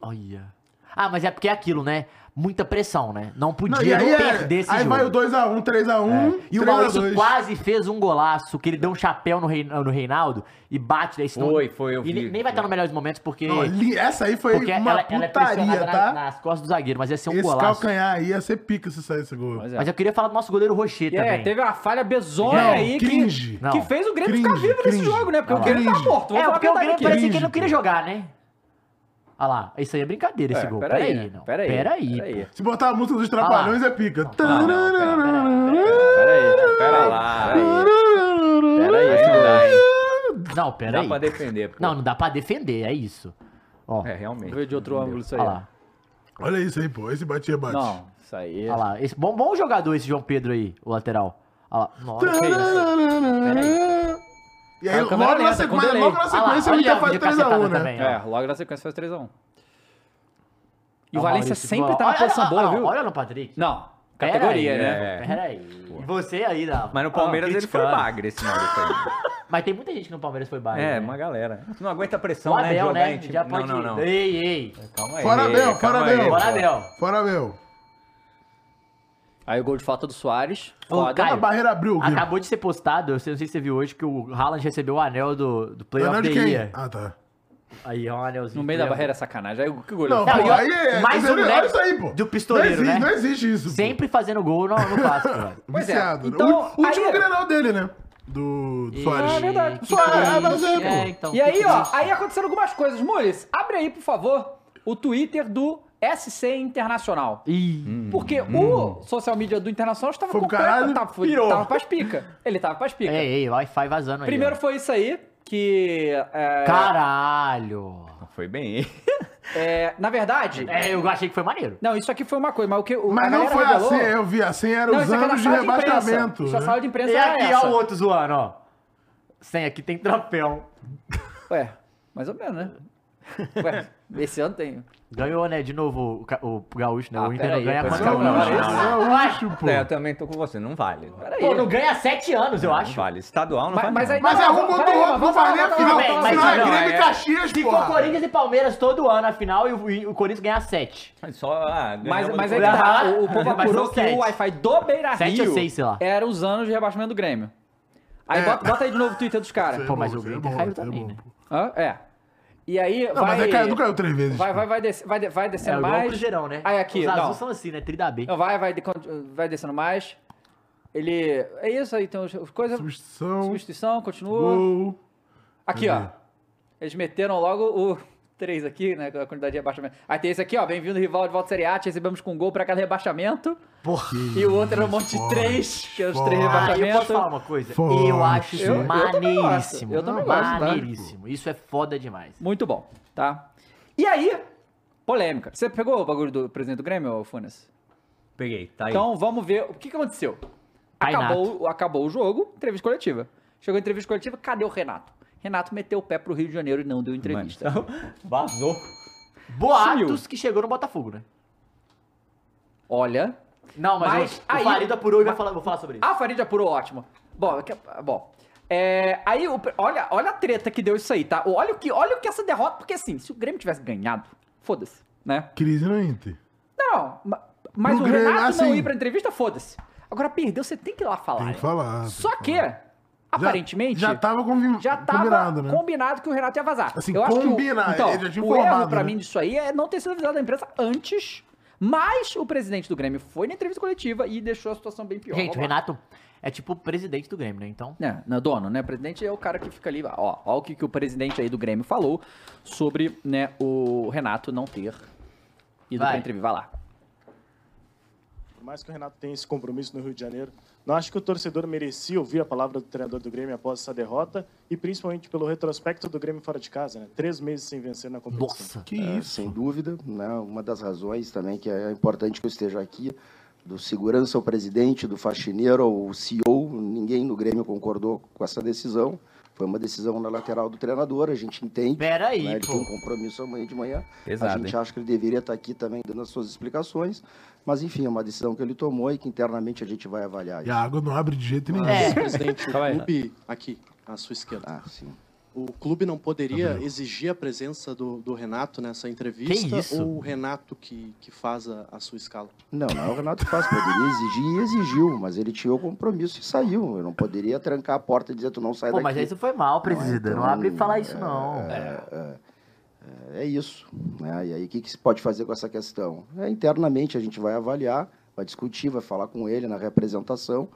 S2: Olha. Ah, mas é porque é aquilo, né? Muita pressão, né? Não
S3: Não,
S2: podia
S3: e aí, é-
S2: perder esse
S3: aí
S2: jogo. É.
S3: vai o 2x1, 3x1,
S2: E o Maurício quase fez um golaço, que ele deu um chapéu no, Rein- no Reinaldo e bate. Daí, senão-
S4: Foi, foi, eu vi.
S2: E nem, nem vai estar nos melhores momentos, porque,
S3: Essa aí foi
S2: porque
S3: uma
S2: ela, ela é
S3: putaria,
S2: pressionada na-
S3: tá?
S2: nas costas do zagueiro, mas ia ser um
S3: Esse
S2: golaço.
S3: calcanhar aí ia ser pica se sair esse gol.
S1: Mas é.
S2: Mas eu queria falar do nosso goleiro Rocher
S1: É,
S2: também.
S1: teve uma falha
S3: Não,
S1: bezonha aí que,
S3: cringe.
S2: Não.
S1: que fez o Grêmio ficar
S3: Cringe,
S1: vivo nesse
S3: cringe.
S1: jogo, né? Porque
S3: Não,
S1: o Grêmio tá
S3: cringe.
S1: morto. Vamos
S2: É,
S1: falar a
S2: porque o
S1: verdade
S2: Grêmio
S1: aqui.
S2: parecia que ele
S3: Cringe,
S2: não queria jogar, né? Olha lá, isso aí é brincadeira, esse
S1: É,
S2: gol.
S1: peraí,
S2: Peraí,
S1: né?
S2: não.
S1: Peraí,
S2: Peraí,
S1: peraí.
S3: Se botar a música dos Trapalhões é pica.
S1: Ah,
S4: Peraí, pera lá.
S1: Peraí,
S4: Aí não dá, hein?
S2: Não,
S4: Dá
S2: peraí.
S4: pra defender. pô.
S2: Não, não dá pra defender, é isso.
S4: É,
S2: Ó, olha
S4: realmente.
S1: Veio de outro ângulo isso aí.
S2: lá.
S3: Olha isso aí, pô. Esse batia bate.
S1: Não, isso aí.
S2: Olha lá. Esse bom, bom jogador esse João Pedro aí, o lateral. Olha lá. Nossa, que isso.
S3: E aí, logo na,
S1: Ah
S3: sequência, o
S2: Olha,
S3: Inter
S2: olha,
S3: faz
S2: de cacetada
S3: 3x1, né?
S2: também, ó.
S1: É, logo na sequência faz 3x1. E o Valência
S2: Ó, É um Maurício,
S1: sempre
S2: boa.
S1: tá na
S2: Olha,
S1: posição
S2: olha,
S1: boa,
S2: olha,
S1: viu?
S2: Olha no Patrick.
S1: Não,
S2: Pera
S1: categoria,
S2: aí,
S1: né? Ah,
S4: É.
S2: Peraí. Você aí, dá.
S4: Mas no
S3: Ah,
S4: Palmeiras ele foi bagre, esse maluco aí.
S2: Mas tem muita gente que no Palmeiras foi bagre.
S4: É,
S2: né?
S4: uma galera. Não aguenta a
S2: O
S4: pressão, né?
S2: Abel,
S4: jogar
S2: né?
S4: em time-
S2: Já
S4: Não,
S2: pode...
S4: não, não.
S2: Ei, ei.
S6: É,
S4: Calma aí.
S3: Fora
S4: calma
S3: Abel, fora
S4: aí,
S3: Abel.
S4: pô.
S2: Bora, Abel.
S3: Fora, meu.
S1: Aí o gol de falta do Soares.
S2: Ô,
S1: Foda.
S2: Caio,
S3: A barreira abriu, Gui.
S2: Acabou de ser postado, eu sei- não sei se você viu hoje, que o Haaland recebeu o anel do, do Play of
S3: Leonardo
S2: the
S3: de quem?
S2: Year.
S3: Ah, tá.
S2: Aí é um anelzinho.
S1: No meio da barreira é sacanagem. Aí o que
S3: Não,
S1: goleiro.
S2: Não, e
S3: pô,
S2: ó,
S3: aí é...
S2: mais um, né,
S3: Olha isso aí, pô.
S2: do pistoleiro,
S3: não
S2: né?
S3: existe, Não existe isso, pô.
S2: Sempre fazendo gol no, no clássico, velho.
S1: Pois é,
S3: Viciado. né?
S1: então,
S3: o último
S1: aí-
S3: Grenal dele, né? Do, do Soares.
S1: Ah, é verdade.
S2: Que
S3: Só é,
S2: triste.
S3: é, mas é, pô.
S2: então,
S1: E aí,
S2: que
S1: ó,
S2: triste.
S1: aí aconteceram algumas coisas. Mules, abre aí, por favor, o Twitter do SC Internacional.
S2: Ih,
S1: Porque o social media do Internacional estava
S3: Hum. Foi pro
S1: completo,
S3: caralho,
S1: tava, foi,
S3: pirou.
S1: tá tava pras pica. Ele tava pras pica.
S2: ei, ei, Wi-Fi vazando aí.
S1: Primeiro
S2: ó.
S1: foi isso aí, que... é,
S2: Caralho.
S4: Foi bem.
S1: é, na verdade...
S2: É, eu achei que foi maneiro.
S1: Não, isso aqui foi uma coisa, mas o que o a
S3: Mas não
S1: galera
S3: foi
S1: revelou-
S3: assim, eu vi. Assim era
S1: Não,
S3: os
S1: isso aqui é da
S3: anos de
S1: sala de imprensa.
S3: rebaixamento.
S1: Isso é a
S3: né?
S1: sala de imprensa
S2: Uhum. E
S1: era
S2: aqui,
S1: essa.
S2: ó, o outro zoando, ó. Sem aqui tem troféu.
S1: Ué, mais ou menos, né? Ué, esse ano tem...
S2: Ganhou, né, de novo o, ca- o Gaúcho, né?
S1: Ah,
S2: o Inter não
S1: peraí,
S2: ganha
S1: pô,
S2: quanto?
S1: não,
S2: Não,
S1: não,
S2: não,
S1: não,
S2: não, não. Vai.
S3: Gaúcho, pô.
S4: É, eu também tô com você. Não vale. Não
S1: Peraí.
S2: Pô, não ganha há sete anos, eu acho.
S4: vale. Estadual não vale.
S1: Mas, mas
S4: não.
S1: aí...
S3: Mas é
S1: não,
S3: um
S1: não,
S3: contra
S1: peraí,
S3: o outro,
S1: mas
S3: não
S1: vamos lá,
S3: valia a
S1: vamos lá, vamos
S3: final.
S1: lá,
S2: mas
S3: Final é
S2: não,
S4: é-
S3: Grêmio e Caxias,
S2: Se for
S3: pô.
S2: Corinthians e Palmeiras todo ano a final e o, e o Corinthians ganhar 7.
S4: Só, ah,
S1: Mas,
S4: ganhamos
S1: mas
S4: do
S1: aí que
S4: Corinthians.
S1: tá,
S2: Aham.
S1: o, o povo
S2: Mas
S1: apurou
S2: são
S1: que
S2: sete.
S1: o Wi-Fi do Beira
S2: Sete
S1: Rio
S2: ou seis, sei lá.
S1: era os anos de rebaixamento do Grêmio. Aí
S3: É.
S1: bota, bota aí de novo o Twitter dos caras.
S2: Pô,
S3: bom,
S2: mas o
S3: isso aí é
S2: Inter
S3: bom,
S2: caiu
S3: isso aí é
S2: também,
S3: bom,
S2: né?
S3: pô.
S1: Hã? é. E aí
S3: Não,
S1: vai...
S3: mas aí caiu, não caiu três vezes. tipo.
S1: vai,
S3: pô.
S1: vai, vai, desce- vai, de- vai
S2: É
S1: descendo
S2: igual o
S1: mais.
S2: Cruzeirão, né?
S1: Aí aqui,
S2: Os
S1: não.
S2: azuis são assim, né? Tri da B.
S1: Não, vai, vai, de- vai descendo mais. Ele. É isso aí, tem as coisas.
S3: Substituição.
S1: Substituição, continua.
S3: Gol.
S1: Aqui, ó.
S3: Cadê?
S1: Eles meteram logo o 3 aqui, né? A quantidade de rebaixamento. Aí tem esse aqui, ó. Bem-vindo, rival de volta Série A. Te recebemos com um gol pra cada rebaixamento.
S2: Porra.
S1: E o outro era um monte de
S3: Forte,
S1: 3, que é os 3
S3: forte.
S2: Ah, eu posso
S1: rebaixamentos.
S2: falar uma coisa?
S3: Forte.
S2: Eu acho isso
S1: Eu- eu também gosto.
S2: maneiríssimo.
S1: Eu também gosto, tá?
S2: Maneiríssimo. Isso é foda demais.
S1: Muito bom, tá? E aí, polêmica. Você pegou o bagulho do presidente do Grêmio, ô Funes?
S4: Peguei, tá aí.
S1: Então vamos ver o que, que aconteceu. Acabou, acabou o jogo, entrevista coletiva. Chegou a entrevista coletiva, cadê o Renato? Renato meteu o pé pro Rio de Janeiro e não deu entrevista.
S4: Mano, vazou.
S2: então, Boatos
S1: Sumiu.
S2: que chegou no Botafogo, né?
S1: Olha,
S2: Não, mas,
S1: Mas
S2: o,
S1: aí-
S2: o Farido apurou e vai falar, vou falar sobre isso.
S1: a Farid apurou ótimo. Bom, que- bom. É, aí, o- olha, olha a treta que deu isso aí, tá? Olha o que, olha o que essa derrota, porque assim, se o Grêmio tivesse ganhado, foda-se, né?
S3: Crise no Inter.
S1: Não, ma- mas
S3: Pro
S1: o
S3: Grêmio,
S1: Renato não
S3: assim.
S1: ir pra entrevista, foda-se. Agora perdeu, você tem que ir lá falar.
S3: Tem que
S1: né?
S3: Ah, falar, tem
S1: Só
S3: que
S1: que, aparentemente,
S3: Já, já tava convi-
S1: já tava
S3: combinado, né?
S1: combinado que o Renato ia vazar.
S3: Assim,
S1: Eu acho que o-
S3: combinar,
S1: então,
S3: ele já tinha
S1: o erro
S3: informado,
S1: pra
S3: né?
S1: mim disso aí é não ter sido avisado da imprensa antes, mas o presidente do Grêmio foi na entrevista coletiva e deixou a situação bem pior.
S2: Gente, o
S1: Vamos lá.
S2: Renato é tipo o presidente do Grêmio, né? Então.
S1: É, não, dono, né? O presidente é o cara que fica ali, ó, ó o que, que o presidente aí do Grêmio falou sobre, né, o Renato não ter ido
S2: Vai.
S1: pra entrevista. Vai lá.
S7: Por mais que o Renato tenha esse compromisso no Rio de Janeiro, não acho que o torcedor merecia ouvir a palavra do treinador do Grêmio após essa derrota e principalmente pelo retrospecto do Grêmio fora de casa, né? Três meses sem vencer na competição.
S2: Nossa.
S3: Que
S8: É,
S3: isso?
S8: Sem dúvida, né? uma das razões também que é importante que eu esteja aqui, do segurança ao presidente, do faxineiro ao CEO, ninguém no Grêmio concordou com essa decisão. Foi uma decisão na lateral do treinador, a gente entende.
S2: Pera aí,
S8: né? Ele
S2: pô.
S8: tem um compromisso amanhã de manhã.
S4: Pesado,
S8: a gente
S4: hein?
S8: acha que ele deveria estar aqui também dando as suas explicações. Mas, enfim, é uma decisão que ele tomou e que internamente a gente vai avaliar
S3: E
S8: isso.
S3: a água não abre de jeito nenhum.
S2: É.
S9: presidente, o
S1: Calma aí,
S9: clube aqui, à sua esquerda.
S8: Ah, sim.
S9: O clube não poderia exigir a presença do, do Renato nessa entrevista
S2: Que isso?
S9: ou o Renato que, que faz a, a sua escala?
S8: Não, não, o Renato faz. Poderia exigir e exigiu, mas ele tinha o compromisso e saiu. Eu não poderia trancar a porta e dizer tu não sai
S2: Pô,
S8: daqui.
S2: mas aí isso foi mal, presidente. Não
S8: então,
S2: abre e fala isso, não.
S8: É isso. Né? E aí, o que, que se pode fazer com essa questão? É, internamente a gente vai avaliar, vai discutir, vai falar com ele na representação.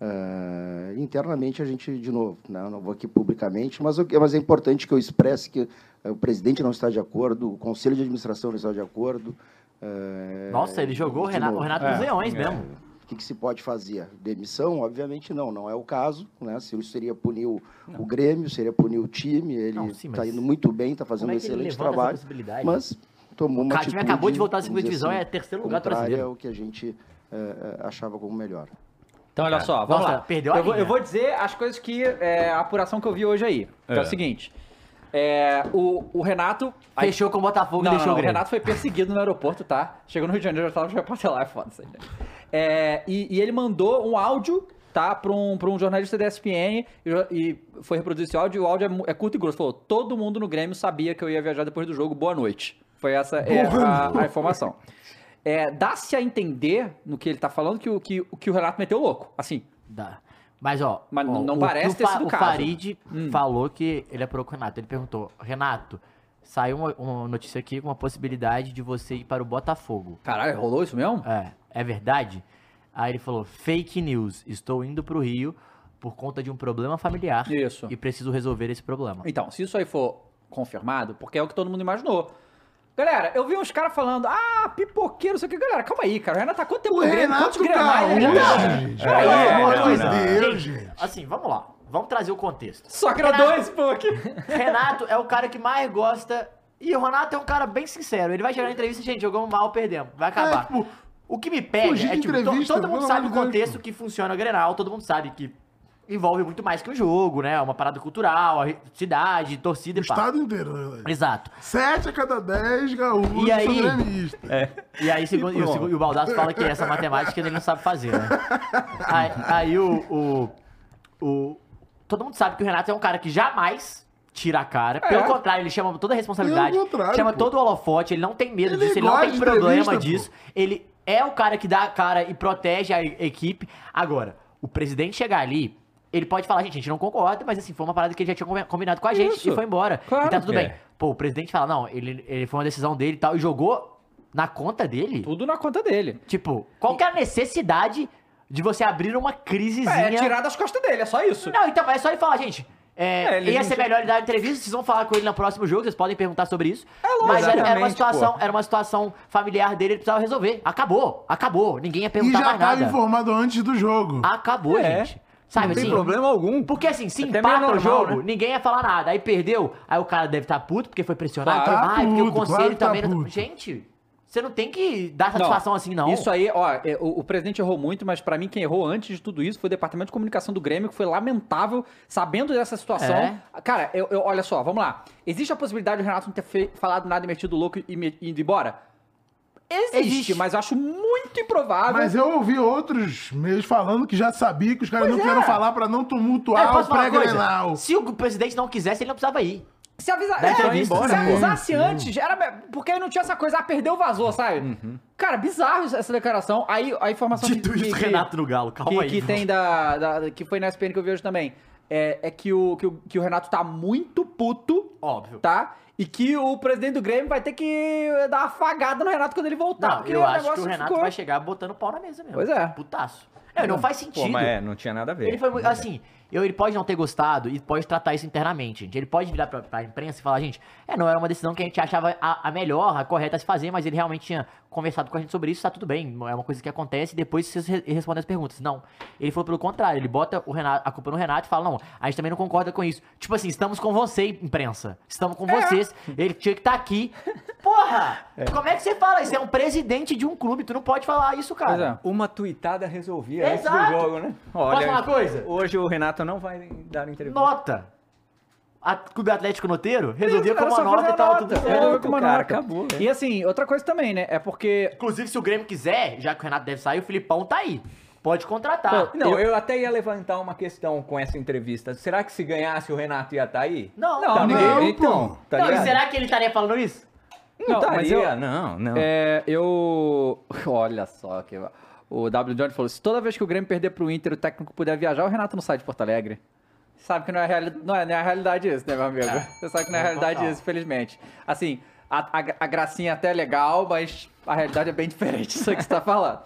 S8: Eh, internamente a gente, de novo, né? eu não vou aqui publicamente, mas, o que- mas é importante que eu expresse que eh, o presidente não está de acordo, o conselho de administração não está de acordo. eh,
S2: Nossa, ele jogou o
S8: de
S2: Renato, o
S8: novo.
S2: Renato
S4: É,
S2: dos Leões
S4: é.
S2: mesmo.
S8: O que, que se pode fazer? Demissão? Obviamente não, não é o caso. Né? Se isso seria punir o, o Grêmio, seria punir o time. Ele
S2: Não, sim,
S8: está
S2: mas-
S8: indo muito bem, está fazendo
S2: Como
S8: um
S2: é que ele
S8: excelente
S2: levanta essa
S8: trabalho.
S2: possibilidade?
S8: Mas tomou uma
S2: Cara, o time
S8: atitude,
S2: acabou de voltar à segunda
S8: vamos dizer
S2: divisão,
S8: assim,
S2: é terceiro lugar do
S8: contrária
S2: brasileiro.
S8: ao que a gente eh, eh, achava como melhor.
S1: Então, olha só, vamos
S2: É. Nossa,
S1: lá.
S2: perdeu a
S1: eu, vou,
S2: linha.
S1: eu vou dizer as coisas que. é, a apuração que eu vi hoje aí. Então é,
S4: É.
S1: o seguinte: é, o, o Renato. aí-
S2: Fechou com o Botafogo
S1: Não, não,
S2: e deixou
S1: não,
S2: o
S1: o
S2: Grêmio.
S1: Renato foi perseguido no aeroporto, tá? Chegou no Rio de Janeiro, já tava já parcelar, é foda isso aí, né? É, e, e ele mandou um áudio, tá? Pra um, pra um jornalista da ESPN e, jo- e foi reproduzir esse áudio. E o áudio é mu- é, curto e grosso. Falou: todo mundo no Grêmio sabia que eu ia viajar depois do jogo, boa noite. Foi essa é, a, a informação. É, Dá-se a entender no que ele tá falando que o, que, o- que o Renato meteu louco. Assim,
S2: Dá. Mas, ó.
S1: Mas
S2: ó,
S1: não- não
S2: o
S1: parece
S2: que o
S1: ter sido o
S2: o
S1: caso. né? Hum.
S2: Farid falou que ele apurou com o Renato. Ele perguntou: Renato, saiu uma, uma notícia aqui com a possibilidade de você ir para o Botafogo.
S1: Caralho, rolou isso mesmo?
S2: É, é verdade? Aí ele falou: fake news, estou indo pro Rio por conta de um problema familiar
S1: Isso.
S2: e preciso resolver esse problema.
S1: Então, se isso aí for confirmado, porque é o que todo mundo imaginou. Galera, eu vi uns caras falando, ah, pipoqueiro, não sei o que. Galera, calma aí, cara. O Renato tá quanto tempo
S3: O
S1: no Grêmio? Quantos
S3: Renato
S1: Grenais ele
S3: Gaúcho,
S1: tá?
S3: gente.
S1: Peraí,
S3: Pelo
S1: é,
S3: amor de
S4: não, não.
S3: Deus, gente.
S2: Assim, vamos lá. Vamos trazer o contexto.
S1: Só que era dois, pô. aqui.
S2: Renato é o cara que mais gosta. E o Renato é um cara bem sincero. Ele vai chegar na entrevista, gente, jogamos mal, perdemos. Vai acabar.
S3: É, tipo,
S2: o que me pega
S3: fugir
S2: é
S3: de
S2: tipo, to-
S3: entrevista,
S2: todo mundo
S3: pelo
S2: sabe o
S3: amor de Deus,
S2: contexto que funciona o Grenal, todo mundo sabe que envolve muito mais que um jogo, né? É uma parada cultural, a re- cidade, torcida
S3: O
S2: e pá.
S3: estado inteiro, na verdade.
S2: Exato.
S3: Sete a cada dez gaúchos
S2: E aí? É.
S3: são gremistas.
S2: E aí segundo, e o, segu- e o Baldasso fala que essa matemática ele não sabe fazer, né? Aí, aí o, o, o- Todo mundo sabe que o Renato é um cara que jamais tira a cara. Pelo
S1: É.
S2: contrário, ele chama toda a responsabilidade.
S3: Pelo contrário,
S2: chama
S3: pô.
S2: todo o holofote, ele não tem medo
S3: Ele
S2: disso, ele não
S3: gosta
S2: tem
S3: de
S2: problema
S3: entrevista,
S2: disso. Ele é o cara que dá a cara e protege a e- equipe. Agora, o presidente chegar ali. Ele pode falar, gente, a gente não concorda, mas assim, foi uma parada que ele já tinha combi- combinado com a gente
S1: Isso.
S2: e foi embora.
S1: Claro.
S2: e tá tudo
S4: É.
S2: bem. Pô, o presidente fala, não, ele, ele foi uma decisão dele e tal, e jogou na conta dele.
S1: Tudo na conta dele.
S2: Tipo, qual que é a necessidade de você abrir uma crisezinha.
S1: É, tirar das costas dele, é só isso.
S2: Não, então, mas é só ele falar, gente. É,
S4: É, ele
S2: ia
S4: não
S2: ser
S4: tinha-
S2: melhor ele dar entrevista, vocês vão falar com ele no próximo jogo, vocês podem perguntar sobre isso.
S1: É, lógico,
S2: mas era, era uma
S4: exatamente,
S2: situação, era uma situação familiar dele, ele precisava resolver. Acabou, acabou. Ninguém ia
S3: E
S2: perguntar
S3: já
S2: mais
S3: tava
S2: nada.
S3: informado antes do jogo.
S2: Acabou,
S4: É.
S2: gente. Sabe
S4: Não
S2: assim?
S4: tem problema algum.
S2: Porque assim, se
S1: Até
S2: empata
S3: é um
S1: meio
S2: o
S1: normal,
S2: jogo,
S1: né?
S2: ninguém ia falar nada. Aí perdeu, aí o cara deve estar puto porque foi pressionado.
S3: Claro,
S2: ah,
S3: tá
S2: porque o
S3: puto,
S2: conselho
S3: claro que tá
S2: também. não-
S3: puto.
S2: Gente, você não tem que dar satisfação assim, não.
S1: Isso aí, ó, é, o, o presidente errou muito, mas pra mim quem errou antes de tudo isso foi o departamento de comunicação do Grêmio, que foi lamentável, sabendo dessa situação.
S2: É.
S1: Cara, eu, eu- olha só, vamos lá. Existe a possibilidade do Renato não ter fe- falado nada e metido louco e me- indo embora? Existe,
S2: Existe.
S1: mas eu acho muito improvável.
S3: Mas eu ouvi outros meios falando que já sabia que os caras não
S1: Pois é.
S3: queriam falar pra não
S2: Não, eu
S3: tumultuar
S2: É, posso
S3: o
S2: falar uma coisa?
S3: pré-grenal.
S2: Se o presidente não quisesse, ele não precisava ir.
S1: Se avisar,
S2: Da
S1: é,
S2: entrevista,
S1: se
S3: né?
S1: avisasse assim, antes, Uhum. era porque não tinha essa coisa, ah, perdeu, vazou, sabe?
S2: Hum.
S3: Uhum.
S1: Cara, bizarro essa declaração. Aí a informação
S2: Dito isso, Renato no Galo, calma
S1: que,
S2: aí.
S1: que tem da, da- que foi na SPN que eu vi hoje também. É, é que, o, que o que o Renato tá muito puto,
S2: Óbvio.
S1: tá? E que o presidente do Grêmio vai ter que dar uma afagada no Renato quando ele voltar.
S2: Não,
S1: porque
S2: eu
S1: Tá, o
S2: acho que
S1: negócio
S2: o Renato
S1: ficou-
S2: vai chegar botando pau na mesa mesmo.
S1: Pois é.
S2: Putaço. Não, não faz sentido.
S4: Pô, mas é, não tinha nada a ver.
S2: Ele foi muito. Assim, eu- ele pode não ter gostado e pode tratar isso internamente, gente. Ele pode virar pra, pra imprensa e falar, gente, é, não era uma decisão que a gente achava a, a melhor, a correta a se fazer, mas ele realmente tinha conversado com a gente sobre isso, tá tudo bem. não É uma coisa que acontece e depois vocês re- respondem as perguntas. Não. Ele falou pelo contrário, ele bota o Renato, a culpa no Renato e fala, não, a gente também não concorda com isso. Tipo assim, estamos com você, imprensa. Estamos com vocês. Ele tinha que estar aqui.
S10: Tá.
S2: Porra! Como é que você fala isso? É um presidente de um clube, tu não pode falar isso, cara.
S1: Pois é.
S4: Uma tuitada resolvia antes do
S2: Exato.
S4: jogo, né?
S2: Posso falar uma coisa?
S4: Hoje o Renato não vai dar entrevista.
S2: Nota. A Clube Atlético Noteiro resolvia
S1: Isso,
S2: com
S1: era
S2: uma
S1: só fazer
S2: nota
S1: a
S2: e tava
S1: nota,
S2: tudo
S1: era
S2: certo.
S1: com uma
S4: cara,
S1: nota.
S4: acabou, é.
S1: E assim, outra coisa também, né? É porque.
S2: Inclusive, se o Grêmio quiser, já que o Renato deve sair, o Filipão tá aí. Pode contratar.
S4: Não, eu... até ia levantar uma questão com essa entrevista. Será que se ganhasse o Renato ia estar aí?
S2: Não,
S4: Tá,
S2: não.
S4: ninguém-
S3: Não,
S4: então,
S3: pô.
S4: tá
S2: não, e
S4: ligado?
S2: será que ele estaria falando isso?
S4: Não,
S1: Não, mas tá, eu-
S4: estaria, não, não.
S1: É, eu. Olha só que. O W. John falou: se toda vez que o Grêmio perder pro Inter o técnico puder viajar, o Renato não sai de Porto Alegre. Sabe que não é, reali... não é, não é a realidade isso, né, meu amigo? Você sabe que não é a realidade isso, infelizmente. Assim, a, a, a gracinha até é legal, mas a realidade é bem diferente disso que você tá falando.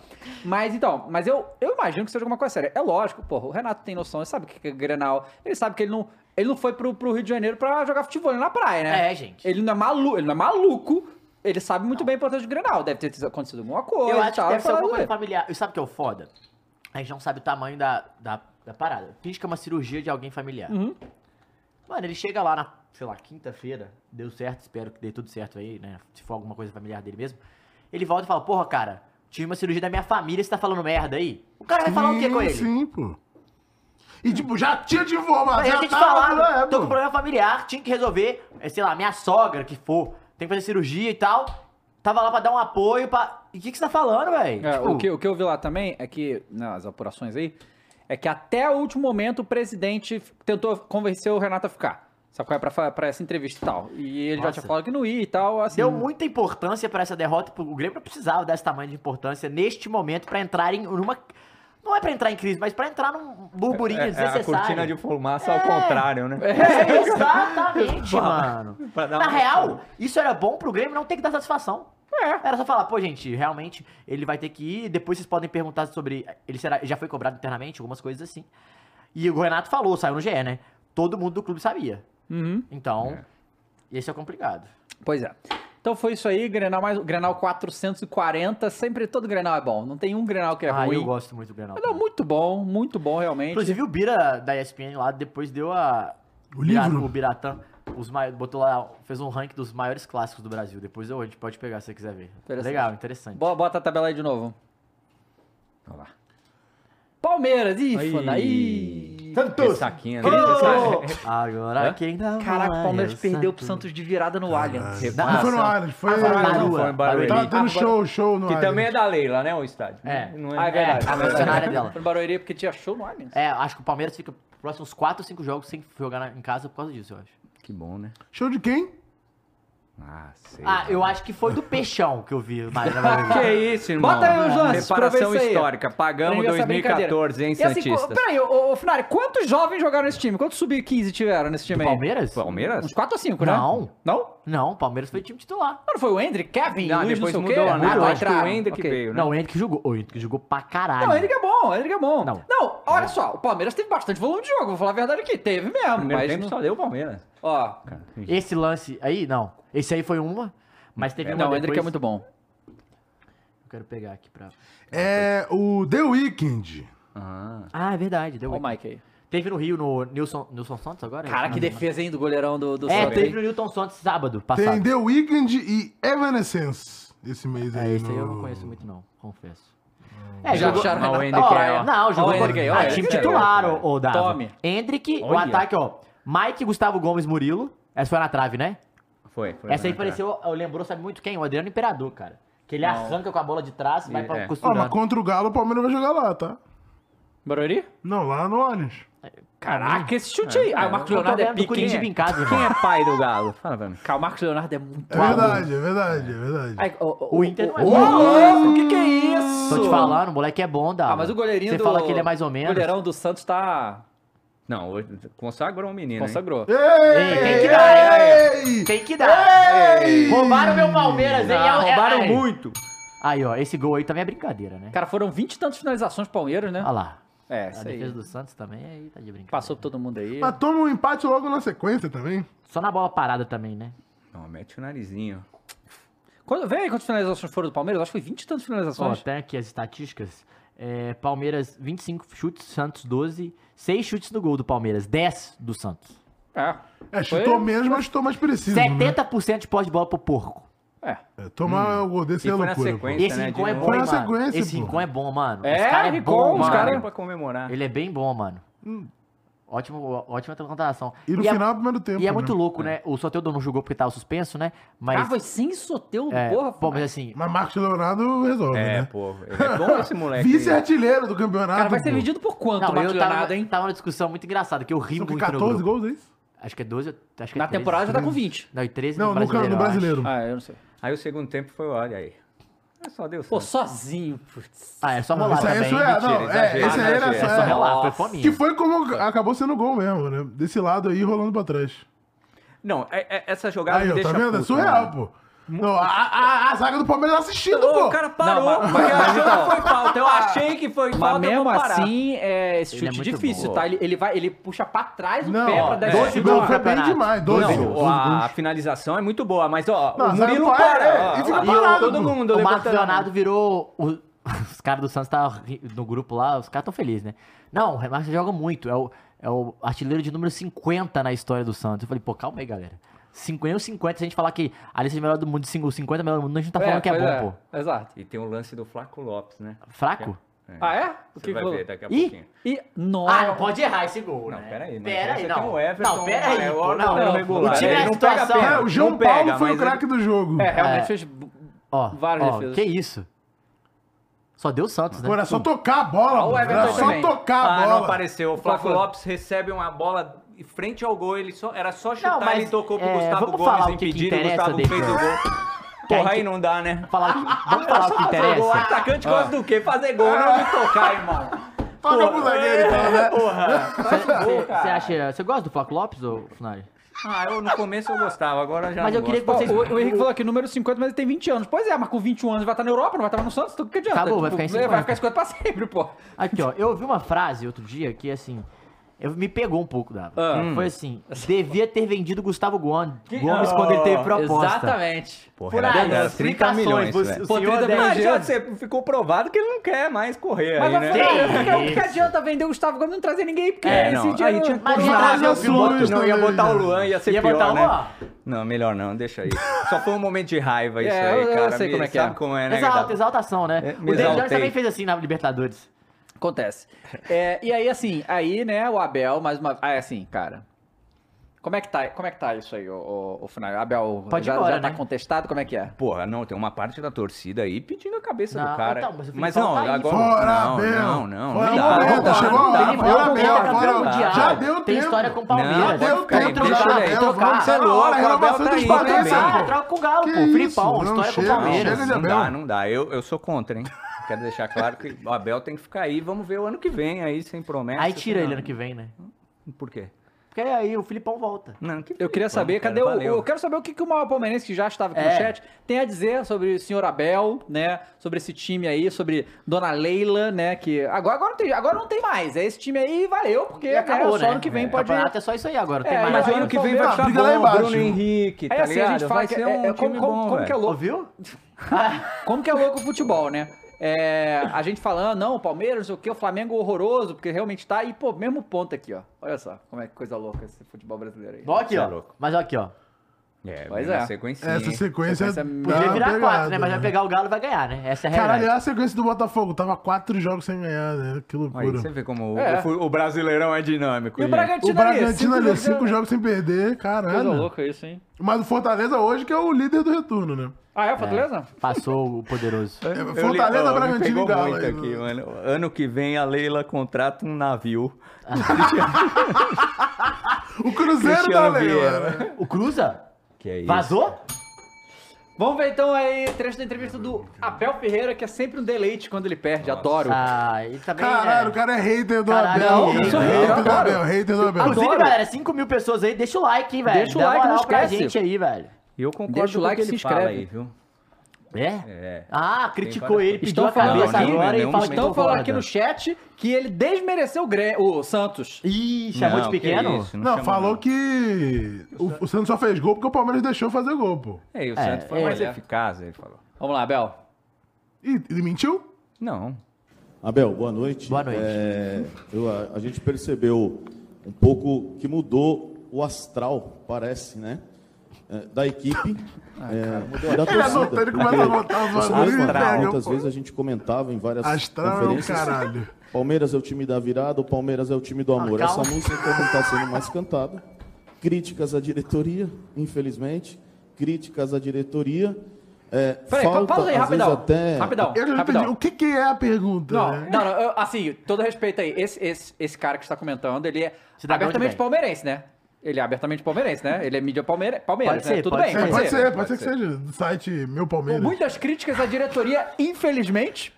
S1: Mas então, mas eu, eu imagino que seja alguma coisa séria. É lógico, porra, o Renato tem noção, ele sabe o que é Grenal, ele sabe que ele não, ele não foi pro, pro Rio de Janeiro pra jogar futebol ele é na praia, né?
S2: É, gente.
S1: Ele não é maluco, ele não é maluco. Ele sabe muito bem a importância do Grenal. Deve ter acontecido alguma coisa.
S2: eu
S1: e
S2: acho que
S1: tal,
S2: deve ser
S1: pra
S2: alguma coisa
S1: ver.
S2: familiar. E sabe o que é o foda? A gente não sabe o tamanho da, da, da parada. Finge que é uma cirurgia de alguém
S4: Uhum.
S2: familiar. Mano, ele chega lá na, sei lá, quinta-feira, deu certo, espero que dê tudo certo aí, né? Se for alguma coisa familiar dele mesmo. Ele volta e fala, porra, cara, tive uma cirurgia da minha família, você tá falando merda aí? O cara vai falar o que com ele?
S3: Sim, pô. E tipo, já tinha de informação.
S2: Mas eu
S3: já
S2: tinha te
S3: tava
S2: falado,
S3: falando, é,
S2: tô
S3: pô.
S2: com problema familiar, tinha que resolver, é, sei lá, minha sogra que for, tem que fazer cirurgia e tal. Tava lá pra dar um apoio, pra... E o que, que você tá falando, velho?
S1: É, o, que, o que eu vi lá também é que, nas apurações aí, é que até o último momento o presidente f- tentou convencer o Renato a ficar. Sabe qual é pra, fa- pra essa entrevista e tal? E ele já
S2: Nossa.
S1: tinha falado que não ia e tal, assim.
S2: Deu muita importância pra essa derrota, pro- o Grêmio não precisava desse tamanho de importância neste momento pra entrar em numa... Não é pra entrar em crise, mas pra entrar num burburinho
S4: É, é a
S2: desnecessário.
S4: cortina de fumaça ao
S2: É.
S4: contrário, né?
S2: É, exatamente,
S4: Fala.
S2: mano.
S4: Pra dar um-
S2: Na
S4: uma-
S2: real, isso era bom pro Grêmio não ter que dar satisfação.
S1: É.
S2: Era só falar, pô, gente, realmente ele vai ter que ir. Depois vocês podem perguntar sobre. Ele será, já foi cobrado internamente, algumas coisas assim. E o Renato falou, saiu no GE, né? Todo mundo do clube sabia.
S1: Uhum.
S2: Então, esse é o complicado.
S1: Pois é. Então foi isso aí, Grenal mais um, Grenal 440, sempre todo Grenal é bom, não tem um Grenal que é
S2: ah, eu
S1: ruim.
S2: gosto muito do Grenal.
S1: Mas não, muito bom, muito bom realmente.
S2: Inclusive o Bira da ESPN lá depois deu a.
S3: O livro?
S2: O Biratã. Os mai... Botou lá, fez um ranking dos maiores clássicos do Brasil. Depois eu, a gente pode pegar se você quiser ver.
S1: Interessante.
S2: Legal, interessante.
S1: Bo- Bota a tabela aí de novo.
S4: Olha lá.
S1: Palmeiras,
S4: Aí.
S1: ih, Fana, aí.
S4: Ressaquinha, né?
S2: Oh! Agora quem não
S1: Caraca, o Palmeiras
S2: é o
S1: perdeu pro
S2: Santos.
S1: Santos de virada no Allianz.
S3: Não foi no
S4: Nossa.
S3: Allianz, foi.
S2: Ah, foi no
S4: Ah, Não,
S2: Barua.
S4: não, foi em Barueri.
S3: Tava tendo show, show no
S4: Que
S3: Allianz.
S4: também é da Leila, né? O estádio.
S2: É.
S4: Não
S1: Ah, é verdade.
S2: É, a funcionária dela.
S1: Foi no Barueri porque tinha show no Allianz.
S2: É, acho que o Palmeiras fica próximos 4 ou 5 jogos sem jogar na- em casa por causa disso, eu acho.
S4: Que bom, né?
S3: Show de quem?
S5: Ah, sei.
S2: Ah, eu acho que foi do Peixão que eu vi. Mas,
S5: Que isso, irmão.
S1: Bota aí os lances,
S5: Reparação
S1: aproveita aí.
S5: histórica. Pagamos
S1: Liga essa brincadeira.
S5: 2014, hein,
S1: E assim,
S5: Santistas?
S1: co- peraí, ô, ô Funari, quantos jovens jogaram nesse time? Quantos sub-15 tiveram nesse time aí?
S2: Palmeiras?
S5: Palmeiras?
S1: Uns 4 ou 5, né?
S2: Não.
S1: Não?
S2: Não, Palmeiras foi time titular.
S1: Não foi o Hendry, Kevin,
S5: Não,
S1: Luiz,
S5: depois
S1: não sei
S5: mudou,
S1: o quê?
S5: né?
S1: Ah,
S5: Eu
S1: não,
S5: acho que o
S1: entraram.
S5: Ender que
S1: Ok.
S5: veio, né?
S2: Não, o Henrique que jogou. O Henrique que jogou pra caralho.
S1: Não, o Hendrick é bom, o Hendrick é bom.
S2: Não.
S1: Não, olha só, o Palmeiras teve bastante volume de jogo, vou falar a verdade aqui. Teve mesmo,
S5: Primeiro
S1: mas.
S5: tempo
S1: não-
S5: só deu o Palmeiras.
S1: Ó,
S5: Cara,
S2: Esse lance aí, não. Esse aí foi uma, mas teve uma
S1: não, o Hendrick
S2: depois.
S1: é muito bom.
S2: Eu quero pegar aqui pra...
S3: É o The Weeknd.
S5: Ah,
S2: Ah, é verdade. Deu
S1: Ó, o
S2: Mike.
S1: Mike aí.
S2: Teve no Rio, no Nilson, Nilson Santos agora?
S1: Cara, que
S2: Não,
S1: defesa, hein, do goleirão do, do
S2: não. É,
S1: Santos,
S2: teve
S1: hein?
S2: no Nilton Santos sábado passado.
S3: Tem The Weeknd e Evanescence esse mês
S2: É,
S3: aí.
S2: esse aí eu
S3: no-
S2: não conheço muito, não, confesso. É,
S1: Já
S2: jogou-
S1: acharam
S5: Não, o
S1: Renato?
S5: Hendrick
S2: Ó,
S5: é, ó.
S2: Não, jogou
S1: Ó, o
S2: contra-
S1: Hendrick aí, ó,
S2: Ah,
S1: Hendrick
S2: time
S1: é
S2: titular,
S5: legal,
S2: ô, ô Dava.
S1: Tome.
S2: Hendrick, o
S5: Olha.
S2: ataque, ó. Mike, Gustavo Gomes, Murilo. Essa foi na trave, né?
S5: foi, foi.
S2: Essa aí
S5: né,
S2: pareceu, eu lembrou, sabe muito quem? O Adriano Imperador, cara. Que ele arranca com a bola de trás e Ah, vai
S5: E-
S2: pra
S5: é.
S3: Ó,
S2: costurando.
S3: Ah, mas contra o Galo, o Palmeiras vai jogar lá, tá?
S1: Barueri?
S3: Não, lá no Allianz.
S1: Caraca, esse chute aí. Ah, o Marcos
S2: Eu tô
S1: Leonardo é
S2: vendo do
S1: pique, hein?
S2: Curitiba em casa,
S5: Quem
S2: irmão.
S5: é pai do Galo? Fala pra mim.
S1: Cara, o Marcos Leonardo é muito
S3: É
S1: bom.
S3: verdade, é verdade, é verdade.
S1: Ai,
S2: O Inter não é
S1: Ô,
S2: bom.
S1: louco, o que que é isso?
S2: Tô te falando, o moleque é bom, Dava.
S1: Ah, mas o goleirinho
S2: Você
S1: do...
S2: fala que ele é mais ou menos.
S1: O goleirão do Santos tá...
S5: Não, hoje consagrou um menino. hein?
S1: Consagrou.
S3: Ei,
S2: tem que dar,
S3: ei,
S2: Tem que dar.
S3: ei.
S2: Roubaram meu Palmeiras, hein?
S5: Ah,
S2: É- é-
S5: roubaram
S2: é-
S5: muito.
S2: Aí, ó, esse gol aí também é brincadeira, né?
S1: Cara, foram 20 e tantas finalizações pro Palmeiras, né?
S2: Olha lá.
S1: É,
S2: A
S1: isso aí.
S2: defesa do Santos também aí tá de brincadeira.
S1: Passou por todo mundo aí.
S3: Mas toma um empate logo na sequência também.
S2: Só na bola parada também, né?
S5: Não, mete o narizinho.
S1: Quando, vê aí quantas finalizações foram do Palmeiras. Acho que foi 20 e tantas
S2: Ó,
S1: finalizações.
S2: tem aqui as estatísticas. É, Palmeiras, 25 chutes, Santos 12. 6 chutes no gol do Palmeiras, 10 do Santos.
S1: É.
S3: É,
S1: Foi-
S3: chutou menos, mas chutou mais preciso. Né?
S2: 70% de posse de bola pro porco. Hum.
S3: É, tomar o gol desse
S5: E
S3: é
S5: foi na
S3: loucura. pô.
S5: sequência.
S2: Esse
S5: né,
S2: Rincon
S5: de
S2: é
S5: novo.
S2: bom,
S3: Foi
S2: hein,
S3: na
S2: mano.
S3: sequência,
S2: Esse
S3: pô.
S2: Rincon é bom, mano.
S1: É,
S2: Esse cara é
S1: Rincon,
S2: bom,
S1: os
S2: mano.
S1: cara-
S5: pra comemorar.
S2: Ele é bem bom, mano. Ótimo, ótima contratação.
S3: Hum. E no
S2: é-
S3: final, primeiro tempo.
S2: E é
S3: né?
S2: muito louco, né? O Soteldo não jogou porque tava suspenso, né? Mas.
S1: Ah, foi sem soteu,
S2: é,
S1: porra.
S2: pô, mas assim,
S3: Mas Marcos Leonardo resolve,
S5: É,
S3: né?
S5: pô. ele É bom esse moleque.
S3: Vice-artilheiro do campeonato.
S1: Cara, vai
S3: pô.
S1: ser vendido por quanto,
S2: não,
S1: o Marcos
S2: eu tava,
S1: Leonardo, hein?
S2: tava numa discussão muito engraçada, que eu ri
S3: São
S2: muito no grupo.
S3: 14 gols, é isso?
S2: Acho que é 12, acho que é
S1: Na
S2: 13.
S1: temporada já tá com 20.
S2: Não, e 13
S3: Não,
S2: no
S3: no, ca-
S2: brasileiro.
S3: no
S2: eu acho.
S3: brasileiro.
S1: Ah, eu não sei.
S5: Aí o segundo tempo foi, olha aí. É, Só deu
S1: Pou
S5: certo.
S1: sozinho, putz.
S2: Ah, é só
S3: Não,
S2: rolar
S3: isso aí
S2: também.
S3: isso é,
S5: mentira,
S3: não, é,
S5: exagero.
S3: esse aí
S5: Ah,
S3: era
S5: não,
S2: É só
S3: só.
S2: rolar, foi
S1: Nossa.
S2: fominha.
S3: Que foi como acabou sendo gol mesmo, né? Desse lado aí, rolando pra trás.
S5: Não, é- é- essa jogada
S3: Aí,
S5: me
S3: ó,
S5: deixa
S3: tá vendo? É
S5: puto, Ah,
S3: surreal,
S5: mano.
S3: pô. Não, ah, a, a, a zaga do Palmeiras assistindo,
S5: Ô,
S3: pô.
S5: o cara parou,
S1: Não, mas-
S5: porque
S1: mas
S5: achou que
S1: então-
S5: foi falta. Eu achei que foi falta,
S1: Mas
S5: eu vou
S1: mesmo
S5: parar.
S1: assim, é, esse
S2: Ele é
S1: chute
S2: muito
S1: difícil,
S2: bom.
S1: tá? Ele, ele vai, ele puxa pra trás o
S3: Não,
S1: pé pra
S3: ó,
S1: dar esse
S3: doze
S1: chute.
S3: gols
S2: no
S3: foi bem
S2: campeonato.
S3: demais. 12
S5: Não,
S3: gols.
S5: a,
S3: 12 gols.
S5: a finalização é muito boa, mas ó,
S3: Não,
S5: o
S3: sabe
S5: Murilo
S3: qual é?
S5: para.
S3: É,
S5: ó,
S3: e fica
S5: ó,
S3: parado.
S5: Todo mundo levantando
S2: o Marcos
S5: a mão.
S2: Leonardo virou. o- os caras do Santos tá ri- no grupo lá, os caras tão felizes, né? Não, o Remarque joga muito. É o, é o artilheiro de número 50 na história do Santos. Eu falei, pô, calma aí, galera. 50 ou 50, se a gente falar que a lista de melhor do mundo, de single 50 melhor do mundo, a gente não tá falando que é
S1: pois
S2: bom, pô.
S1: Exato.
S5: E tem o lance do Flaco Lopes, né?
S2: Fraco?
S5: É.
S1: Ah, é? O
S5: Você vai
S1: rolou?
S5: ver daqui a
S2: Ih!
S5: pouquinho.
S1: E, nossa.
S2: Ah, não pode errar esse gol,
S5: Não,
S2: né?
S5: peraí.
S2: Pera aí,
S5: Você
S2: não. então
S5: Tem o Everton,
S2: não, pera aí,
S5: é,
S2: pô,
S5: outro
S2: não.
S5: regular.
S2: O time
S5: Ele
S2: é a
S5: não pega
S2: situação.
S5: pênalti,
S3: É, o João
S5: não pega,
S3: Paulo foi o
S5: mas ele-
S3: craque do jogo.
S1: É, realmente
S2: É.
S1: fez
S2: Ó,
S1: Várias
S2: ó,
S1: defesas.
S2: que isso? Só deu o Santos, né?
S3: Pô, era só tocar a bola,
S1: Ó, o
S3: pô. Era
S1: Everton
S3: só
S1: também.
S3: tocar a
S5: Ah, não
S3: bola.
S5: apareceu. O Flaco Lopes recebe uma bola em frente ao gol. Ele só, era só chutar,
S2: Não, mas,
S5: ele tocou pro
S2: é,
S5: Gustavo
S2: vamos falar
S5: Gomes
S2: o que que
S5: impedir. O
S2: interessa
S5: Gustavo
S2: dele.
S5: fez o gol. Porra, aí não dá, né?
S2: Falar que- vamos falar o
S5: Fazer
S2: que
S5: gol.
S2: interessa. Ah.
S5: Atacante gosta do quê? Fazer gol, não de tocar, irmão.
S3: Toca pro zagueiro, então, né?
S2: Você você acha. Você gosta do Flaco Lopes, ou Funari?
S5: Ah, eu no começo eu gostava, agora já
S2: Mas
S5: não
S2: eu queria
S5: gosto.
S2: que vocês.
S1: O, o Henrique falou aqui, número 50, mas ele tem 20 anos. Pois é, mas com 21 anos vai estar na Europa, não vai estar no Santos, então o que adianta?
S2: Acabou, vai ficar em 50.
S1: Vai ficar 50 pra sempre, pô.
S2: Aqui, ó, eu ouvi uma frase outro dia que assim. Eu, me pegou um pouco, Dava.
S1: Ah.
S5: Hum.
S2: Foi assim: devia ter vendido Gustavo Gomes, Gomes quando ele teve proposta.
S1: Exatamente.
S5: Porra,
S2: Por
S5: era-
S2: aí,
S5: era
S2: as
S5: 30 milhões, né?
S2: explicações,
S5: velho.
S2: o
S1: Pô,
S2: senhor
S1: 30
S2: deve-
S5: Mas
S1: milhões.
S5: já você ficou provado que ele não quer mais correr
S1: Mas
S5: aí,
S1: vai
S5: né?
S1: ficar-
S2: Que
S1: o que- o que
S2: isso?
S1: adianta vender o Gustavo Gomes e não trazer ninguém? Porque
S5: É,
S1: esse
S5: não.
S1: dinheiro...
S5: Aí tinha que
S2: Mas
S5: pôr o
S2: já
S5: Luan,
S2: tava
S5: eu boto- não, ia botar o Luan, ia ser
S2: um Ia
S5: pior,
S2: botar o
S5: né?
S2: Luan.
S5: Não, melhor não, deixa aí. Só foi um momento de raiva isso
S1: É,
S5: aí,
S1: eu- eu
S5: cara.
S1: sei
S5: Me-
S1: como é que é.
S5: sabe como é, né?
S2: Exalta,
S5: Gabi?
S2: exaltação, né?
S5: É, me
S2: o David Jones
S5: exaltei.
S2: também fez assim na Libertadores.
S1: Acontece. É, e aí, assim, aí, né, o Abel, mais uma... Ah, é assim, cara... Como é que tá, como é que tá isso aí, o, o, o Funari? Abel
S2: Pode ir
S1: já,
S2: embora,
S1: já tá
S2: né?
S1: contestado? Como é que é?
S5: Porra, não, tem uma parte da torcida aí pedindo a cabeça
S2: Não,
S5: do cara.
S2: então, mas o Felipe
S5: não,
S2: Melo tá aí.
S5: agora.
S3: Fora,
S5: não,
S3: Abel.
S5: não, não.
S3: Fora,
S5: não dá,
S3: Abel,
S5: não dá,
S3: chegou
S5: não
S3: a
S5: dá.
S3: hora, fora, Abel.
S2: história
S3: fora,
S2: campeão
S3: ó.
S2: mundial.
S3: Já deu
S2: tem
S3: tempo.
S2: história com o Palmeiras. um
S3: Já deu
S2: Contra
S3: tempo,
S2: o
S3: deixa
S2: Galo.
S3: ele aí.
S2: Troca-
S3: Vamos ser
S4: Tá louco,
S3: louco, a
S5: é
S4: Abel
S3: renovação
S4: tá
S3: dos
S4: aí
S3: patrões.
S4: também.
S2: Ah, troca com o Galo,
S3: Que
S2: pô.
S3: isso,
S2: Flipão,
S3: não
S2: história com o
S3: chega,
S2: Palmeiras.
S3: chega de
S5: Não
S3: Abel.
S5: dá, não dá. Eu, eu sou contra, hein? Quero deixar claro que o Abel tem que ficar aí. Vamos ver o ano que vem aí, sem promessa.
S2: Aí tira
S5: sem
S2: ele ano
S5: nada.
S2: que vem, né?
S5: Por quê?
S2: Porque aí o Filipão volta.
S5: Não, que
S1: Eu queria
S5: vamos,
S1: saber,
S5: cara,
S1: cadê o,
S5: valeu.
S1: Eu quero saber o que, que o maior palmeirense que já estava aqui
S2: É.
S1: no chat tem a dizer sobre o senhor Abel, né? Sobre esse time aí, sobre Dona Leila, né? Que agora, agora, não, tem, agora não tem mais. É esse time aí e valeu, porque
S2: E acabou,
S1: né, só
S2: né?
S1: ano que vem
S2: É,
S1: pode.
S2: campeonato é só isso aí agora. não
S1: É,
S2: tem mais
S1: mas
S4: Mas
S1: aí
S2: nada.
S4: ano que vem vai
S3: Ah,
S4: ficar
S3: briga lá
S4: bom,
S3: embaixo.
S4: Bruno Henrique,
S1: É
S4: tá
S1: assim,
S4: ligado?
S1: a gente fala
S4: vai
S1: que
S4: ser
S1: é,
S4: um
S1: é-
S4: time
S1: como,
S4: bom,
S1: como, como que é
S4: velho.
S1: louco.
S2: Ouviu?
S1: Como que é louco o futebol, né? É, a gente falando, não, o Palmeiras, não sei o que, o Flamengo é horroroso, porque realmente tá. E, pô, mesmo ponto aqui, ó. Olha só, como é que coisa louca esse futebol brasileiro aí.
S2: Bom aqui,
S5: Isso é
S2: ó.
S5: louco.
S2: Mas ó aqui, ó.
S5: É,
S1: Pois
S5: mas é.
S1: é.
S5: sequência. é
S3: Essa sequência
S1: Sequência
S3: tá
S2: Podia virar
S3: pegada,
S2: quatro, né? Mas vai pegar o Galo e vai ganhar, né? Essa é a realidade.
S3: Caralho, olha a sequência do Botafogo. Tava quatro jogos sem ganhar, né? Que
S5: Aí
S3: loucura.
S5: você vê como o-
S1: É.
S5: o, fu- o brasileirão é dinâmico.
S1: E o
S5: gente.
S1: Bragantino,
S3: o
S1: ali,
S3: Bragantino
S2: é
S3: ali,
S1: jogos-
S3: cinco jogos sem perder,
S1: Coisa
S3: caralho.
S1: louca isso, hein?
S3: Mas o Fortaleza hoje que é o líder do retorno, né?
S1: Ah, é o Fortaleza?
S2: Passou o poderoso.
S5: Eu- eu li-
S3: É, Fortaleza,
S5: ó, me
S3: Bragantino e
S5: pegou
S3: Galo
S5: muito
S3: aí,
S5: aqui,
S3: né?
S5: mano. Ano que vem a Leila contrata um navio.
S3: O Cruzeiro da
S5: Cristiano
S3: Leila.
S5: Vieira.
S3: né?
S2: O Cruza?
S5: Que é isso?
S2: Vazou?
S1: Vamos ver então aí trecho da entrevista do Abel Ferreira, que é sempre um deleite quando ele perde, adoro.
S2: Ah, ele também.
S3: Caralho,
S2: é.
S3: o cara é hater do
S2: Caralho,
S3: Abel.
S2: não,
S3: cara.
S2: isso é
S3: hater do
S1: adoro.
S3: Abel, hater do Abel.
S2: Inclusive,
S1: Adoro.
S2: galera, 5 mil pessoas aí, deixa o like, hein, velho.
S1: Deixa o
S2: Dá
S1: like, não
S2: moral pra
S1: esquece.
S2: gente aí, velho.
S5: E eu concordo
S1: Deixa o
S5: com
S1: like,
S5: que ele
S1: se
S5: fala
S1: inscreve.
S5: aí, viu?
S2: É?
S5: É.
S2: Ah, criticou ele, pediu
S1: Estão
S2: a cabeça
S1: falando aqui,
S2: agora
S5: né,
S2: e
S5: não
S2: fala que
S1: Estão
S2: não
S1: falando
S2: concorda.
S1: aqui no chat que ele desmereceu o, Grê- o Santos.
S2: Ih, chamou
S5: Não,
S2: de
S5: que
S2: é pequeno?
S5: isso,
S3: Não,
S5: chama
S3: falou
S5: não.
S3: que o, o Santos só fez gol porque o Palmeiras deixou fazer gol, pô.
S5: É, e o
S2: É,
S5: Santos foi
S2: é,
S5: mais
S1: é.
S5: eficaz, ele falou.
S1: Vamos lá, Abel.
S3: Ih, ele mentiu?
S5: Não.
S11: Abel, boa noite.
S2: Boa noite.
S11: É, eu- a, a gente percebeu um pouco que mudou o astral, parece, né? É, da equipe. é, e da
S3: Ele anotou, Tá ele
S11: torcida.
S3: começa a botar os
S11: Porque
S3: valores e pega,
S11: Muitas
S3: pô.
S11: vezes a gente comentava em várias
S3: Astral é o
S11: conferências.
S3: caralho.
S11: Palmeiras é o time da virada, o Palmeiras é o time do amor.
S2: Ah, calma.
S11: Essa música não está sendo mais cantada. Críticas à diretoria, infelizmente. Críticas à diretoria. É,
S1: Peraí, pa-
S11: falta,
S1: pausa aí,
S11: às
S1: rapidão.
S11: vezes, até
S1: Rapidão,
S3: Eu não entendi.
S1: rapidão.
S3: O que, que é a pergunta?
S1: Não,
S3: né?
S1: não, não, eu- assim, todo respeito aí. Esse, esse, esse cara que está comentando, ele é
S2: Cidadão tá de
S1: abertamente
S2: bem.
S1: palmeirense, né? Ele é abertamente palmeirense, né? Ele é mídia palmeira, palmeiras,
S2: Pode ser,
S1: né? Tudo
S2: pode
S1: bem,
S2: ser.
S3: É,
S1: pode,
S3: pode
S1: ser.
S3: ser, pode ser que seja do site Meu Palmeiras.
S1: Muitas críticas à diretoria, infelizmente.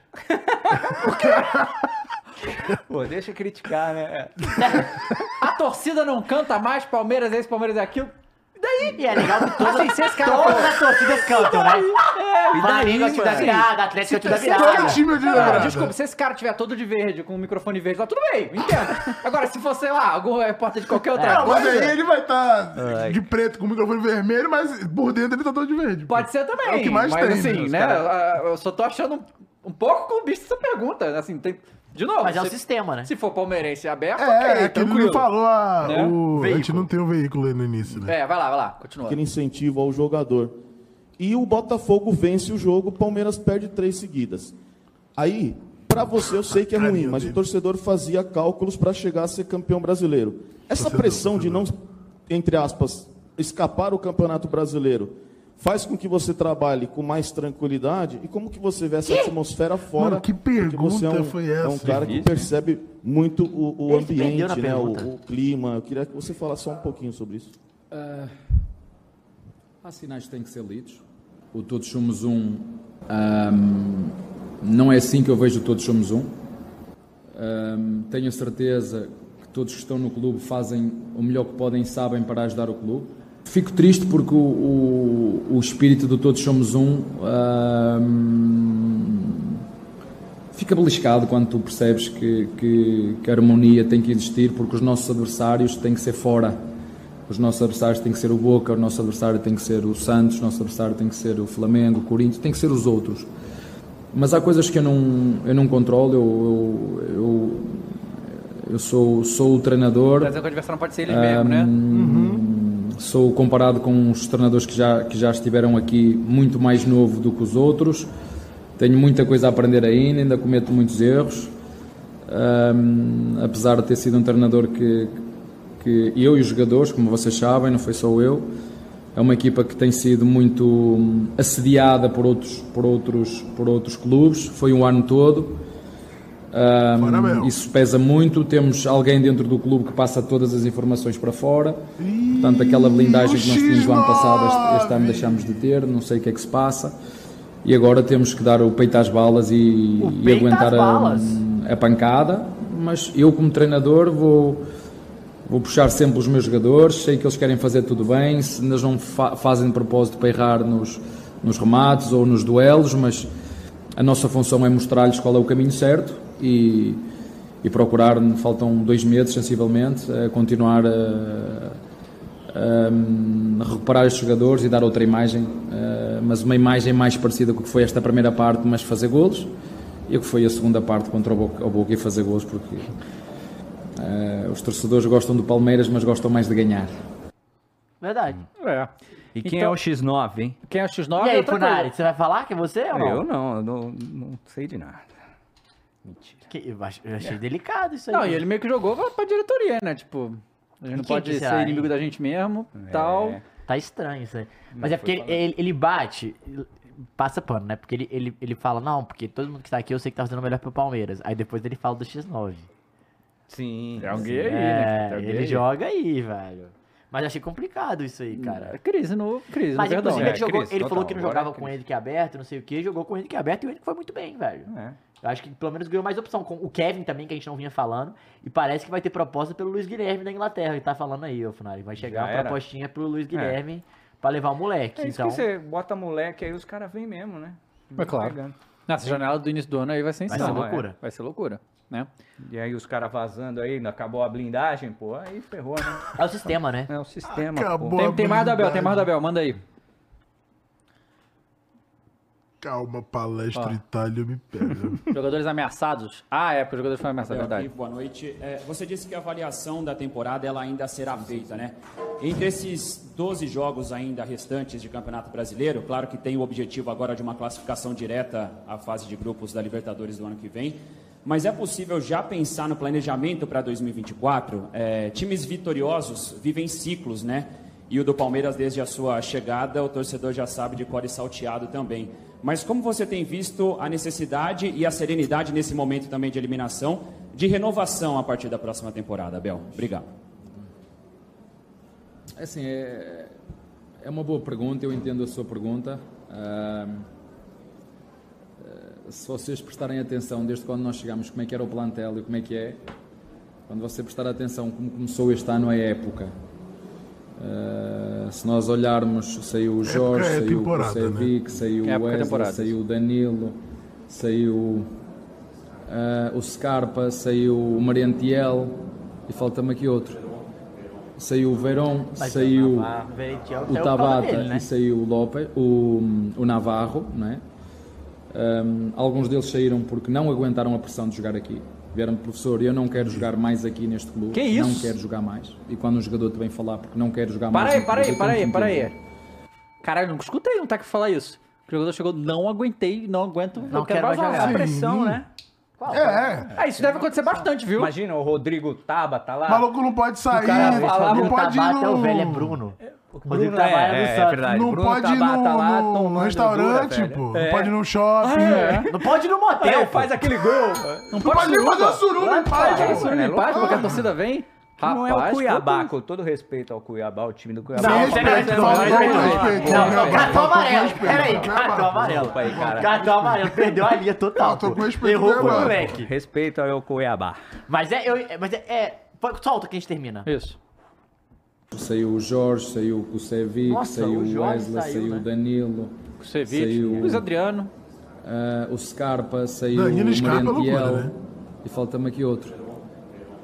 S5: Pô, deixa eu criticar, né?
S1: A torcida não canta mais, Palmeiras é esse, Palmeiras é aquilo.
S2: E é legal que todas,
S1: Assim, se esse cara
S2: todas as torcidas cantam, né? Flamengo é o time da
S1: mano?
S2: virada, Atlético é o time da
S3: Todo
S2: virada.
S3: time é de
S1: Não, não,
S3: namorada.
S1: desculpa, se esse cara tiver todo de verde, com o microfone verde lá, tudo bem, entendo. Agora, se for, sei lá, algum repórter de qualquer
S2: É.
S1: outra
S3: Não, mas
S1: coisa,
S3: aí ele vai estar de preto com o microfone vermelho, mas por dentro ele tá todo de verde. pô.
S1: pode ser também.
S3: É o que mais
S1: mas
S3: tem, É,
S1: assim,
S3: os
S1: né?
S3: caras-
S1: ah, Eu só tô achando um- um pouco com o bicho essa pergunta. Assim, tem. De novo.
S2: Mas é o
S1: se-
S2: sistema, né?
S1: Se for palmeirense aberto,
S3: É,
S1: ok,
S3: é que ele
S1: tranquilo.
S3: não falou a,
S1: Né?
S3: o- A gente
S1: Veículo.
S3: não tem o veículo aí no início, né?
S1: É, vai lá, vai lá, continua.
S11: aquele incentivo ao jogador. E o Botafogo vence o jogo, o Palmeiras perde três seguidas. Aí, pra você eu sei que é
S3: Ah,
S11: ruim,
S3: meu
S11: mas o
S3: Deus.
S11: torcedor fazia cálculos pra chegar a ser campeão brasileiro. Essa pressão de não, entre aspas, escapar o Campeonato Brasileiro faz com que você trabalhe com mais tranquilidade e como que você vê essa atmosfera fora?
S3: Mano, que
S11: Porque você é
S3: pergunta
S11: um,
S3: foi
S11: É um
S3: essa?
S11: cara que
S5: Difícil,
S11: percebe muito o, o
S2: Ele se perdeu na
S11: ambiente, né, o,
S2: pergunta.
S11: o clima. Eu queria que você falasse só um pouquinho sobre isso.
S12: Ah, Há sinais que têm que ser lidos. O Todos Somos Um. ahm, não é assim que eu vejo o Todos Somos Um. Ahm, tenho a certeza que todos que estão no clube fazem o melhor que podem e sabem para ajudar o clube. Fico triste porque o, o- o espírito do Todos Somos Um ahm, fica beliscado quando tu percebes que, que, que a harmonia tem que existir porque os nossos adversários têm que ser fora. Os nossos adversários têm que ser o Boca, o nosso adversário tem que ser o Santos, o nosso adversário tem que ser o Flamengo, o Corinthians, tem que ser os outros. Mas há coisas que eu não, eu não controlo, eu, eu, eu, eu sou, sou o treinador
S1: Mas é que o adversário não pode ser ele
S2: Ah,
S1: mesmo, né?
S12: sou comparado com os treinadores que já, que já estiveram aqui muito mais novo do que os outros. Tenho muita coisa a aprender ainda, ainda cometo muitos erros. Ahm, apesar de ter sido um treinador que, que eu e os jogadores, como vocês sabem, não foi só eu, é uma equipa que tem sido muito hum, assediada por outros, por outros, por outros clubes, foi um ano todo. Ahm,
S3: Fora mesmo.
S12: isso pesa muito. Temos alguém dentro do clube que passa todas as informações para fora. Portanto, aquela blindagem que nós tínhamos o ano passado, este, este ano deixámos de ter. Não sei o que é que se passa. E agora temos que dar o peito às balas e, e
S2: peito
S12: aguentar
S2: às
S12: a-
S2: balas.
S12: a pancada. Mas eu, como treinador, vou. Vou puxar sempre os meus jogadores, sei que eles querem fazer tudo bem, se eles não fa- fazem de propósito para errar nos, nos remates ou nos duelos, mas a nossa função é mostrar-lhes qual é o caminho certo e, e procurar, faltam dois meses sensivelmente, a continuar a, a- a recuperar estes jogadores e dar outra imagem, eh, mas uma imagem mais parecida com o que foi esta primeira parte, mas fazer golos, e o que foi a segunda parte contra o Boca, o Boca e fazer golos, porque eh, os torcedores gostam do Palmeiras, mas gostam mais de ganhar.
S2: Verdade.
S1: É.
S5: E quem
S1: Então-
S5: é o X9, hein?
S1: Quem é o X9
S2: e
S1: é
S2: aí,
S1: outra coisa.
S2: Funari, você vai falar que é você ou não?
S5: Eu não, eu não, não sei de nada. Mentira.
S2: Que- eu ach- eu achei delicado isso aí.
S1: É. Não, e ele meio que jogou pra, pra diretoria, né? Tipo, a gente não
S2: E quem
S1: pode
S2: que
S1: ser
S2: será,
S1: inimigo
S2: hein?
S1: da gente mesmo, tal.
S2: Tá estranho isso aí. Mas
S5: Não
S2: é porque
S5: foi
S2: ele, ele- ele bate, ele- passa pano, né? Porque ele, ele, ele fala, não, porque todo mundo que tá aqui eu sei que tá fazendo o melhor pro Palmeiras. Aí depois ele fala do X9.
S5: Sim.
S1: É alguém
S5: sim.
S1: aí, né?
S2: É,
S1: Tem alguém
S2: ele
S1: aí.
S2: joga aí, velho. Mas achei complicado isso aí, cara.
S1: É Crise no. Crise
S2: Mas
S1: no perdão.
S2: inclusive
S5: É,
S2: ele, jogou,
S5: Cris,
S2: ele
S5: total,
S2: falou que não
S5: agora
S2: jogava
S5: é
S2: com o
S5: Cris.
S2: Henrique aberto, não sei o que, jogou com o Henrique aberto e o Henrique foi muito bem, velho.
S5: É.
S2: Eu acho que pelo menos ganhou mais opção com o Kevin também, que a gente não vinha falando. E parece que vai ter proposta pelo Luiz Guilherme da Inglaterra, que tá falando aí, ô Funari. Vai chegar
S5: Já
S2: uma
S5: era?
S2: propostinha pro Luiz Guilherme pra levar o moleque.
S5: É isso
S2: então,
S5: que você bota moleque aí, os caras vêm mesmo, né?
S1: É claro.
S5: Pegando.
S1: Nessa janela do início do ano aí vai ser
S2: Vai
S1: insano.
S2: ser
S1: né?
S2: loucura.
S1: Vai ser loucura, né?
S5: E aí os caras vazando aí, acabou a blindagem, pô, aí ferrou, né?
S2: é o sistema, né?
S5: É o sistema,
S3: Acabou.
S5: pô.
S3: Boa
S1: Tem, tem mais do Abel, tem
S3: habilidade.
S1: mais do Abel, manda aí.
S3: Calma, palestra Itália me pega.
S1: Jogadores ameaçados. Ah, é, porque os jogadores foram ameaçados, verdade.
S6: Boa noite. É, você disse que a avaliação da temporada ela ainda será feita, né? Entre esses 12 jogos ainda restantes de Campeonato Brasileiro, claro que tem o objetivo agora de uma classificação direta à fase de grupos da Libertadores do ano que vem, mas é possível já pensar no planejamento para 2024? É, times vitoriosos vivem ciclos, né? E o do Palmeiras, desde a sua chegada, o torcedor já sabe de cor e salteado também. Mas como você tem visto a necessidade e a serenidade nesse momento também de eliminação, de renovação a partir da próxima temporada, Abel? Obrigado.
S12: Assim, é, é uma boa pergunta, eu entendo a sua pergunta. Ahm, eh, se vocês prestarem atenção desde quando nós chegámos, como é que era o plantel e como é que é, quando você prestar atenção como começou este ano a época, eh, se nós olharmos, saiu o Jorge,
S3: é
S12: saiu o
S3: temporada, né?
S12: Kosevic, saiu
S1: É
S12: o
S1: época,
S12: Wesley,
S1: temporada.
S12: saiu o Danilo, saiu eh, o Scarpa, saiu o Mariantiel e falta-me aqui outro. Saiu o Verón, saiu
S2: Ah,
S1: é
S2: Veritiel
S12: o
S2: saiu por causa
S12: Tabata
S2: dele, né?
S12: e saiu o López, o, o Navarro, né? Ahm, alguns deles saíram porque não aguentaram a pressão de jogar aqui. Vieram professor, eu não quero jogar mais aqui neste clube.
S1: Que
S12: Não
S1: isso?
S12: quero jogar mais. E quando um jogador te vem falar porque não quer jogar
S1: Para
S12: mais.
S1: aí,
S12: no
S1: para aí,
S12: clube,
S1: para
S12: eu
S1: aí,
S12: tenho que
S1: para aí.
S12: entender.
S1: Caralho, não escutei um técnico falar isso. O jogador chegou, não aguentei, não aguento, não, quero,
S2: quero mais
S1: vazar.
S2: jogar.
S1: A pressão, né?
S3: É,
S1: Ah, isso deve acontecer bastante, viu?
S5: Imagina o Rodrigo Taba tá lá.
S3: o maluco não pode sair,
S1: cara falava
S3: não
S2: o
S3: pode ir
S2: Tabata
S3: no...
S2: é o velho, é Bruno. O Rodrigo
S5: é,
S2: Tabata é,
S5: é,
S2: do
S5: é
S2: Santos.
S5: verdade.
S3: Não
S5: Bruno
S3: pode ir
S5: Tabata
S3: no,
S5: lá
S3: no- no
S5: tomando
S3: restaurante,
S5: dura, velho.
S3: pô.
S5: É.
S3: Não pode ir no shopping.
S2: Não pode ir no motel,
S5: É,
S2: pô.
S5: faz aquele gol.
S1: Não
S3: Não pode
S1: pode
S3: nem fazer o
S1: suruba.
S3: suruba em paz.
S1: Pode
S5: É,
S1: ir suruba
S5: é
S1: em paz,
S5: loucura.
S1: porque a torcida vem. Rapaz,
S5: não é o Cuiabá,
S1: quanto-
S5: com todo respeito ao Cuiabá, o time do Cuiabá.
S3: Não,
S5: Mas-
S3: respeito,
S2: respeito,
S3: faltou
S2: não, respeito.
S3: respeito.
S2: Não,
S3: Não,
S2: não, cartão
S3: faltou
S2: amarelo.
S3: respeito.
S2: Peraí,
S3: Não,
S2: cartão amarelo.
S5: Desculpa aí, cara.
S2: Cartão amarelo, perdeu a linha total.
S3: Eu tô
S2: pô.
S3: com respeito né,
S2: Errou pro
S3: mesmo,
S2: moleque.
S5: Respeito ao Cuiabá.
S2: Mas é, eu, é- mas é, é- pô, solta que a gente termina.
S1: Isso.
S12: Saiu o Jorge, saiu o Kusevic,
S2: Nossa,
S12: saiu
S2: o
S12: o
S2: Jorge
S12: Wesley,
S2: saiu,
S12: saiu o
S2: né?
S12: Danilo,
S1: Ceviche,
S12: Saiu-
S1: Luiz Adriano.
S12: ah, o Scarpa, saiu
S3: Danilo
S12: o
S3: Scarpa é loucura,
S12: Mariantiel
S3: né?
S12: e falta-me aqui outro.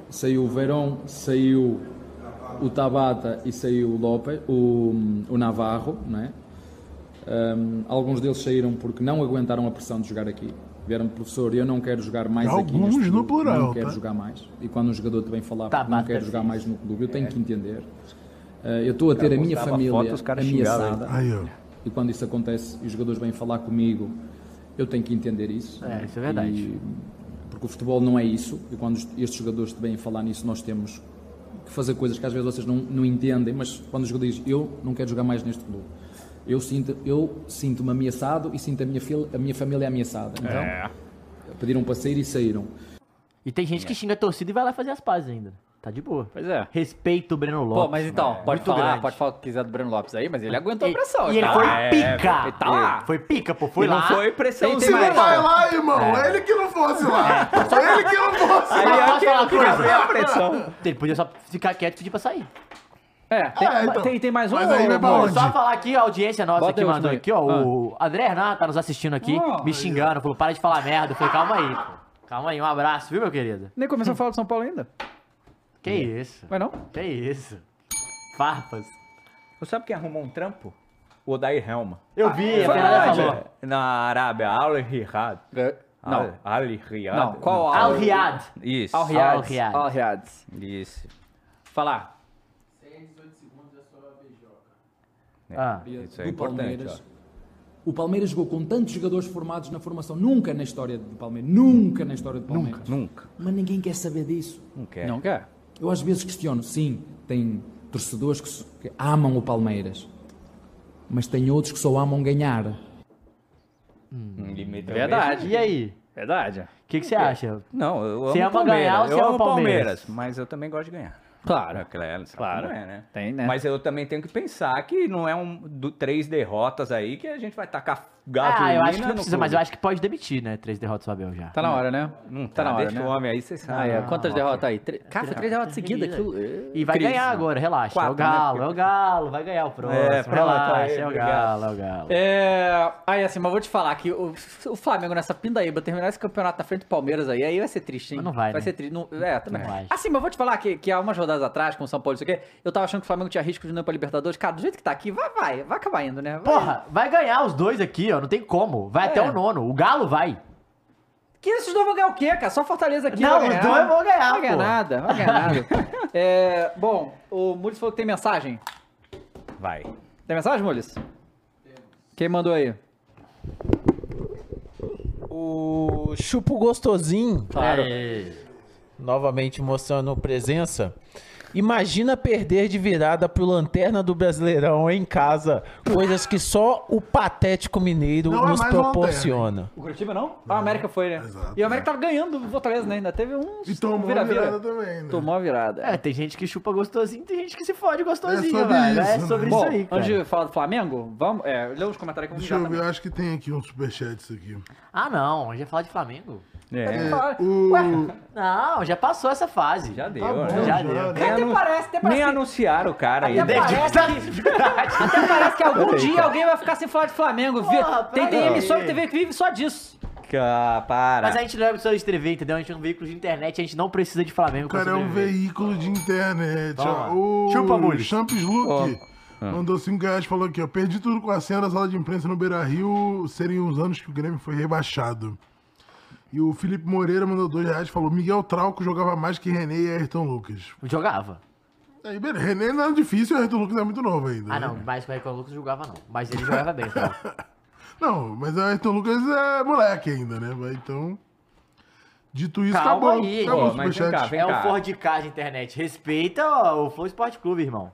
S12: Saiu o Verón, saiu o Tabata e saiu o López, o, o Navarro, né? Ahm, alguns deles saíram porque não aguentaram a pressão de jogar aqui. Vieram, professor, eu não quero jogar mais aqui.
S3: Alguns
S12: neste
S3: no
S12: clube,
S3: plural,
S12: Não quero
S3: tá?
S12: jogar mais. E quando um jogador te vem falar porque
S2: Tabata É.
S12: não quero jogar
S2: fez.
S12: mais no clube, eu tenho que entender. Ah, eu estou a ter a minha
S5: postava
S12: família
S5: foto, os caras xingavam,
S12: ameaçada.
S3: Aí, ó.
S12: E quando isso acontece e os jogadores vêm falar comigo, eu tenho que entender isso.
S2: É,
S12: né?
S2: isso é verdade.
S12: E- porque o futebol não é isso. E quando est- estes jogadores te vêm falar nisso, nós temos que fazer coisas que às vezes vocês não, não entendem. Mas quando o jogador diz, eu não quero jogar mais neste clube. Eu, sinto, eu sinto-me ameaçado e sinto a minha, fil- a minha família ameaçada. Então, pediram para sair e saíram.
S2: E tem gente que xinga a torcida e vai lá fazer as pazes ainda. Tá de boa.
S1: Pois é.
S2: Respeito o Breno Lopes.
S1: Pô, mas então,
S2: mano.
S1: pode
S2: É, Muito
S1: falar,
S2: grande.
S1: pode falar o que quiser do Breno Lopes aí, mas ele aguentou a
S2: E-
S1: pressão.
S2: e ele
S1: tá
S2: É, foi
S1: lá.
S2: pica.
S1: Ele tá lá.
S2: Foi pica, pô. Foi
S1: E não
S2: lá.
S1: foi pressãozinha.
S2: Tem- tem
S1: Se
S2: mais,
S1: não um vai
S2: ó.
S1: lá,
S3: irmão,
S5: É.
S2: É.
S3: ele que não fosse lá. Ele que não fosse
S1: é
S2: Aí,
S3: lá.
S2: ó, que-
S3: Fala,
S2: que-
S3: coisa.
S2: que- a pressão. Ele podia só ficar quieto e pedir pra sair.
S1: É, tem, tem, tem mais um. ou- ou-
S2: Só falar aqui, a audiência nossa
S1: Bota
S2: aqui
S1: aí Ah. o
S2: mandou
S1: último
S2: aqui,
S1: aí.
S2: ó. O André Hernan tá nos assistindo aqui, me xingando, falou, para de falar merda. Eu falei, calma aí, pô. Calma aí, um abraço, viu, meu querido?
S1: Nem começou a falar do São Paulo ainda.
S2: Que isso?
S1: Mas não?
S2: Que isso? Farpas.
S5: Você sabe quem arrumou um trampo? O Odair Helma. Ah,
S2: Eu vi, a
S5: foi
S2: Fernanda
S5: aonde?
S2: falou.
S5: Na Arábia, Al Riyad.
S1: não.
S5: Al Al Riyad.
S1: Não, qual Al?
S2: Al Riyad.
S5: Isso.
S1: Al
S2: Al
S1: Riad.
S2: Riyad.
S1: Al Riad.
S5: Isso.
S1: Falar.
S5: É,
S2: Ah.
S5: isso é
S13: do
S5: importante.
S13: Palmeiras.
S5: ó.
S13: O Palmeiras jogou com tantos jogadores formados na formação, nunca na história do Palmeiras, nunca na história do Palmeiras. Nunca,
S5: nunca. é.
S13: Mas ninguém quer saber disso.
S5: Não quer.
S1: Não quer.
S13: Eu às vezes questiono, sim, tem torcedores que, so- que amam o Palmeiras, mas tem outros que só amam ganhar.
S2: Hum, Verdade. E aí?
S1: Verdade. O
S2: que, que você acha?
S5: Não, eu amo
S2: Você
S5: o
S2: ama ganhar ou
S5: Palmeiras.
S2: você
S5: Eu
S2: ama
S5: amo o
S2: Palmeiras?
S5: Palmeiras, mas eu também gosto de ganhar.
S1: Claro.
S5: É Claro, sabe
S1: Claro.
S5: como é, né?
S1: Tem, né?
S5: Mas eu também tenho que pensar que não é um do, três derrotas aí que a gente vai tacar gasolina
S2: Ah, eu acho que não
S5: no
S2: precisa,
S5: clube.
S2: mas eu acho que pode demitir, né? Três derrotas do Abel já.
S1: Tá na hora, né?
S5: Não
S1: tá,
S5: tá,
S1: na hora,
S5: deixa
S1: né?
S5: o homem aí, vocês
S1: Ah, é.
S5: sabem.
S1: Quantas
S5: Ah,
S1: derrotas
S5: ok.
S1: aí? Tre... Cara, foi três derrotas seguidas. aquilo-
S2: E vai
S1: Crise,
S2: ganhar
S1: mano.
S2: agora, relaxa. é o
S1: Quatro, né?
S2: Galo, é o Galo, vai ganhar o próximo.
S1: É, pronto,
S2: relaxa,
S1: aí,
S2: é o
S1: obrigado.
S2: Galo, é o Galo.
S1: É. Aí assim, mas vou te falar que o, o Flamengo nessa pindaíba terminar esse campeonato na frente do Palmeiras aí, aí vai ser triste, hein?
S2: Mas não vai,
S1: Vai
S2: né?
S1: ser triste. Não, é, também.
S2: Não vai.
S1: Assim, mas vou te falar que, que há umas rodadas atrás, com o São Paulo e isso aqui, eu tava achando que o Flamengo tinha risco de não ir pra Libertadores. Cara, do jeito que tá aqui, vai, vai, vai acabar indo, né? Vai.
S2: Porra, vai ganhar os dois aqui, ó. Não tem como. Vai até o nono. O Galo vai.
S1: Que esses dois vão ganhar o quê, cara? Só Fortaleza aqui.
S2: Não,
S1: vai
S2: os dois vão ganhar,
S1: Não vai ganhar
S2: pô.
S1: nada, não vai ganhar nada. É, bom, o Mules falou que tem mensagem.
S5: Vai.
S1: Tem mensagem, Mules? Quem mandou aí?
S10: O Chupo Gostosinho.
S1: Claro.
S10: Novamente mostrando presença. Imagina perder de virada pro Lanterna do Brasileirão em casa. Coisas que só o patético mineiro
S1: Não é
S10: nos
S1: mais o Lanterna.
S10: proporciona.
S1: O Curitiba não? Ah, o América foi, né? E o América tava ganhando do Fortaleza, né? Ainda teve um
S3: E tomou
S1: vira -vira.
S3: virada também, né?
S1: Tomou a virada.
S2: É, tem gente que chupa gostosinho, tem gente que se fode gostosinho,
S3: É sobre
S2: velho.
S3: isso,
S2: é
S3: né?
S2: sobre
S1: Bom,
S2: isso aí, cara.
S1: antes de falar do Flamengo, vamos... É, lê os comentários que eu vou
S3: Deixa
S1: já
S3: eu ver,
S1: também.
S3: eu acho que tem aqui um superchat isso aqui.
S2: Ah, não. Hoje é falar de Flamengo.
S3: É,
S2: Não, já passou essa fase. Já
S5: deu, né?
S2: Já
S5: Já
S2: deu.
S5: deu. Nem Até anun- parece,
S1: até
S5: Nem anunciaram o cara aí.
S2: Até parece
S1: Até parece que algum
S5: Peraí,
S1: dia
S5: cara.
S1: alguém vai ficar sem falar de Flamengo. Vi-
S2: Porra,
S1: tem tem
S2: peraí.
S1: emissora de TV que vive só disso.
S5: Cá, para.
S2: Mas a gente não é pessoa de TV, entendeu? A gente é um veículo de internet, a gente não precisa de Flamengo. pra
S3: cara é um
S2: sobreviver.
S3: veículo de internet.
S2: Toma.
S3: ó. O
S2: Chupa, Mules.
S3: Champs Luke mandou 5 reais falou aqui, ó. Perdi tudo com a cena da sala de imprensa no Beira Rio, serem os anos que o Grêmio foi rebaixado. E o Felipe Moreira mandou 2 reais falou: Miguel Trauco jogava mais que René e Ayrton Lucas.
S2: Jogava.
S3: Aí, beleza, René não é difícil, o Ayrton Lucas é muito novo ainda.
S2: Ah, não. Mas o Ayrton Lucas jogava, não. Mas ele jogava bem, tá?
S3: Não, mas o Ayrton Lucas é moleque ainda, né? Mas Então. Dito isso,
S2: Calma
S3: acabou.
S2: aí.
S3: acabou o superchat.
S2: é um Ford de casa internet. Respeita ó, o Flow Esporte Clube, irmão.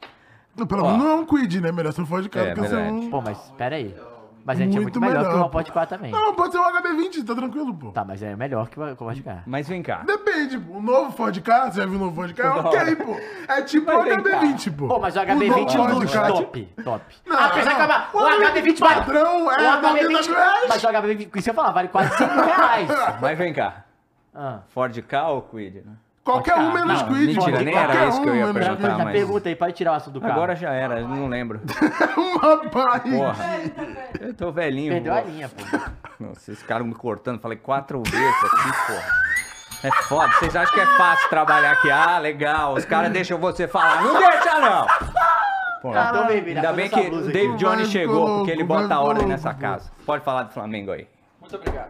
S3: Não, Pelo menos não é um quid, né? Melhor ser um Ford de casa
S2: É,
S3: que ser
S2: verdade.
S3: um.
S2: Pô, mas pera aí. Mas a gente é muito melhor, que o Hot 4 também.
S3: Não, pode ser um HB20, tá tranquilo, pô.
S2: Tá, mas é melhor que o Hot 4.
S5: Mas vem cá.
S3: Depende, pô. O novo Ford K, você já viu o novo Ford K? É
S2: Toda
S3: ok,
S2: hora.
S3: pô. É tipo o
S2: Mas vem
S3: HB20,
S2: cá.
S3: pô.
S2: Pô, mas o HB20
S3: novo
S2: é um
S3: Ford
S2: dos
S3: Ka,
S2: top, top.
S3: Não,
S2: Apesar que
S3: não. é
S2: a- Ah, o
S3: O
S2: HB20 vale...
S3: padrão é
S2: o HB20
S3: 90 reais.
S2: Mas o HB20, isso eu falar, vale quase 5 reais.
S5: Mas vem cá.
S2: Ah.
S5: Ford K ou Quid? né?
S3: Qualquer um menos
S5: Não,
S3: quid,
S5: mentira,
S3: pô.
S5: nem
S3: Qualquer
S5: era isso que eu
S3: um
S5: ia
S3: menos
S5: perguntar,
S3: quid.
S5: mas...
S2: Pergunta aí, pode tirar o assunto do carro.
S5: Agora já era, não lembro.
S3: um Rapaz!
S5: Porra. Eu tô velhinho.
S2: Perdeu
S5: pô.
S2: a linha, pô.
S5: Não, vocês ficaram me cortando, falei quatro vezes aqui, porra. É foda, vocês acham que é fácil trabalhar aqui? Ah, legal, os caras deixam você falar. Não deixa, não! Pô,
S2: Ah, então, baby,
S5: ainda bem
S2: essa
S5: que
S2: blusa
S5: o
S2: aqui.
S5: David Johnny
S2: Mas
S5: chegou,
S2: ficou
S5: porque ele
S2: louco,
S5: bota a
S2: mas
S5: ordem
S2: ficou
S5: nessa casa. Pode falar do Flamengo aí.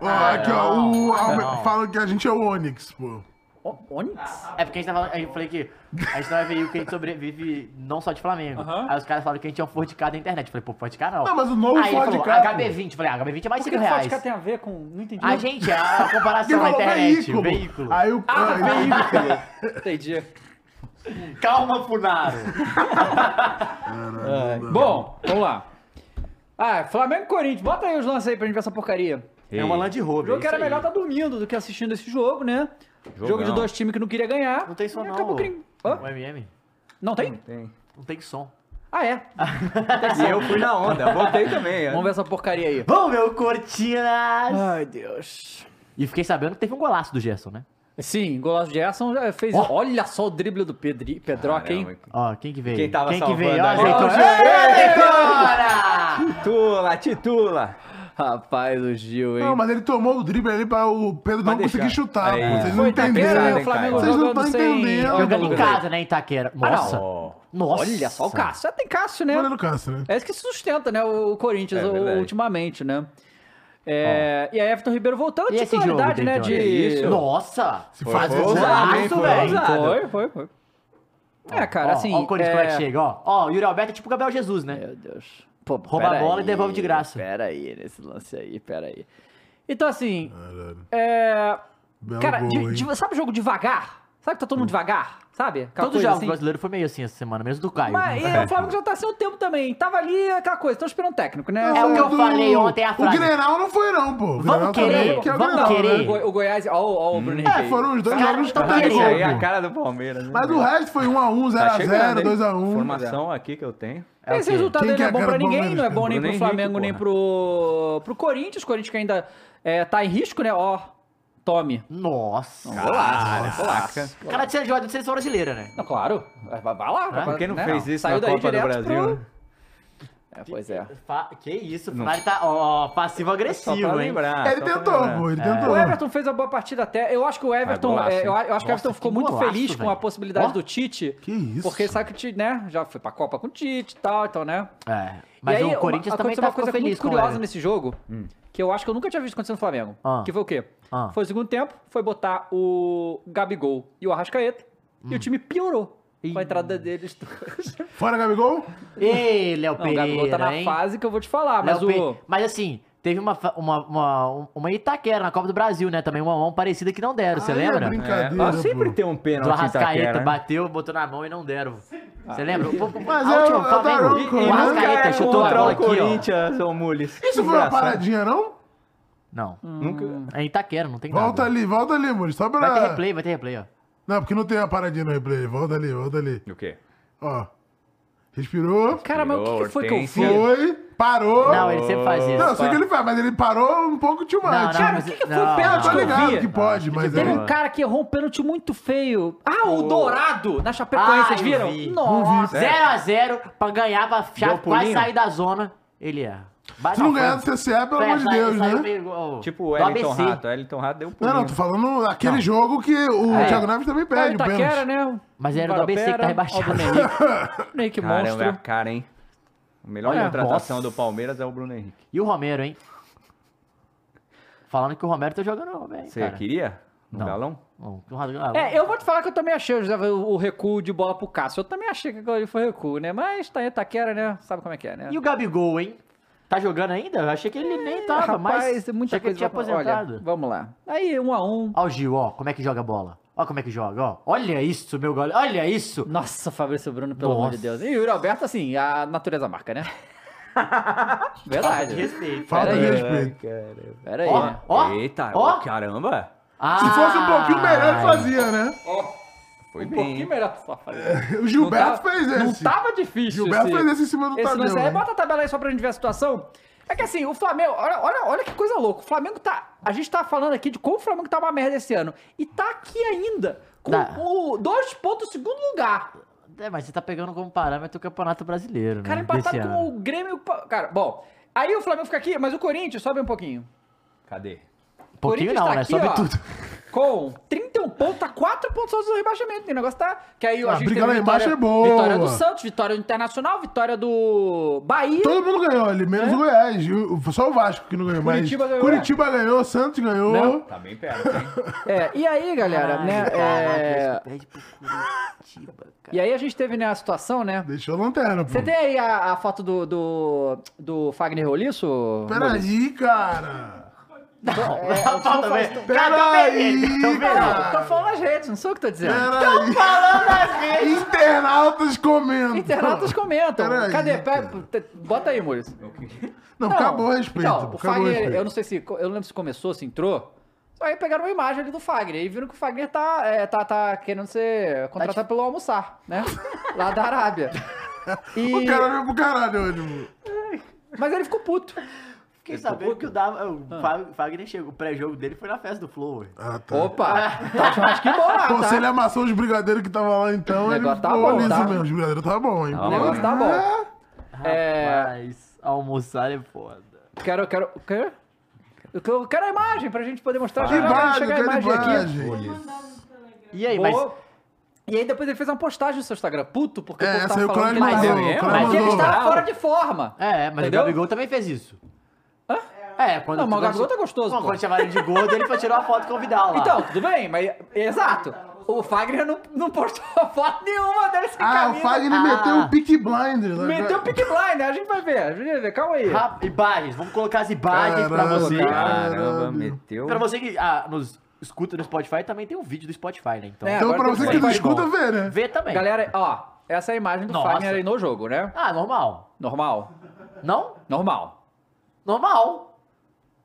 S3: Ó, aqui, ó. O Alme- Fala que a gente é o Onix, pô.
S2: Onix? É porque a gente tá falando, eu falei que a gente não é veículo que a gente sobrevive não só de Flamengo. Aí os caras falaram que a gente é um Ford K da internet. Eu falei, pô, Ford K não.
S1: Não, mas o novo
S2: Aí ele
S1: Ford
S2: falou,
S1: Ka, pô.
S2: HB20. Eu falei, ah, HB20 é mais
S1: Por
S2: 5
S1: que que Ford Ka
S2: reais.
S1: tem a ver com... Não entendi.
S2: A gente, a a comparação na
S1: Ele falou
S2: internet,
S1: veículo.
S2: o veículo.
S3: Aí o...
S2: Ah, veículo.
S1: Entendi.
S2: Calma, Funaro.
S1: Bom, vamos lá. Ah, Flamengo e Corinthians. Bota aí os lances aí pra gente ver essa porcaria. É uma Land Rover. O jogo que era melhor tá dormindo do que assistindo esse jogo, né? Jogo de
S2: Jogão.
S1: dois times que não queria ganhar.
S2: Não tem som,
S1: E
S2: não.
S1: acabou cri- Hã?
S2: O MM?
S1: Não tem? Não
S5: tem.
S2: Não tem som.
S1: Ah, é?
S5: E eu fui na onda, voltei também.
S1: Vamos ver essa porcaria aí.
S2: Vamos ver o Cortinas!
S1: Ai, Deus.
S2: E fiquei sabendo que teve um golaço do Gerson, né?
S1: Sim, golaço de Gerson já fez. Olha só o drible do Pedri, Pedroca, hein?
S2: Ó, quem que veio?
S1: Quem tava
S2: que
S1: salvando
S2: veio? Ah, Ó,
S1: a gente?
S2: Azeitona.
S1: Ei,
S5: Titula, titula.
S1: Rapaz, o Gil, hein?
S3: Não, mas ele tomou o drible ali pra o Pedro não
S1: deixar.
S3: conseguir chutar.
S1: É.
S3: pô. Vocês não
S1: Foi taqueira,
S3: entenderam.
S1: o Flamengo
S3: Vocês não
S1: jogando
S3: estão
S1: sem-
S3: entendendo.
S2: Jogando em casa, né, em Itaquera.
S1: Ah, não.
S2: Nossa. Nossa.
S1: Olha só o Cássio. Já tem Cássio, né?
S3: Goleiro Cássio, né?
S1: É isso que sustenta, né? O Corinthians
S3: É
S1: o-
S3: verdade.
S1: ultimamente, né? É, e a Everton Ribeiro voltando à
S2: E esse
S1: titularidade,
S2: jogo,
S1: né? De...
S2: David? Isso. Nossa! Se Foi
S3: um
S2: faz um ousado,
S1: golaço,
S2: hein? Foi ousado.
S1: Foi, foi, foi. É, cara,
S2: ó,
S1: assim.
S2: Ó o Corinthians como é
S1: é-
S2: que chega, ó. Ó, o Yuri Alberto é tipo o Gabriel Jesus, né? Meu
S1: Deus. Pô,
S2: Rouba a
S1: pera
S2: bola
S1: aí,
S2: e devolve de graça.
S1: Pera aí, nesse lance aí, pera aí. Então, assim. É.
S2: Belo
S1: Cara,
S2: gol,
S1: de- de-
S2: hein?
S1: sabe o jogo devagar? Sabe que tá todo
S3: Hum.
S1: mundo devagar? Sabe? Aquela
S2: Todo
S1: coisa
S2: jogo
S1: assim?
S2: brasileiro foi meio assim essa semana, mesmo do Caio. né?
S1: Mas e o Flamengo já tá sem o tempo também. Tava ali aquela coisa, estão esperando o técnico, né?
S2: É o que eu falei ontem, a frase.
S3: O Grenal não foi, não, pô. O Grenal
S1: tá
S3: também, porque é o Grenal, né?
S1: O, Goi- o Goiás, ó, ó, o Bruno
S3: É,
S1: Henrique.
S3: foram os dois Cara, jogos que tá
S5: Mas
S3: Tá de
S5: isso aí é
S3: gol,
S5: a
S3: pô.
S5: cara do Palmeiras. né?
S3: Mas o resto foi 1x1,
S5: Tá
S3: 0x0,
S5: chegando, hein?
S3: 2x1.
S5: Informação aqui que eu tenho.
S1: Esse
S5: o quê?
S1: resultado aí não é bom pra ninguém, não é bom
S5: Bruno
S1: nem pro
S5: Henrique,
S1: Flamengo, nem pro, pro Corinthians. O Corinthians que ainda é, tá em risco, né? Ó, tome.
S2: Nossa.
S1: Golaço, golaço.
S2: O Cara, de ser jogador de seleção brasileira, né?
S1: Não, claro. Vai, vai lá. vai-
S5: Por que não
S1: né?
S5: fez isso na
S1: Saiu daí
S5: Copa do
S1: direto
S5: Brasil?
S1: pro-
S5: né?
S1: É, pois é.
S2: Fa- Que isso,
S5: Não.
S2: o Flávio tá ó, passivo-agressivo,
S5: Só pra
S2: hein?
S5: lembrar, Ele só pra tentou, lembrar. pô, ele
S2: É.
S1: O Everton fez uma boa partida até. Eu acho que o Everton.
S2: golaço,
S1: é,
S2: hein?
S1: eu, acho que
S2: Nossa,
S1: o Everton ficou
S2: que
S1: muito
S2: golaço,
S1: feliz com
S2: velho.
S1: a possibilidade
S2: Ó.
S1: do Tite.
S3: Que isso.
S1: Porque sabe que o Tite, né? Já foi pra Copa com o Tite e tal, então, né?
S2: É. Mas
S1: E aí,
S2: o Corinthians
S1: uma- aconteceu
S2: também tá
S1: uma coisa
S2: ficou feliz
S1: muito
S2: com o
S1: curiosa
S2: Everton.
S1: nesse jogo, que eu acho que eu nunca tinha visto acontecer no Flamengo.
S2: Ah.
S1: Que foi o quê?
S2: Ah.
S1: Foi o segundo tempo, foi botar o Gabigol e o Arrascaeta, e o
S2: Hum.
S1: time piorou com a entrada deles.
S3: Fora, Gabigol?
S2: Ei, Léo
S1: Não, o Gabigol tá na
S2: Pereira, hein?
S1: fase que eu vou te falar, Ah, mas
S2: Léo
S1: o...
S2: Pe- Mas assim, teve uma, fa- uma, uma, uma Itaquera na Copa do Brasil, né? Também uma mão parecida que não deram,
S3: Ah,
S2: você lembra?
S5: É, ó, sempre tem um pênalti
S2: Do
S5: em Itaquera,
S2: Arrascaeta,
S5: né?
S2: bateu, botou na mão e não deram. Você lembra? O- o-
S3: Mas
S2: a
S3: é
S2: última,
S3: o- é o
S2: Flamengo,
S3: Daronco,
S2: o
S3: né?
S2: Arrascaeta
S3: É,
S2: chutou a
S3: contra
S2: bola
S3: o
S2: aqui, ó.
S5: Corinthians, ô Mules.
S3: Isso foi uma
S5: Engraçado. Hum.
S3: paradinha, não?
S2: Não. É Itaquera, não tem nada.
S3: Volta ali, volta ali, Muri. Só pra...
S2: Vai ter replay, vai ter replay, ó.
S3: Não, porque não tem a paradinha no replay. Volta ali, volta ali.
S5: O quê?
S3: Ó. Respirou.
S1: Cara, mas o que, que foi que eu fiz?
S3: Foi, parou.
S1: Não, ele sempre faz isso.
S3: Não, eu sei que ele faz, mas ele parou um pouco too much.
S1: Não, não, Cara, mas- o que que foi o não, pênalti
S3: Eu tô
S1: que eu
S3: ligado
S1: vi?
S3: que pode, mas
S1: Teve
S3: é...
S1: um cara que errou um pênalti muito feio. Ah, o Dourado! Na Chapecoense,
S2: Ah,
S1: vocês
S2: eu
S1: viram?
S2: vi.
S1: Nossa!
S2: 0x0 pra ganhar, pra já
S1: Deu
S2: quase
S1: pulinho?
S2: sair da zona. Ele é.
S3: um Se não ganhar do CCA, pelo amor de Deus, né?
S5: Tipo o Wellington Rato. O Wellington Rato deu um
S3: Não, não, tô falando aquele jogo que o
S2: É.
S3: Thiago Neves também perde, o pênalti.
S1: né?
S2: Mas era do ABC que tá rebaixado.
S1: Ney, que
S5: Caramba,
S2: monstro.
S5: é a cara, hein? A melhor
S2: Olha,
S5: contratação
S2: nossa.
S5: do Palmeiras é o Bruno Henrique.
S2: E o Romero, hein? Falando que o Romero tá jogando bem,
S5: Você
S2: cara.
S5: queria? No galão?
S2: Não, que o Romero- ah,
S1: É, eu vou te falar que eu também achei, José, o recuo de bola pro Cássio. Eu também achei que ele foi recuo, né? Mas tá aí taquera, né? Sabe como é que é, né?
S2: E o Gabigol, hein? Tá jogando ainda? Eu achei que ele nem tava,
S1: Rapaz,
S2: mas
S1: é muita
S2: achei que ele
S1: coisa
S2: tinha
S1: pra- olha,
S2: tipo aposentado.
S1: vamos lá. Aí, um a um.
S2: Ó o Gil, ó, como é que joga a bola. Ó como é que joga, ó. Olha isso, meu goleiro, olha isso.
S1: Nossa, Fabrício Bruno, Pelo amor de Deus. E o Yuri Alberto, assim, a natureza marca, né? Verdade.
S2: Respeito.
S1: Pera aí. Pera
S5: Pera
S1: aí.
S5: Ó,
S1: Ó,
S5: Eita,
S1: ó.
S5: caramba.
S2: Ah.
S3: Se fosse um pouquinho melhor, ele fazia, né?
S5: Foi
S1: um
S5: bem.
S1: pouquinho melhor que só fazer.
S3: É, O Gilberto
S1: Não tava-
S3: fez
S1: Não
S3: esse.
S1: tava difícil.
S3: Gilberto fez esse em cima do
S1: esse
S3: Tadeu,
S1: lance aí.
S3: né?
S1: Bota a tabela aí só pra gente ver a situação. É que assim, o Flamengo. Olha, olha, olha que coisa louca. O Flamengo tá. A gente tá falando aqui de como o Flamengo tá uma merda esse ano. E tá aqui ainda. Com
S2: Tá.
S1: o dois pontos do segundo lugar.
S2: É, mas você tá pegando como parâmetro o Campeonato Brasileiro, né?
S1: Cara, é
S2: desse
S1: empatado
S2: ano.
S1: com o Grêmio. pa- Cara, bom. Aí o Flamengo fica aqui, mas o Corinthians sobe um pouquinho.
S5: Cadê?
S2: Pouquinho
S1: Corinthians
S2: não,
S1: tá
S2: né?
S1: aqui,
S2: Sobe
S1: ó.
S2: tudo.
S1: Com 31 pontos, tá 4 pontos só do rebaixamento. O negócio tá. Que aí
S3: Ah,
S1: a gente
S3: briga
S1: teve
S3: lá
S1: vitória,
S3: embaixo é boa.
S1: Vitória do Santos, vitória do Internacional, vitória do Bahia. É?
S3: Todo mundo ganhou ali, menos o Goiás. O- Só o Vasco que não ganhou, mas...
S1: Curitiba ganhou. né?
S3: Curitiba ganhou, Santos ganhou.
S1: Não.
S5: Tá bem perto, hein?
S1: Né? É, e aí, galera,
S2: Ai,
S1: né?
S2: caraca,
S1: é,
S2: isso perde pro Curitiba, cara.
S1: E aí a gente teve, né, a situação, né?
S3: Deixou a lanterna, pô.
S1: Você tem aí a, a foto do, do, do Fagner Roliço? Molis?
S3: Peraí, É, cara.
S2: É, Falta
S1: faz-
S2: ver.
S3: Peraí,
S2: Cadê o vermelho? Cadê o vermelho?
S1: Tô falando as redes, não sou o que tô dizendo.
S3: Peraí.
S2: Falando as redes.
S3: Internauta Internautas comentam.
S1: Internautas comentam.
S3: Peraí,
S1: Cadê? Pega- bota aí, Maurício.
S2: É
S3: Não, acabou o respeito,
S1: Então, o
S3: acabou o
S1: Fagner,
S3: respeito.
S1: eu não sei se. Eu não lembro se começou, se entrou. Aí pegaram uma imagem ali do Fagner e viram que o Fagner tá, é, tá, tá querendo ser contratado
S2: Tá
S1: pelo almoçar, né? Lá da Arábia. E-
S3: O cara veio pro caralho hoje, mano.
S1: Mas ele ficou puto. Ah.
S2: Fiquei sabendo que o, Dava, o Fag- Fagner chegou. O pré-jogo dele foi na festa do Flow. ué.
S3: Ah, tá.
S1: Opa! Tá acho que bom lá,
S3: Pô,
S1: tá?
S3: se ele amassou os brigadeiros que tava lá então,
S1: O
S3: ele
S1: negócio tá
S3: ficou
S1: bom,
S3: liso
S1: tá?
S3: mesmo. Os brigadeiros tá bom, hein?
S1: O negócio tá bom.
S2: É? Rapaz, almoçar é foda.
S1: É. Quero, quero. O quê? Eu quero- eu quero a imagem pra gente poder mostrar.
S2: Que
S1: já já vai
S2: imagem,
S1: chegar a
S2: quero
S1: imagem aqui.
S2: imagem. E aí,
S1: Boa.
S2: mas.
S1: E aí depois ele fez uma postagem no seu Instagram. Puto, porque
S2: É,
S1: o povo
S2: essa
S1: tava
S2: aí o
S1: falando
S2: Cláudio
S1: que,
S2: mandou,
S1: ele-
S2: o Cláudio
S1: mas que ele
S2: mandou.
S1: estava fora de forma.
S2: É, mas
S1: Entendeu?
S2: o Gabigol também fez isso. Hã? É, quando.
S1: Não, mas o Gabigol tá gostoso,
S2: Não,
S1: pô.
S2: quando chamaram ele de gordo, ele foi tirar uma foto com o Vidal lá.
S1: Então, tudo bem, mas... Exato. O Fagner não, não postou foto nenhuma dele sem
S3: Ah,
S1: camisa.
S3: o Fagner meteu o Peak Blinders. né,
S1: Meteu o
S3: cara?
S1: Pick Blind, a gente vai ver, a gente vai ver, calma aí.
S2: Rap- Imagens, vamos colocar as imagens pra
S5: Caralho,
S2: você.
S5: Caramba, meteu.
S2: Pra você que ah, nos escuta no Spotify, também tem um vídeo do Spotify, né? Então,
S1: É, Então, agora pra tem você que não Spotify escuta, bom.
S3: vê, né?
S2: Vê também.
S1: Galera, ó, essa é a imagem do
S2: Nossa.
S1: Fagner aí no jogo, né?
S2: Ah, normal.
S1: Normal?
S2: Não?
S1: Normal.
S2: Normal.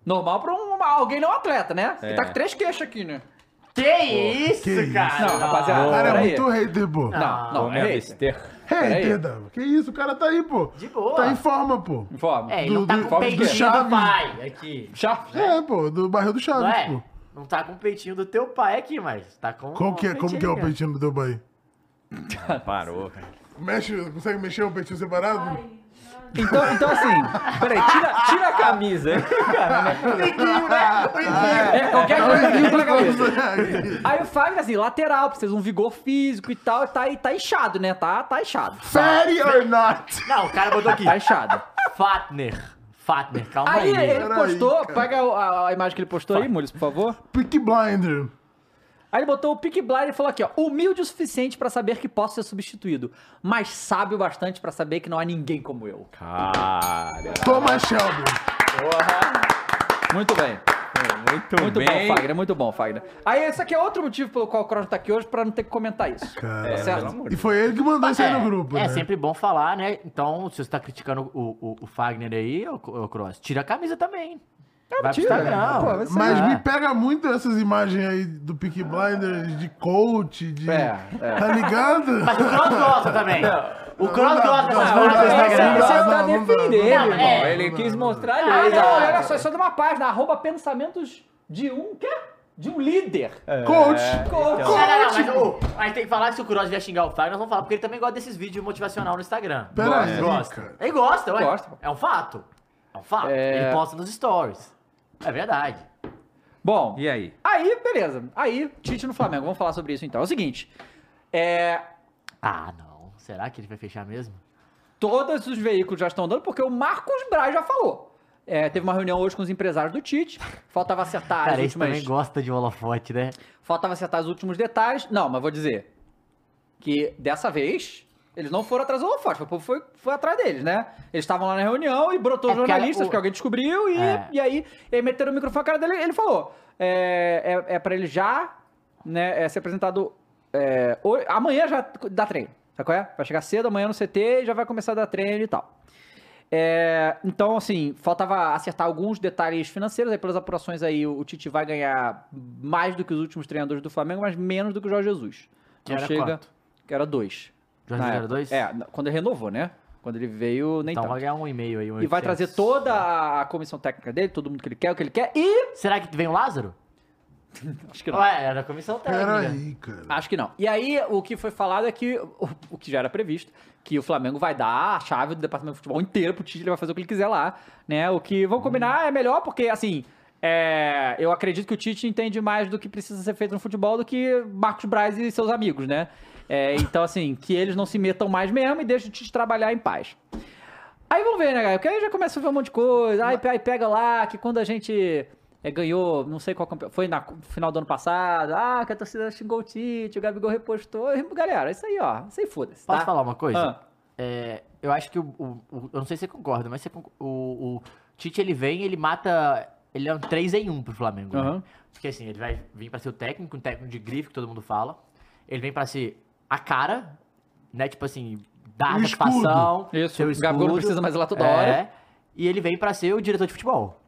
S1: Normal pra um, alguém não atleta, né? Que
S3: É.
S1: tá com três queixas aqui, né?
S2: Que isso,
S1: cara? Não, rapaziada,
S3: O cara é
S1: peraí.
S3: muito hater, pô.
S1: Não, não, é hater.
S3: Hater, Dava. Que isso, o cara tá aí, pô. De
S2: boa.
S3: Tá em forma, pô.
S1: Informa.
S2: É, ele não tá com o
S3: do
S2: peitinho do
S3: Chaves.
S2: pai aqui.
S1: Chaves?
S3: É, pô, do barril do
S2: Não
S3: Chaves,
S2: é?
S3: pô.
S2: Não tá com o peitinho do teu pai aqui, mas tá com
S3: Qual que é? Como que é o peitinho do teu pai?
S5: Parou, cara.
S3: Mexe, consegue mexer o peitinho separado?
S1: Então, então assim, peraí, tira, tira a camisa.
S2: Amiguinho, né?
S1: É, qualquer coisa que tira a
S3: camisa.
S1: Aí o Fagner, assim, lateral, precisa de um vigor físico e tal, tá, tá inchado, né? Tá, tá inchado.
S3: Fatty or not?
S2: Não, o cara botou aqui.
S1: Tá inchado.
S2: Fatner. Fatner, calma aí.
S1: Aí ele postou, pega a, a imagem que ele postou aí, Mules, por favor.
S3: Peak Blinder.
S1: Aí ele botou o Pick Blind e falou aqui, ó. Humilde o suficiente pra saber que posso ser substituído, mas sábio o bastante pra saber que não há ninguém como eu.
S5: Cara.
S3: Toma, Sheldon.
S1: Muito bem.
S5: Muito,
S1: Muito
S5: bem.
S1: bom, Fagner, muito bom, Fagner. Aí esse aqui é outro motivo pelo qual o Cross tá aqui hoje pra não ter que comentar isso.
S3: Cara,
S1: Tá certo?
S3: É, E foi ele que mandou isso aí
S2: É,
S3: no grupo,
S2: é
S3: né?
S2: sempre bom falar, né? Então, se você tá criticando o, o, o Fagner aí, ô ô, Cross, tira a camisa também. Vai pro
S3: É, Tira.
S2: Instagram.
S3: Pô, vai ser- Mas me pega muito essas imagens aí do Peak Blinders, de coach, de.
S1: é.
S3: Tá ligado?
S2: Mas o Cross gosta também. O
S3: Não,
S2: Cross
S3: não dá,
S2: gosta dessas
S3: não dá,
S2: coisas do
S3: não dá,
S2: Instagram.
S3: não dá,
S1: Você tá
S3: não dá, não dá,
S1: defendendo,
S3: não dá,
S1: irmão.
S3: não dá, não
S1: Ele
S3: dá.
S1: quis mostrar
S2: não
S1: ali.
S2: dá.
S1: Ah, não, olha só, isso é de uma página, arroba pensamentos de um, quê? De um líder.
S2: É.
S3: Coach.
S1: Coach.
S2: Não, não, não, mas, ô, a gente tem que falar que se o Cross vier xingar o Fagner, nós vamos falar, porque ele também gosta desses vídeos motivacional no Instagram.
S3: Pera
S2: Gosta,
S3: aí,
S2: gosta.
S3: cara.
S2: Ele gosta, ué.
S1: Gosta, pô.
S2: É um fato. É um fato. Ele posta nos stories. É verdade.
S1: Bom,
S5: E aí?
S1: Aí, beleza. Aí, Tite no Flamengo. Vamos falar sobre isso então. É o seguinte. É.
S2: Ah, não. Será que ele vai fechar mesmo?
S1: Todos os veículos já estão dando, porque o Marcos Braz já falou. É, teve uma reunião hoje com os empresários do Tite. Faltava acertar
S2: Cara,
S1: as
S2: ele também é
S1: últimas.
S2: gosta de holofote, né?
S1: Faltava acertar os últimos detalhes. Não, mas vou dizer. Que dessa vez. Eles não foram atrás do holofote, foi, foi, foi atrás deles, né? Eles estavam lá na reunião e brotou
S2: É,
S1: os
S2: porque
S1: jornalistas,
S2: o-
S1: porque alguém descobriu, e,
S2: É.
S1: e aí, e aí meteram o microfone na cara dele ele falou: é, é, é pra ele já né, é, ser apresentado é, hoje- amanhã já dá treino, sabe qual é? Vai chegar cedo amanhã no CT e já vai começar a dar treino e tal. É, então, assim, faltava acertar alguns detalhes financeiros. Aí, pelas apurações aí, o Tite vai ganhar mais do que os últimos treinadores do Flamengo, mas menos do que o Jorge Jesus.
S2: Que
S1: Não
S2: era quanto?
S1: Que era dois.
S2: Jorge
S1: Na
S2: Jesus era
S1: época.
S2: dois?
S1: É, na- quando ele renovou, né? Quando ele veio, nem
S2: Então
S1: tanto.
S2: vai ganhar um e-mail aí. um
S1: E vai
S2: 800.
S1: trazer toda a a comissão técnica dele, todo mundo que ele quer, o que ele quer, e...
S2: Será que vem o Lázaro?
S1: Acho que não.
S2: Ué, era a comissão técnica.
S3: Peraí, cara.
S1: Acho que não. E aí, o que foi falado é que, o, o que já era previsto, que o Flamengo vai dar a chave do departamento de futebol inteiro pro Tite, ele vai fazer o que ele quiser lá, né? O que
S2: Hum.
S1: vão combinar é melhor, porque, assim, é, eu acredito que o Tite entende mais do que precisa ser feito no futebol do que Marcos Braz e seus amigos, né? É, então, assim, que eles não se metam mais mesmo e deixem o Tite trabalhar em paz. Aí vamos ver, né, galera? Porque aí já começa a ver um monte de coisa. Aí, pe- aí pega lá que quando a gente é, ganhou, não sei qual campeão, foi na- no final do ano passado. Ah, que a torcida xingou o Tite, o Gabigol repostou. Galera, é isso aí, ó. Isso aí foda-se.
S2: Posso
S1: tá?
S2: falar uma coisa?
S1: Ah.
S2: É, eu acho que o, o- o- Eu não sei se você concorda, mas você con- o, o Tite ele vem ele mata. Ele é um 3 em 1 pro Flamengo.
S1: Aham.
S2: Né? Porque assim, ele vai vir pra ser o técnico, um técnico de grife que todo mundo fala. Ele vem pra ser a cara né? Tipo assim, dá
S1: Um
S2: satisfação.
S1: escudo. Isso,
S2: seu
S1: o Gabigol não
S2: escudo. É.
S1: precisa mais ir lá toda hora.
S2: E ele vem pra ser o diretor de futebol.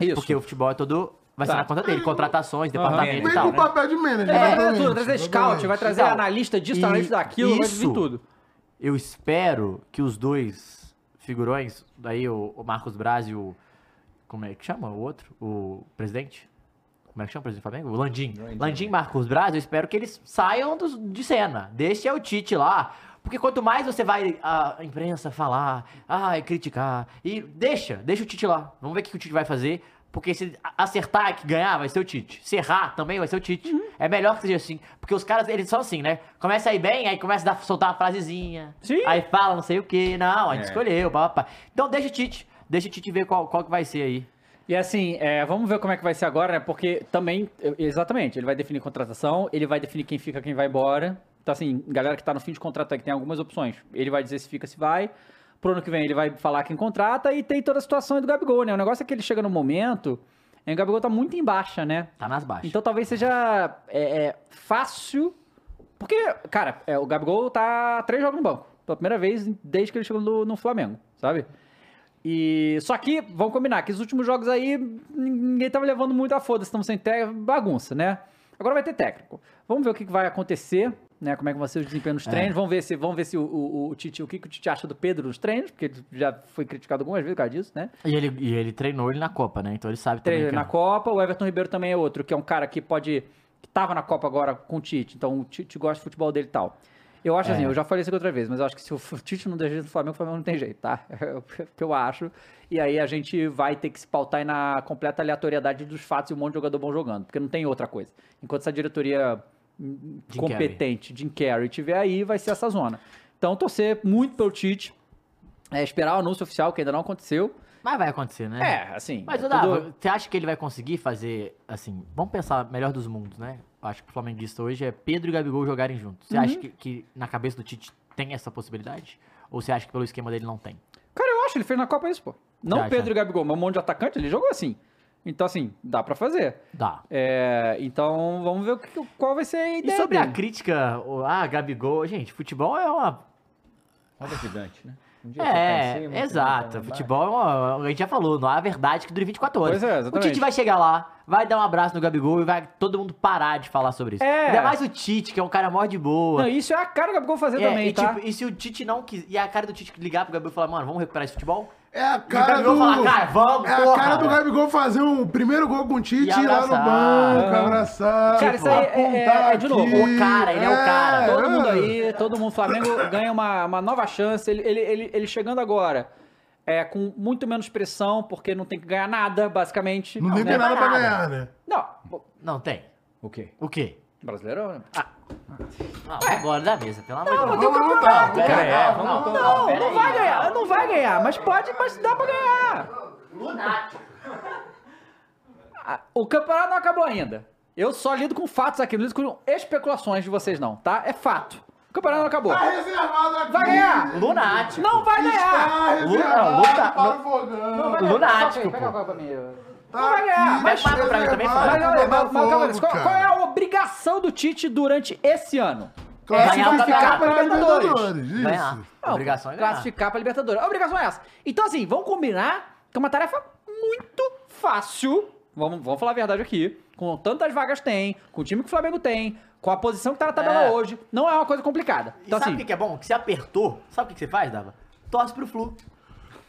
S1: Isso.
S2: Porque o futebol é todo. Vai
S1: Tá.
S2: ser na conta dele, contratações,
S1: Aham.
S2: departamento
S1: Vem
S2: e tal.
S1: com o papel
S3: de manager,
S1: É, vai trazer
S2: exatamente,
S1: tudo, vai trazer scout,
S2: exatamente.
S1: vai trazer
S2: Então,
S1: analista disso,
S2: e
S1: analista daquilo, vai vir
S2: isso,
S1: tudo.
S2: Eu espero que os dois figurões, daí o, o Marcos Braz e o. Como é que chama o outro? O presidente? Como é que chama o presidente do Flamengo? O Landim. Landim, Marcos Braz, eu espero que eles saiam dos- de cena. Deixe é o Tite lá. Porque quanto mais você vai a imprensa falar, ai, criticar, e deixa, deixa o Tite lá. Vamos ver o que o Tite vai fazer. Porque se acertar que ganhar, vai ser o Tite. Se errar, também vai ser o Tite. É melhor que seja assim. Porque os caras, eles são assim, né? Começa a ir bem, aí começa a dar- soltar uma frasezinha. Aí fala não sei o que. Não, a gente
S1: É.
S2: escolheu, papapá. Então deixa o Tite. Deixa o Tite ver qual, qual que vai ser aí.
S1: E assim, é, vamos ver como é que vai ser agora, né? Porque também, eu- exatamente, ele vai definir contratação, ele vai definir quem fica, quem vai embora. Então, assim, galera que tá no fim de contrato aí, que tem algumas opções. Ele vai dizer se fica, se vai. Pro ano que vem ele vai falar quem contrata e tem toda a situação aí do Gabigol, né? O negócio é que ele chega no momento, e o Gabigol tá muito em baixa, né?
S2: Tá nas baixas.
S1: Então talvez seja é, é, fácil. Porque, cara, é, o Gabigol tá três jogos no banco. Pela primeira vez desde que ele chegou no, no Flamengo, sabe? E só que, vamos combinar, que os últimos jogos aí ninguém tava levando muito a foda, estamos sem técnico, bagunça, né? Agora vai ter técnico. Vamos ver o que que vai acontecer, né? Como é que vai ser o desempenho nos
S2: É.
S1: treinos. Vamos ver se, vamos ver se o, o- o Tite, o que, que o Tite acha do Pedro nos treinos, porque ele já foi criticado algumas vezes por causa disso, né?
S2: E ele, e ele treinou ele na Copa, né? Então ele sabe também.
S1: Treino
S2: que-
S1: na Copa, o Everton Ribeiro também é outro, que é um cara que pode. que tava na Copa agora com o Tite, então o Tite gosta do futebol dele e tal. Eu acho
S2: É.
S1: assim, eu já falei isso aqui outra vez, mas eu acho que se o Tite não der jeito no Flamengo, o Flamengo não tem jeito, tá? É o que eu acho. E aí a gente vai ter que se pautar aí na completa aleatoriedade dos fatos e um monte de jogador bom jogando, porque não tem outra coisa. Enquanto essa diretoria hum,
S2: Jim
S1: competente, Jim Carrey, tiver aí, vai ser essa zona. Então torcer muito pelo Tite, é, esperar o anúncio oficial, que ainda não aconteceu.
S2: Mas vai acontecer, né?
S1: É, assim.
S2: Mas,
S1: é
S2: Odava,
S1: tudo-
S2: você acha que ele vai conseguir fazer, assim, vamos pensar melhor dos mundos, né? Eu Acho que o flamenguista hoje é Pedro e Gabigol jogarem juntos. Você
S1: Uhum.
S2: acha que, que na cabeça do Tite tem essa possibilidade? Ou você acha que pelo esquema dele não tem?
S1: Cara, eu acho, ele fez na Copa isso, pô. Não
S2: Você acha?
S1: Pedro e Gabigol, mas um monte de atacante, ele jogou assim. Então, assim, dá pra fazer.
S2: Dá.
S1: então, vamos ver o que- qual vai ser a
S2: E
S1: ideia
S2: sobre a
S1: dele.
S2: crítica, o- ah, Gabigol, gente, futebol é uma.
S5: Roda gigante, né? Um dia você tá em cima, outro
S2: É,
S5: dia
S2: exato.
S5: tá embaixo.
S2: Futebol é uma. A gente já falou, não há verdade que dure 24 horas.
S1: Pois é,
S2: o
S1: exatamente.
S2: Tite vai chegar lá, vai dar um abraço no Gabigol e vai todo mundo parar de falar sobre isso.
S1: É.
S2: Ainda mais o Tite, que é um cara mó de boa.
S1: Não, isso é a cara do Gabigol fazer
S2: É,
S1: também,
S2: e,
S1: tá?
S2: tipo, e se o Tite não quis. E a cara do Tite ligar pro Gabriel e falar, mano, vamos recuperar esse futebol?
S3: É a
S2: E o
S3: cara
S2: Gabigol
S3: do.
S2: fala, cara, vamos,
S3: é a
S2: porra.
S3: cara do Gabigol fazer um primeiro gol com o Tite,
S2: E
S3: ir lá no
S2: abraçar.
S3: banco,
S2: Aham.
S3: abraçar.
S1: Cara, isso aí é, é-
S3: apontar
S1: é, de novo,
S3: aqui.
S1: o cara, ele é, o cara. Todo
S3: é.
S1: mundo aí, todo mundo. Flamengo ganha uma, uma nova chance. Ele, ele, ele, ele chegando agora é, com muito menos pressão, porque não tem que ganhar nada, basicamente.
S3: Não tem
S1: né?
S3: nada pra ganhar, né?
S1: Não.
S2: Não tem.
S1: O quê?
S2: O quê? Ah.
S1: Brasileirão, né?
S2: Não,
S3: É.
S2: vambora da mesa, pelo amor de
S1: Não,
S2: Deus.
S1: mas tem um campeonato,
S2: Não,
S1: cara.
S2: pera aí,
S1: Não,
S2: vamos-
S1: não,
S2: pera
S1: não
S2: aí.
S1: vai ganhar, não vai ganhar, mas pode, mas dá pra ganhar. Ah, O campeonato não acabou ainda. Eu só lido com fatos aqui, não lido com especulações de vocês não, tá? É fato. O campeonato não acabou.
S3: Tá reservado aqui.
S1: Vai ganhar.
S2: Lunático.
S1: Não vai
S3: Está
S1: ganhar.
S3: reservado
S2: Lu- não,
S3: para
S2: não-
S3: o fogão. Tá
S1: Não vai ganhar.
S2: Lunático,
S1: Pega a
S2: pô.
S1: Copa pra mim. Não vai ganhar.
S2: Mas mata pra mim também,
S1: É, Mas, olha,
S2: Flávio.
S1: mas, mas, calma,
S3: fogo,
S1: qual, qual é
S3: cara.
S1: a obrigação do Tite durante esse ano?
S3: Classificar
S1: Classificar
S3: pra
S1: pra
S3: Libertadores, isso. Ganhar.
S1: Não,
S2: Obrigação é ganhar.
S1: classificar pra Libertadores. A obrigação é essa. Então, assim, vamos combinar que é uma tarefa muito fácil. Vamos, vamos falar a verdade aqui. Com tantas vagas tem, com o time que o Flamengo tem, com a posição que tá na tabela
S2: É.
S1: hoje, não é uma coisa complicada.
S2: E
S1: Então,
S2: sabe o
S1: assim,
S2: que que é bom? Que você apertou, sabe o que que você faz, Dava? Torce pro Flu.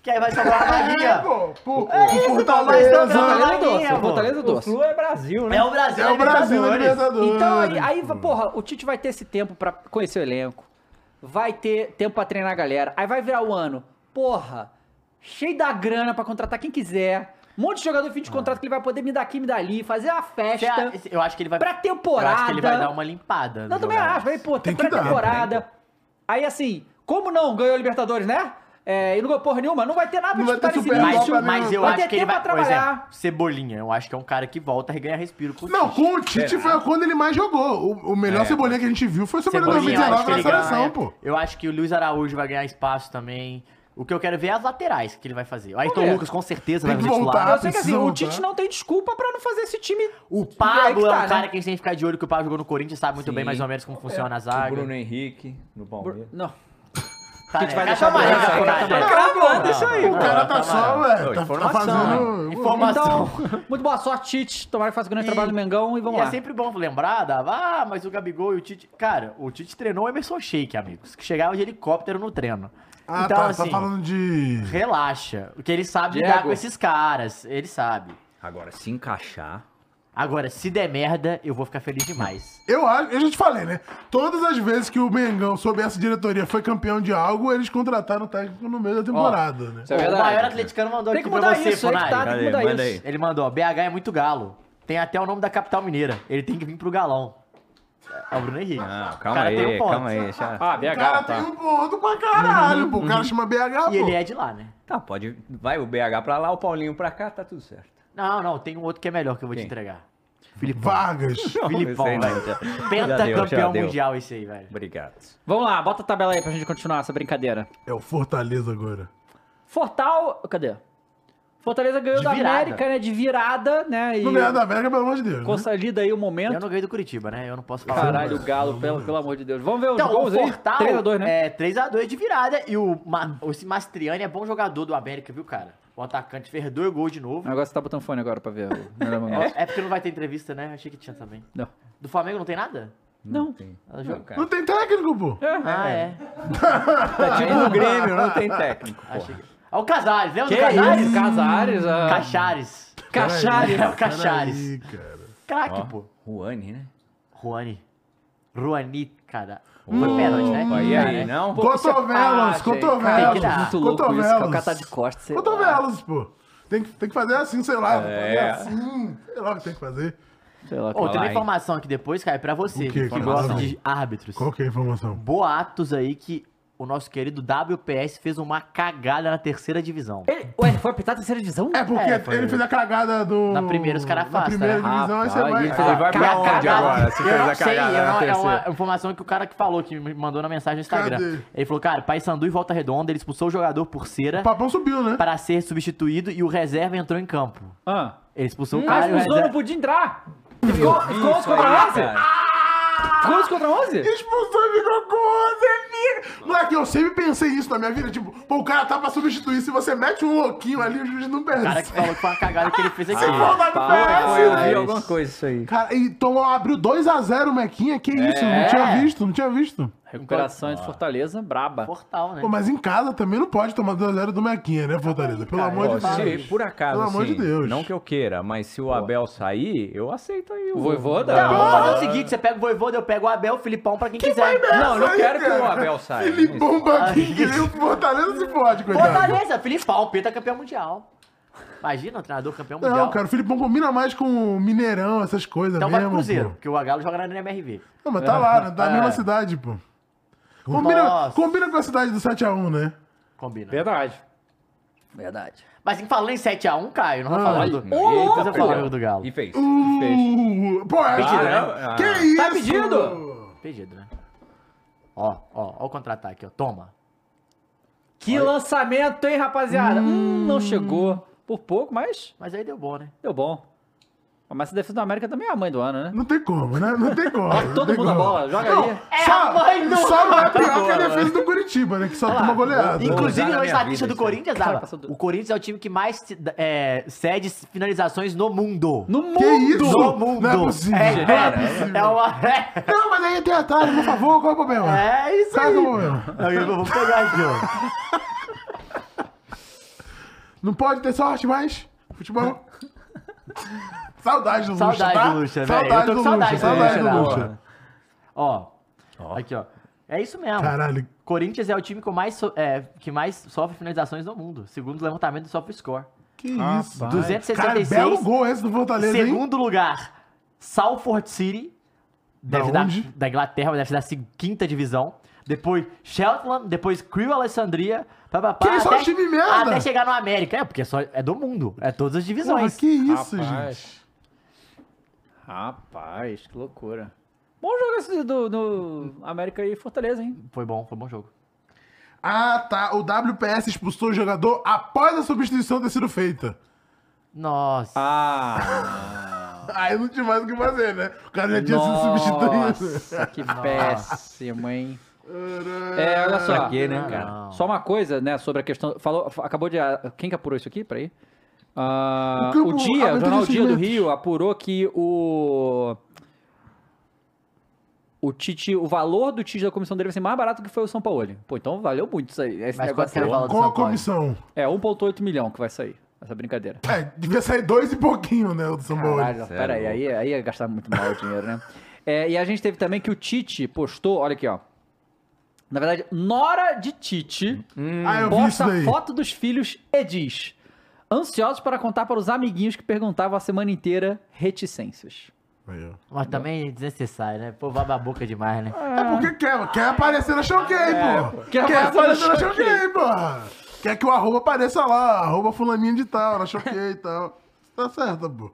S2: Que aí vai sobrar
S1: É,
S2: uma vaguinha.
S3: pô, pô,
S2: É isso, pô, vai sobrar uma vaguinha, pô.
S1: doce.
S2: O Flu é
S1: Brasil,
S2: né? É o Brasil,
S3: É o Brasil,
S2: Libertadores.
S3: Libertadores.
S1: Então, aí, aí, porra, o Tite vai ter esse tempo pra conhecer o elenco. Vai ter tempo pra treinar a galera. Aí vai virar o ano. Porra, cheio da grana pra contratar quem quiser. Um monte de jogador em
S2: Ah.
S1: fim de contrato que ele vai poder me dar aqui, me dar ali, fazer uma
S2: Você
S1: festa.
S2: a- esse- Eu acho que ele vai.
S1: Pra temporada.
S2: Eu acho que ele vai dar uma limpada. né,
S1: Não,
S2: nos
S1: também
S2: jogadores.
S1: acho. Aí, pô, tem
S2: que dar,
S1: pré-temporada. Aí, assim, como não ganhou a Libertadores, né? É, e não ganhou porra nenhuma, não vai ter nada
S3: Não
S1: pra
S3: vai ter
S1: disputar nesse
S3: Super
S1: início.
S3: Copa, né?
S2: Mas
S1: Tá
S2: eu
S1: vai
S2: acho
S1: ter
S2: que ele
S1: tempo
S2: né? vai.
S1: pra
S2: Por
S1: trabalhar.
S2: exemplo, Cebolinha. Eu acho que é um cara que volta e ganha respiro com o
S3: Não,
S2: Tite.
S3: com o Tite
S1: É.
S3: foi quando ele mais jogou. O, o melhor
S2: É.
S3: Cebolinha que a gente viu foi o Cebolinha
S2: Cebolinha, eu acho
S3: 2019
S2: que
S3: na
S2: ele ganha.
S3: seleção, pô.
S2: Eu acho que o Luiz Araújo vai ganhar espaço também. O que eu quero ver é as laterais que ele vai fazer. O Ayrton
S1: Vamos ver.
S2: Lucas com certeza
S1: Tem
S2: vai
S1: que
S2: ser
S1: voltar,
S2: titular.
S1: Eu sei que assim, o Tite não tem desculpa pra não fazer esse time.
S2: tá? O Pablo é,
S1: tá,
S2: um cara
S1: né?
S2: que a gente tem que ficar de olho, que o Pablo jogou no Corinthians, sabe muito
S1: Sim. É.
S2: bem mais ou menos como funciona a zaga.
S1: O Bruno
S2: Henrique, no Palmeiras.
S1: Não.
S2: Tá,
S1: A gente
S2: né?
S1: vai
S2: Cartão
S1: deixar
S2: amarelo,
S1: pra lá,
S2: cartão
S1: isso aí.
S2: amarelo.
S1: Tá gravando
S2: Não,
S1: isso aí,
S2: não,
S1: pô.
S2: não,
S1: Tá
S2: não, não.
S1: amarelo.
S2: Não,
S1: Tá
S2: Informação. né?
S1: fazendo-
S2: Informação.
S1: Então, muito boa sorte, Tite. Tomara que faça o grande trabalho do Mengão e vamos
S2: E
S1: lá.
S2: é sempre bom lembrar, dava, ah, mas o Gabigol e o Tite. Cara, o Tite treinou o Emerson Sheik, amigos, que chegava de helicóptero no treino.
S3: Ah,
S2: então,
S3: tá,
S2: assim,
S3: tá falando de.
S2: relaxa. O que ele sabe
S3: Diego.
S2: lidar com esses caras, ele sabe. Agora, se encaixar. Agora, se der merda, eu vou ficar feliz demais.
S3: Eu acho, eu já te falei, né? Todas as vezes que o Mengão, sob essa diretoria, foi campeão de algo, eles contrataram o técnico no meio da temporada, né?
S2: Ó, o maior atleticano mandou
S1: Tem
S2: aqui
S1: que mudar
S2: pra você,
S1: isso, aí que
S2: Funari.
S1: tá, tem que Cadê? mudar Manda isso. aí.
S2: Ele mandou, ó, BH é muito galo. Tem até o nome da capital mineira. Ele tem que vir pro galão. É o um Bruno Henrique. Não,
S5: calma aí, calma aí. já-
S1: Ah,
S3: o cara
S1: tá.
S3: tem um ponto pra caralho, pô. O cara chama BH, pô.
S2: lá, né?
S5: Tá, pode. Vai o BH pra lá, o Paulinho pra cá, tá tudo certo.
S2: Não, não, tem um outro que é melhor que eu vou te entregar. Filipão.
S3: Vargas.
S2: Filipão,
S5: Não,
S2: velho.
S5: esse aí não. Já deu, já
S2: Pentacampeão
S5: deu.
S2: É mundial esse aí, velho.
S5: Obrigado.
S1: Vamos lá, bota a tabela aí pra gente continuar essa brincadeira.
S3: É o Fortaleza agora.
S1: Fortal. Cadê? Fortaleza ganhou
S3: De
S1: da
S3: virada.
S1: América, né? De virada, né? E
S3: No ganhar da América, pelo amor de Deus. Né?
S1: Consolida aí o momento.
S2: Eu não ganhei do Curitiba, né? Eu não posso falar.
S1: Caralho, o Galo, pelo, pelo amor de Deus. Vamos ver os
S2: Então, o
S1: gols aí.
S2: Portal
S1: 3x2, né?
S2: é 3x2 de virada. E o Ma- esse Mastriani é bom jogador do América, viu, cara? O atacante fez dois gols de novo.
S1: Agora você tá botando fone agora pra ver. o melhor momento.
S2: É, é porque não vai ter entrevista, né? Achei que tinha também.
S1: Não.
S2: Do Flamengo não tem nada?
S1: Não.
S2: Ah, jogo-
S3: Não tem técnico, pô.
S2: Ah, é.
S1: É
S3: Tá tipo o Grêmio, não
S5: tem técnico,
S2: Achei que- Ó, É o Casares, lembra
S1: Que
S2: do Casares?
S1: isso? Casares, ah.
S2: Cachares.
S1: Cachares.
S2: É o Cachares.
S3: Peraí, cara.
S2: Craque,
S5: Ó,
S2: pô.
S5: Ruani, né?
S2: Ruani. Ruani, cara. Foi pênalti, né?
S5: Aí, aí,
S2: Cara,
S5: não?
S2: pô, isso é-
S3: Cotovelos,
S2: Ah, gente,
S1: Cara,
S3: cotovelos.
S1: que muito louco
S3: cotovelos.
S1: isso, que o cara tá de costas. sei lá.
S3: Cotovelos, pô. Tem que, tem que fazer assim, sei lá.
S5: É.
S3: Fazer assim. Sei lá o que tem que fazer.
S1: Sei lá,
S2: Ô, tem uma informação aqui depois, cara, pra você
S3: O quê?
S2: que gosta
S3: Que informação?
S2: de árbitros.
S3: Qual que é a informação?
S2: Boatos aí que o nosso querido WPS fez uma cagada na terceira divisão.
S1: Ué, ele foi apitar a terceira divisão?
S3: É porque
S2: É, foi-
S3: ele fez a cagada do.
S2: Na primeira os caras
S3: Na
S2: afastam.
S3: primeira
S2: né?
S3: divisão, aí você vai.
S2: Ah, caga- cagada.
S5: se
S2: eu
S5: fez
S2: não
S5: a
S2: sei,
S5: cagada
S2: eu
S5: na
S2: não- é uma
S5: terceira?
S2: informação que o cara que falou, que me mandou na mensagem no Instagram.
S3: Cadê?
S2: Ele falou, cara, Paysandu e Volta Redonda, ele expulsou o jogador por cera. O
S3: papão subiu, né?
S2: Para ser substituído e o reserva entrou em campo.
S1: Ah.
S2: Ele
S3: um
S2: expulsou o
S1: Ah,
S2: cara. e o
S1: expulsou, não
S2: reserva-
S1: podia entrar. E Ficou
S2: vi
S1: ficou 11
S2: isso
S1: contra
S2: aí,
S1: 11?
S2: cara.
S1: Ficou 11 contra 11?
S3: Ah! Expulsou e ficou com 11, amiga! é Moleque, eu sempre pensei isso na minha vida. Tipo, pô, o cara tá pra substituir. Se você mete um louquinho ali, o juiz não
S2: O
S3: percebe.
S2: cara que falou que foi uma cagada que ele fez aqui.
S3: Você falou da
S2: Pá,
S3: PS,
S5: Foi, Ah, eu vi
S3: né?
S5: alguma coisa isso aí.
S3: Cara, e tomou, abriu 2x0 o Mequinha. Que isso? Não tinha visto, não tinha visto.
S1: Recuperação de Fortaleza, braba.
S2: Portal, né?
S3: Pô, mas em casa também não pode tomar 2x0 do Mequinha, né, Fortaleza? Pelo amor
S5: Ó,
S3: de Deus.
S5: se por acaso,
S3: Pelo amor
S5: assim,
S3: de Deus.
S5: não que eu queira, mas se o Abel sair, eu aceito aí o...
S1: Voivoda?
S2: Não, vamos fazer o seguinte, você pega o Voivoda, eu pego o Abel, o Filipão, pra quem quiser.
S5: Não, eu não quero que o Abel saia.
S3: Filipão Banquinho, que nem o Fortaleza se pode, coitado.
S2: Fortaleza, Filipão, Pita campeão mundial. Imagina, um treinador campeão mundial.
S3: Não, cara, o Filipão combina mais com o Mineirão, essas coisas
S2: Então vai
S3: mesmo.
S2: pro Cruzeiro,
S3: pô.
S2: porque o Galo joga na MRV.
S3: Não, mas tá lá, né? Da
S2: É.
S3: mesma cidade, pô. Combina,
S2: Nossa.
S3: combina com a cidade do 7x1, né?
S2: Combina.
S1: Verdade. Verdade.
S2: Mas em falando em 7x1, Caio, não
S3: Ah.
S2: vai falar do...
S3: Ô, louco!
S2: Depois eu falo do Galo.
S5: E fez.
S3: Uh, pô, é
S2: Pedido, né?
S3: Que
S5: Ah.
S3: isso?
S2: Tá pedido? Pedido, né? Ó, ó, ó o contra-ataque, ó. Toma.
S1: Que lançamento, hein, rapaziada? Hum, não chegou. Por pouco, mas.
S2: Mas aí deu bom, né?
S1: Deu bom. Mas a defesa do América também é a mãe do ano, né?
S3: Não tem como, né? Não tem como. não
S1: Todo
S3: tem
S1: mundo a
S3: como.
S1: bola, joga
S3: Não,
S1: aí.
S2: É
S3: só,
S2: a mãe do
S3: Só não é
S2: ano.
S3: pior que a defesa do Curitiba, né? Que só toma goleada.
S2: Inclusive, na estatística do
S3: isso aí.
S2: Corinthians,
S3: Cara,
S2: Dava, o Corinthians é o time que mais se- é, cede finalizações no mundo.
S1: No
S3: Que isso?
S2: No mundo.
S3: Não é possível.
S2: É,
S3: Não é
S2: é, é uma... É,
S3: Não, mas aí tem atalho, por favor, qual é o problema?
S2: é isso
S3: Sabe
S2: aí.
S3: qual é o problema?
S2: Aí Eu vou pegar aqui, ó.
S3: Não pode ter sorte mais? Futebol. Saudade do Lucha,
S2: Saudade
S3: tá?
S2: do Lucha, né? velho. Eu
S3: Saudade
S2: tô
S3: do
S2: com
S3: Lucha,
S2: saudade do
S3: saudade do
S2: Lucha,
S3: Lucha.
S2: Ó, aqui, ó. É isso mesmo.
S3: Caralho.
S2: Corinthians é o time que mais, so- é, que mais sofre finalizações no mundo, segundo o levantamento do SofaScore.
S3: Que isso?
S2: 266.
S3: Cara, é belo gol esse do Fortaleza, hein?
S2: Segundo lugar, Salford City. Deve
S3: Da
S2: da,
S3: onde?
S2: da Inglaterra, mas deve ser da se- quinta divisão. Depois Sheltland, depois Crew Alessandria. Pá, pá, pá,
S3: Que só time merda!
S2: Até chegar no América. É, porque é só, é do mundo. É todas as divisões.
S3: Porra, que isso,
S1: gente? Rapaz, que loucura. Bom jogo esse do, do América e Fortaleza, hein?
S2: Foi bom, foi bom jogo.
S3: Ah, tá. O WPS expulsou o jogador após a substituição ter sido feita.
S2: Nossa.
S1: Ah.
S3: Aí não tinha mais o que fazer, né? O cara já tinha sido
S1: Nossa,
S3: substituído.
S1: que péssimo, hein? É, olha só.
S5: Pra quê, né, cara?
S1: Só uma coisa, né, sobre a questão. Falou, acabou de. Quem que apurou isso aqui? Peraí. Ah,
S5: O campo
S1: o Dia, o
S5: aumenta
S1: jornal Dia do
S5: investimentos.
S1: Rio apurou que o. O Tite, o valor do Tite da comissão dele vai ser mais barato que foi o São Paulo. Pô, então valeu muito isso aí. Esse
S3: Mas quanto
S1: negócio
S3: que era o valor do Com a São Paulo? comissão?
S1: É 1,8 milhão que vai sair. Essa brincadeira.
S3: É, devia sair dois e pouquinho, né, o do São Paulo.
S1: Caralho, peraí, aí, aí ia gastar muito mal o dinheiro, né? É, e a gente teve também que o Tite postou, olha aqui, ó. Na verdade, Nora de Tite
S3: Ah, eu vi isso
S1: posta
S3: daí.
S1: foto dos filhos e diz: ansiosos para contar para os amiguinhos que perguntavam a semana inteira reticências.
S2: Mas também é desnecessário, né? Pô, baba a boca demais, né?
S3: É porque quer, quer aparecer na Showcase,
S2: É,
S3: pô.
S2: quer
S3: Quer,
S2: aparecer na
S3: aparecer na
S2: Showcase.
S3: Showcase, pô. Quer que o arroba apareça lá, arroba fulaninho de tal, na Showcase e tal. Tá certo, pô.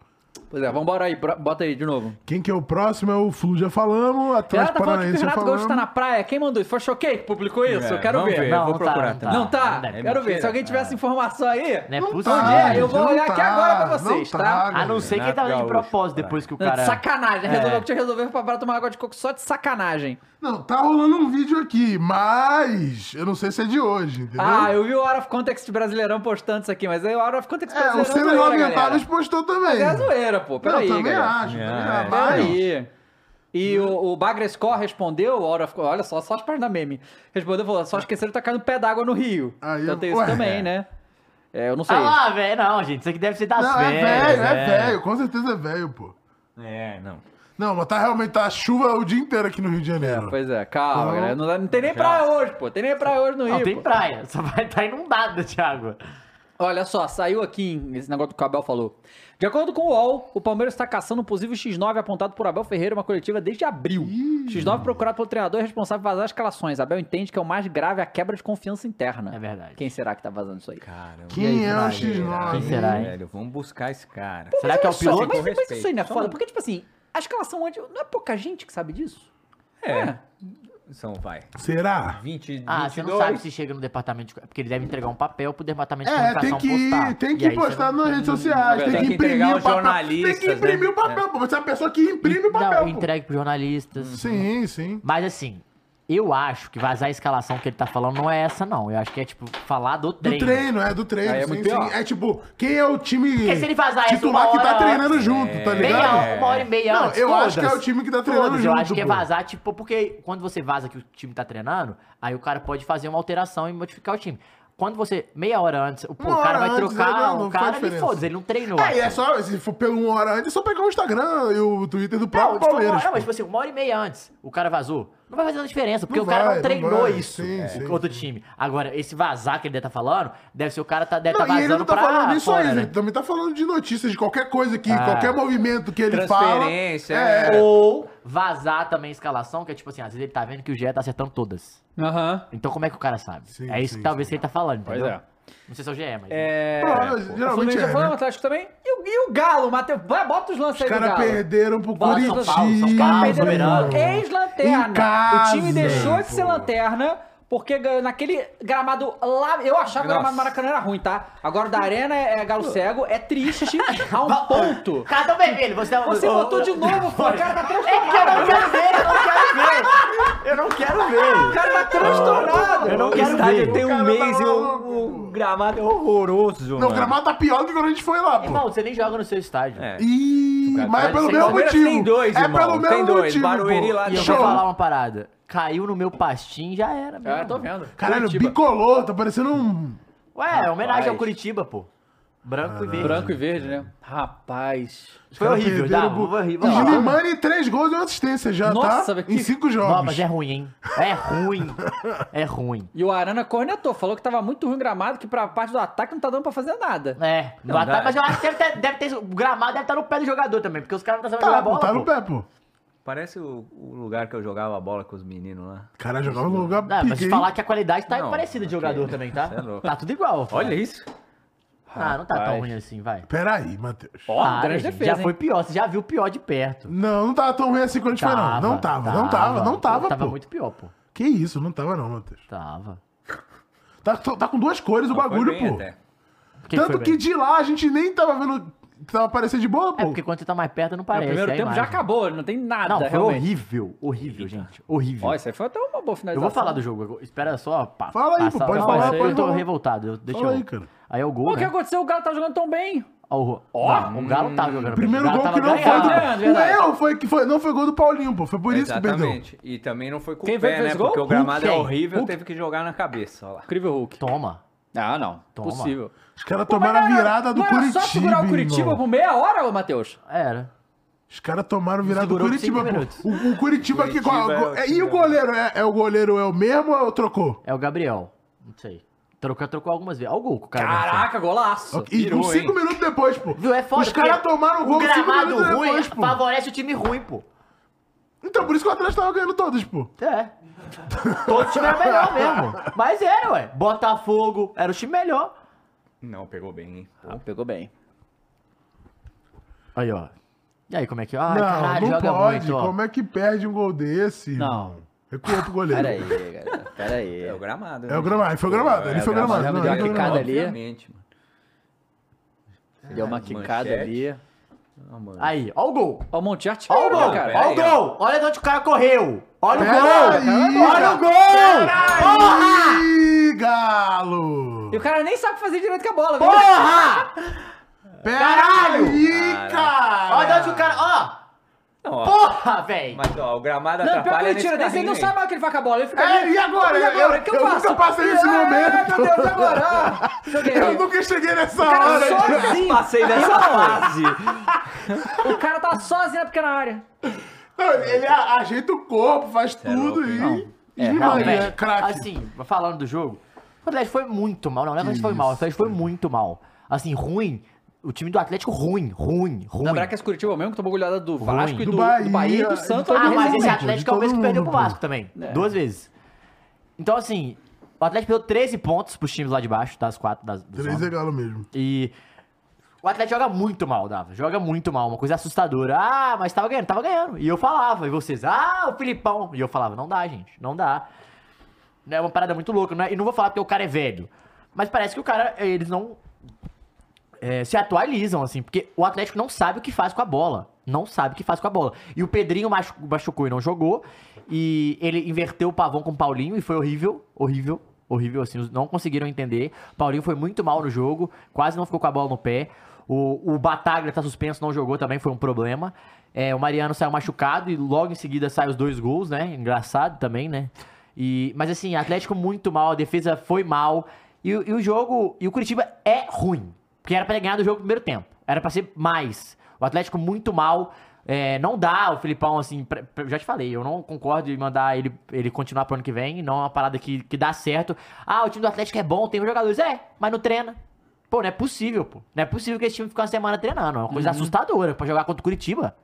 S1: Pois é, vambora aí, bro- bota aí de novo.
S3: Quem que é o próximo é o Flu, já falamos,
S1: Ela
S3: Atlético
S1: tá falando que o
S3: Paranaense já
S1: Renato
S3: falamos.
S1: Gaúcho tá na praia. Quem mandou isso? Foi Choquei que publicou isso?
S3: É,
S1: Eu quero
S3: vamos
S1: ver.
S3: ver, Não, vou não tá, procurar não tá. também.
S1: Não tá?
S3: É
S1: quero ver.
S3: mentira?
S1: Se alguém tiver essa informação aí.
S2: Não é
S1: onde
S2: possível.
S1: é? Eu vou
S2: Não
S1: olhar aqui
S2: tá,
S1: agora pra
S2: não
S1: vocês,
S2: tá,
S1: tá?
S2: galera. A não ser que ele tava de propósito depois que o
S1: Não, de
S2: cara.
S1: Sacanagem. né?
S2: É.
S1: Resolveu que tinha resolvido pra pra tomar água de coco só de sacanagem.
S3: Não, tá rolando um vídeo aqui, mas eu não sei se é de hoje, entendeu?
S1: Ah, eu vi o Out of Context Brasileirão postando isso aqui, mas aí o Out of Context
S3: É,
S1: Brasileirão.
S3: o Cenas
S1: zoeira,
S3: Lamentáveis
S1: galera.
S3: postou também.
S1: Mas é zoeira, pô. Peraí,
S3: Não, também
S1: galera.
S3: acho,
S2: É.
S3: também acho.
S1: Peraí. E o, o Bagrescor respondeu, o Out of- olha só, só as páginas meme. Respondeu, falou, só esqueceram de tacar no pé d'água no Rio. então tem isso
S2: ué.
S1: também,
S2: É.
S1: né? É, eu não sei.
S2: Ah lá, velho, não, gente. Isso aqui deve ser das
S3: Não, é
S2: férias.
S3: velho, é velho, com certeza é velho, pô.
S5: É, não.
S3: Não, mas tá realmente tá chuva o dia inteiro aqui no Rio de Janeiro.
S1: pois é, calma,
S3: Então-
S1: galera. Não, dá- não tem nem praia hoje, pô. Tem nem praia hoje no Rio.
S2: Não tem
S1: pô.
S2: praia, só vai estar inundada de água.
S1: Olha só, saiu aqui esse negócio que o Abel falou. De acordo com o UOL, o Palmeiras está caçando um possível X9 apontado por Abel Ferreira em uma coletiva desde abril. X9 procurado pelo treinador é responsável por vazar as escalações. Abel entende que é o mais grave a quebra de confiança interna. É
S2: verdade.
S1: Quem será que tá vazando isso aí?
S5: Caramba.
S3: Quem é o X9?
S2: Quem será, hein?
S5: Velho, vamos buscar esse cara.
S1: Pô, mas olha é só,
S5: Com
S1: Mas, mas
S5: respeito.
S1: isso aí não é
S5: São-
S1: foda? Porque, tipo assim, a escalação antes... Não é pouca gente que sabe disso?
S5: É. São, vai.
S3: Será?
S5: 20,
S2: Ah, você
S5: 22.
S2: não sabe se chega no departamento de... Porque ele deve entregar um papel pro departamento de
S3: É, tem
S1: um
S2: comunicação
S3: que,
S2: postar.
S3: tem
S2: E
S3: que
S2: aí você
S3: postar
S2: não-
S3: nas redes sociais, tem, que imprimir
S2: entregar
S3: o
S2: aos
S3: papel. Tem
S2: jornalistas,
S3: que imprimir
S2: né?
S3: o papel, pô. Você é a pessoa que imprime o papel,
S2: Não,
S3: pô.
S2: entregue pros jornalistas.
S3: Sim, sim.
S2: Mas assim, eu acho que vazar a escalação que ele tá falando não é essa, não. Eu acho que é, tipo, falar do
S3: Do
S2: treino.
S3: treino, é, do treino.
S2: Aí é
S3: sim,
S2: muito
S3: sim.
S2: pior.
S3: É tipo, quem é o time
S2: Porque se ele vazar essa
S3: titular
S2: uma
S3: que tá
S2: hora
S3: treinando
S2: antes,
S3: junto,
S2: é.
S3: tá
S2: Meia
S3: ligado?
S2: hora, uma hora e meia
S3: Não,
S2: antes,
S3: eu acho que é
S2: fodas.
S3: o time que tá
S2: Foda-se,
S3: treinando junto,
S2: Eu acho que é
S3: pô.
S2: vazar, tipo, porque quando você vaza que o time tá treinando, aí o cara pode fazer uma alteração e modificar o time. Quando você, meia hora antes, o, pô,
S3: Uma
S2: o cara
S3: hora
S2: vai
S3: antes,
S2: trocar
S3: né? Não, não
S2: o
S3: faz
S2: cara, ele
S3: diferença.
S2: foda-se, ele não treinou.
S3: Aí é
S2: assim.
S3: só, se for pelo uma hora antes, é só pegar o Instagram e o Twitter do próprio
S2: Não, tipo,
S3: Palmeiras.
S2: uma, não,
S3: pô.
S2: mas tipo assim, uma hora e meia antes, o cara vazou. Não vai fazer a diferença, porque
S3: Não
S2: o cara
S3: vai,
S2: não
S3: não
S2: treinou
S3: vai.
S2: isso.
S3: Sim,
S2: o
S3: sim,
S2: outro time. Agora, esse vazar que ele deve tá falando, deve ser o cara tá, deve
S3: Não,
S2: tá
S3: e ele
S2: vazando
S3: não tá
S2: pra
S3: falando disso
S2: fora,
S3: aí,
S2: né?
S3: ele também tá falando de notícias, de qualquer coisa que,
S2: Ah.
S3: qualquer movimento que ele fala.
S2: Transferência,
S3: É.
S2: Ou vazar também a escalação, que é tipo assim, às vezes ele tá vendo que o Gé tá acertando todas.
S1: Aham.
S2: Então como é que o cara sabe? é isso
S1: sim,
S2: que talvez que ele tá falando,
S1: Pois
S2: entendeu?
S1: é.
S2: Não sei se é o GE, mas...
S1: É.
S2: Ah,
S1: pô,
S2: geralmente
S1: o Fluminense
S2: é,
S1: já foi
S2: né?
S1: um Atlético também. E o, e o Galo, Matheus? Vai, bota os lances
S3: Os
S1: aí do
S3: caras
S1: Galo.
S3: perderam pro
S1: Bota os
S3: Corinthians.
S1: lances. Os caras perderam pro
S3: Em
S1: ex-lanterna. O
S3: casa,
S1: time deixou de ser
S3: pô.
S1: lanterna porque ganhou naquele gramado lá. Eu achava que o gramado
S5: Nossa.
S1: do Maracanã era ruim, tá? Agora o da Arena é é Galo Cego, é triste, a um ponto.
S2: Cadê o tá vermelho? Você,
S1: Você botou de novo, pô, o cara tá transformado.
S2: É que eu não quero ver, eu não quero ver. Eu não quero ver.
S3: é.
S1: O cara tá transtornado.
S5: Eu não
S1: O
S5: quero
S1: estádio
S5: ver.
S1: tem
S5: O
S1: um
S5: cara
S1: mês
S5: tá
S1: e o-
S5: maluco, O gramado é horroroso,
S3: Não,
S5: mano.
S3: o gramado tá pior do que quando a gente foi lá, pô.
S2: Irmão, você nem joga no seu estádio.
S5: É.
S3: Ih, mas é pelo
S5: Tem
S3: mesmo
S5: Palmeiras,
S3: motivo.
S5: tem dois,
S3: é
S5: irmão,
S3: pelo mesmo
S5: tem dois.
S3: motivo.
S5: Barueri
S3: pô.
S5: lá
S2: E eu
S3: Show.
S2: vou falar uma parada. Caiu no meu pastinho, já era, meu.
S1: É, tô vendo.
S3: Caralho, bicolor, tá parecendo um.
S2: Ué, é homenagem ao
S1: Rapaz.
S2: Curitiba, pô. Branco e verde.
S1: Branco e verde, né? Rapaz.
S2: Foi horrível, dá,
S3: Perderam pro-
S2: foi horrível.
S3: E Slimane, três gols e uma assistência já, tá?
S1: Nossa,
S3: Em cinco jogos.
S2: Não, mas é ruim, hein? É ruim. É ruim.
S1: E o Arana cornetou, falou que tava muito ruim o gramado, que pra parte do ataque não tá dando pra fazer nada.
S2: É, No ataque, mas eu acho que deve ter, deve ter- O gramado deve estar no pé do jogador também, porque os caras não estão
S3: Tá,
S2: sabendo
S3: pô,
S2: jogar
S3: tá
S2: bola.
S3: no
S2: pô.
S3: pé, pô.
S5: Parece o, o lugar que eu jogava bola com os meninos lá.
S3: Cara, jogava no lugar
S2: Não, mas
S3: pique, hein?
S2: falar que a qualidade tá
S5: Não,
S2: parecida de
S5: ok.
S2: jogador também, tá?
S5: Cê é louco.
S2: Tá tudo igual. pô.
S5: Olha isso.
S2: Ah, não tá tão
S5: Rapaz.
S2: ruim assim, vai.
S3: Peraí, Matheus.
S2: Para, gente, já foi pior, você já viu pior de perto.
S3: Não, não tava tão ruim assim quando a gente foi, não. Não tava, não tava, não tava,
S2: Tava
S3: pô.
S2: muito pior, pô.
S3: Que isso, não tava não, Matheus.
S2: Tava.
S3: Tá, tá com duas cores o bagulho, pô.
S2: Quem
S3: Tanto
S2: foi
S3: que
S2: bem?
S3: de lá a gente nem tava vendo. Tava parecendo de boa, pô.
S2: É porque quando você tá mais perto, não parece.
S1: o primeiro
S2: a
S1: tempo já
S2: imagem.
S1: acabou, não tem nada.
S2: Não, foi
S1: realmente.
S2: horrível, é horrível, gente. Horrível.
S1: Ó, isso aí foi um até uma boa
S2: Eu
S1: finalização.
S2: vou falar do jogo. agora. Espera só. Pá,
S1: Fala aí, pô,
S2: passar-
S1: pode
S2: Não,
S1: falar,
S2: isso aí
S1: pode
S2: Eu tô
S1: falar.
S2: revoltado. eu- Deixa
S1: Fala
S2: eu.
S1: aí,
S3: cara.
S2: Aí é o gol.
S1: O que
S2: né?
S1: aconteceu? O Galo tá jogando tão bem.
S2: Ó, o-
S1: Ó,
S2: não, o Galo tá jogando.
S3: Primeiro
S2: bem. O Galo
S3: gol que
S2: tava
S3: não foi.
S2: ganhando.
S3: Do...
S1: ganhando,
S3: o
S1: verdade.
S3: erro foi que foi, não foi gol do Paulinho, pô. Foi por isso que
S5: Exatamente. E também não foi com
S1: Quem
S5: o pé,
S1: fez
S5: né?
S1: esse gol?
S5: Porque o gramado é
S1: Hulk.
S5: horrível,
S1: Hulk.
S5: teve que jogar na cabeça. Ó lá.
S1: Incrível Hulk.
S2: Toma.
S1: Ah, não.
S5: Toma.
S1: Possível.
S3: Os caras
S1: Pô, mas
S3: tomaram a
S1: não era-
S3: virada do
S1: não era
S3: Curitiba.
S1: só segurar o Curitiba
S3: irmão.
S1: por meia hora, ô Matheus?
S2: Era.
S3: Os caras tomaram a
S2: Tá
S3: virada do
S1: Segurou por
S3: Curitiba,
S1: cinco minutos.
S3: pô. O, o Curitiba, aqui.
S1: Curitiba
S3: qual-
S1: é
S3: qual-
S1: o
S3: e o goleiro? É, é o goleiro é o mesmo ou trocou?
S2: É o Gabriel. Não sei. Trocou, trocou algumas vezes. Olha o gol que o cara lançou.
S1: Caraca, golaço.
S3: E
S2: Virou,
S3: uns cinco
S2: hein?
S3: minutos depois, pô.
S2: Viu? É foda.
S3: Os caras
S2: porque
S3: tomaram o gol
S2: O
S3: cinco
S2: gramado
S3: minutos
S2: ruim
S3: depois, pô.
S2: favorece o time ruim, pô.
S3: Então, por isso que o Atlético tava ganhando todas, pô.
S2: É. Todo time era melhor mesmo. Mas era, ué. Botafogo era o time melhor.
S5: Não, pegou bem, hein?
S2: Ah,
S5: Pô.
S1: pegou bem.
S2: Aí, ó. E aí, como é que. Ah,
S3: não,
S2: caralho,
S3: não
S2: joga
S3: pode.
S2: muito, ó.
S3: Como é que perde um gol desse? Não. Recua pro goleiro.
S1: Pera aí, galera. Pera aí. É o
S5: gramado. né?
S3: É o gramado, ele foi gramado, ele foi gramado, não,
S1: Deu uma
S3: ele foi
S1: quicada
S3: gramado.
S1: ali.
S5: Obviamente, mano.
S1: Deu uma quicada ali.
S2: Aí, ó o gol.
S1: Ó o Monte Arte.
S2: Ó o gol,
S1: cara.
S2: Ó o gol. Olha de onde o cara correu. Olha o
S1: Pera
S2: gol.
S1: aí,
S2: Olha
S1: cara.
S2: o gol. Porra!
S3: Ih, galo!
S1: E o cara nem sabe fazer direito com a bola, viu?
S2: Porra!
S3: Caralho! Ih, cara!
S2: Olha de onde o cara. Ó!
S5: Não, ó,
S2: Porra, velho!
S5: Mas ó, o gramado
S1: Não, pior que
S5: atrapalha
S1: ele
S5: nesse
S1: tira desse, ele
S5: carrinho
S1: não
S5: aí.
S1: sabe mais o que ele faz com a bola. Ele fica
S3: É,
S1: ali,
S3: e agora?
S1: E agora?
S3: Eu-
S1: O que eu,
S3: eu
S1: faço?
S3: nunca passei nesse
S1: Ah,
S3: momento.
S1: Meu Deus, e agora? Ah, não sei o
S3: Eu
S1: quê.
S3: nunca cheguei nessa
S1: O cara
S3: hora.
S2: assim.
S1: sozinho.
S5: Passei dessa
S1: Irmão,
S5: fase.
S1: O cara tá sozinho na pequena área.
S3: Não, ele a- ajeita o corpo, faz tudo e.
S2: É,
S3: Ih,
S2: não,
S3: Maria,
S2: velho,
S3: craque.
S2: assim, falando do jogo, o Atlético foi muito mal. Não, o Atlético foi mal, o Atlético foi muito mal. Assim, ruim. O time do Atlético ruim, ruim, ruim.
S1: Lembrar que esse Curitiba é o mesmo que tomou goleada do Vasco e
S3: Do
S1: do, do Bahia,
S3: Bahia,
S1: e do
S3: de
S1: Santos. É.
S3: todo
S2: Ah, mas
S3: mundo,
S2: esse
S3: de
S2: Atlético é o
S3: todo
S2: mesmo que perdeu
S3: mundo.
S2: pro Vasco também. Duas vezes. Então, assim, o Atlético perdeu 13 pontos pros times lá de baixo, das quatro, das dos
S3: Três
S2: nove.
S3: é galo mesmo.
S2: E o Atlético joga muito mal, Dava. Joga muito mal, uma coisa assustadora. Ah, mas tava ganhando, tava ganhando. E eu falava, e vocês, ah, o Filipão. E eu falava, não dá, gente, não dá. É uma parada muito louca, não é? E não vou falar porque o cara é velho. Mas parece que o cara, eles não é, se atualizam, assim, porque o Atlético não sabe o que faz com a bola. Não sabe o que faz com a bola. E o Pedrinho machu- machucou e não jogou. E ele inverteu o pavão com o Paulinho e foi horrível, horrível, horrível, assim. Não conseguiram entender. Paulinho foi muito mal no jogo, quase não ficou com a bola no pé. O, o Bataglia tá suspenso, não jogou também, foi um problema. É, o Mariano saiu machucado e logo em seguida saem os dois gols, né? Engraçado também, né? E, mas assim, Atlético muito mal, a defesa foi mal. E, o- e o jogo. E o Curitiba é ruim. Porque era pra ele ganhar do jogo no primeiro tempo. Era pra ser mais. O Atlético muito mal. é, não dá o Filipão, assim. pra- pra- eu já te falei, eu não concordo em mandar ele, ele continuar pro ano que vem. Não é uma parada que, que dá certo. Ah, o time do Atlético é bom, tem jogadores. É, mas não treina. Pô, não é possível, pô. Não é possível que esse time fique uma semana treinando. É uma coisa assustadora pra jogar contra o Curitiba.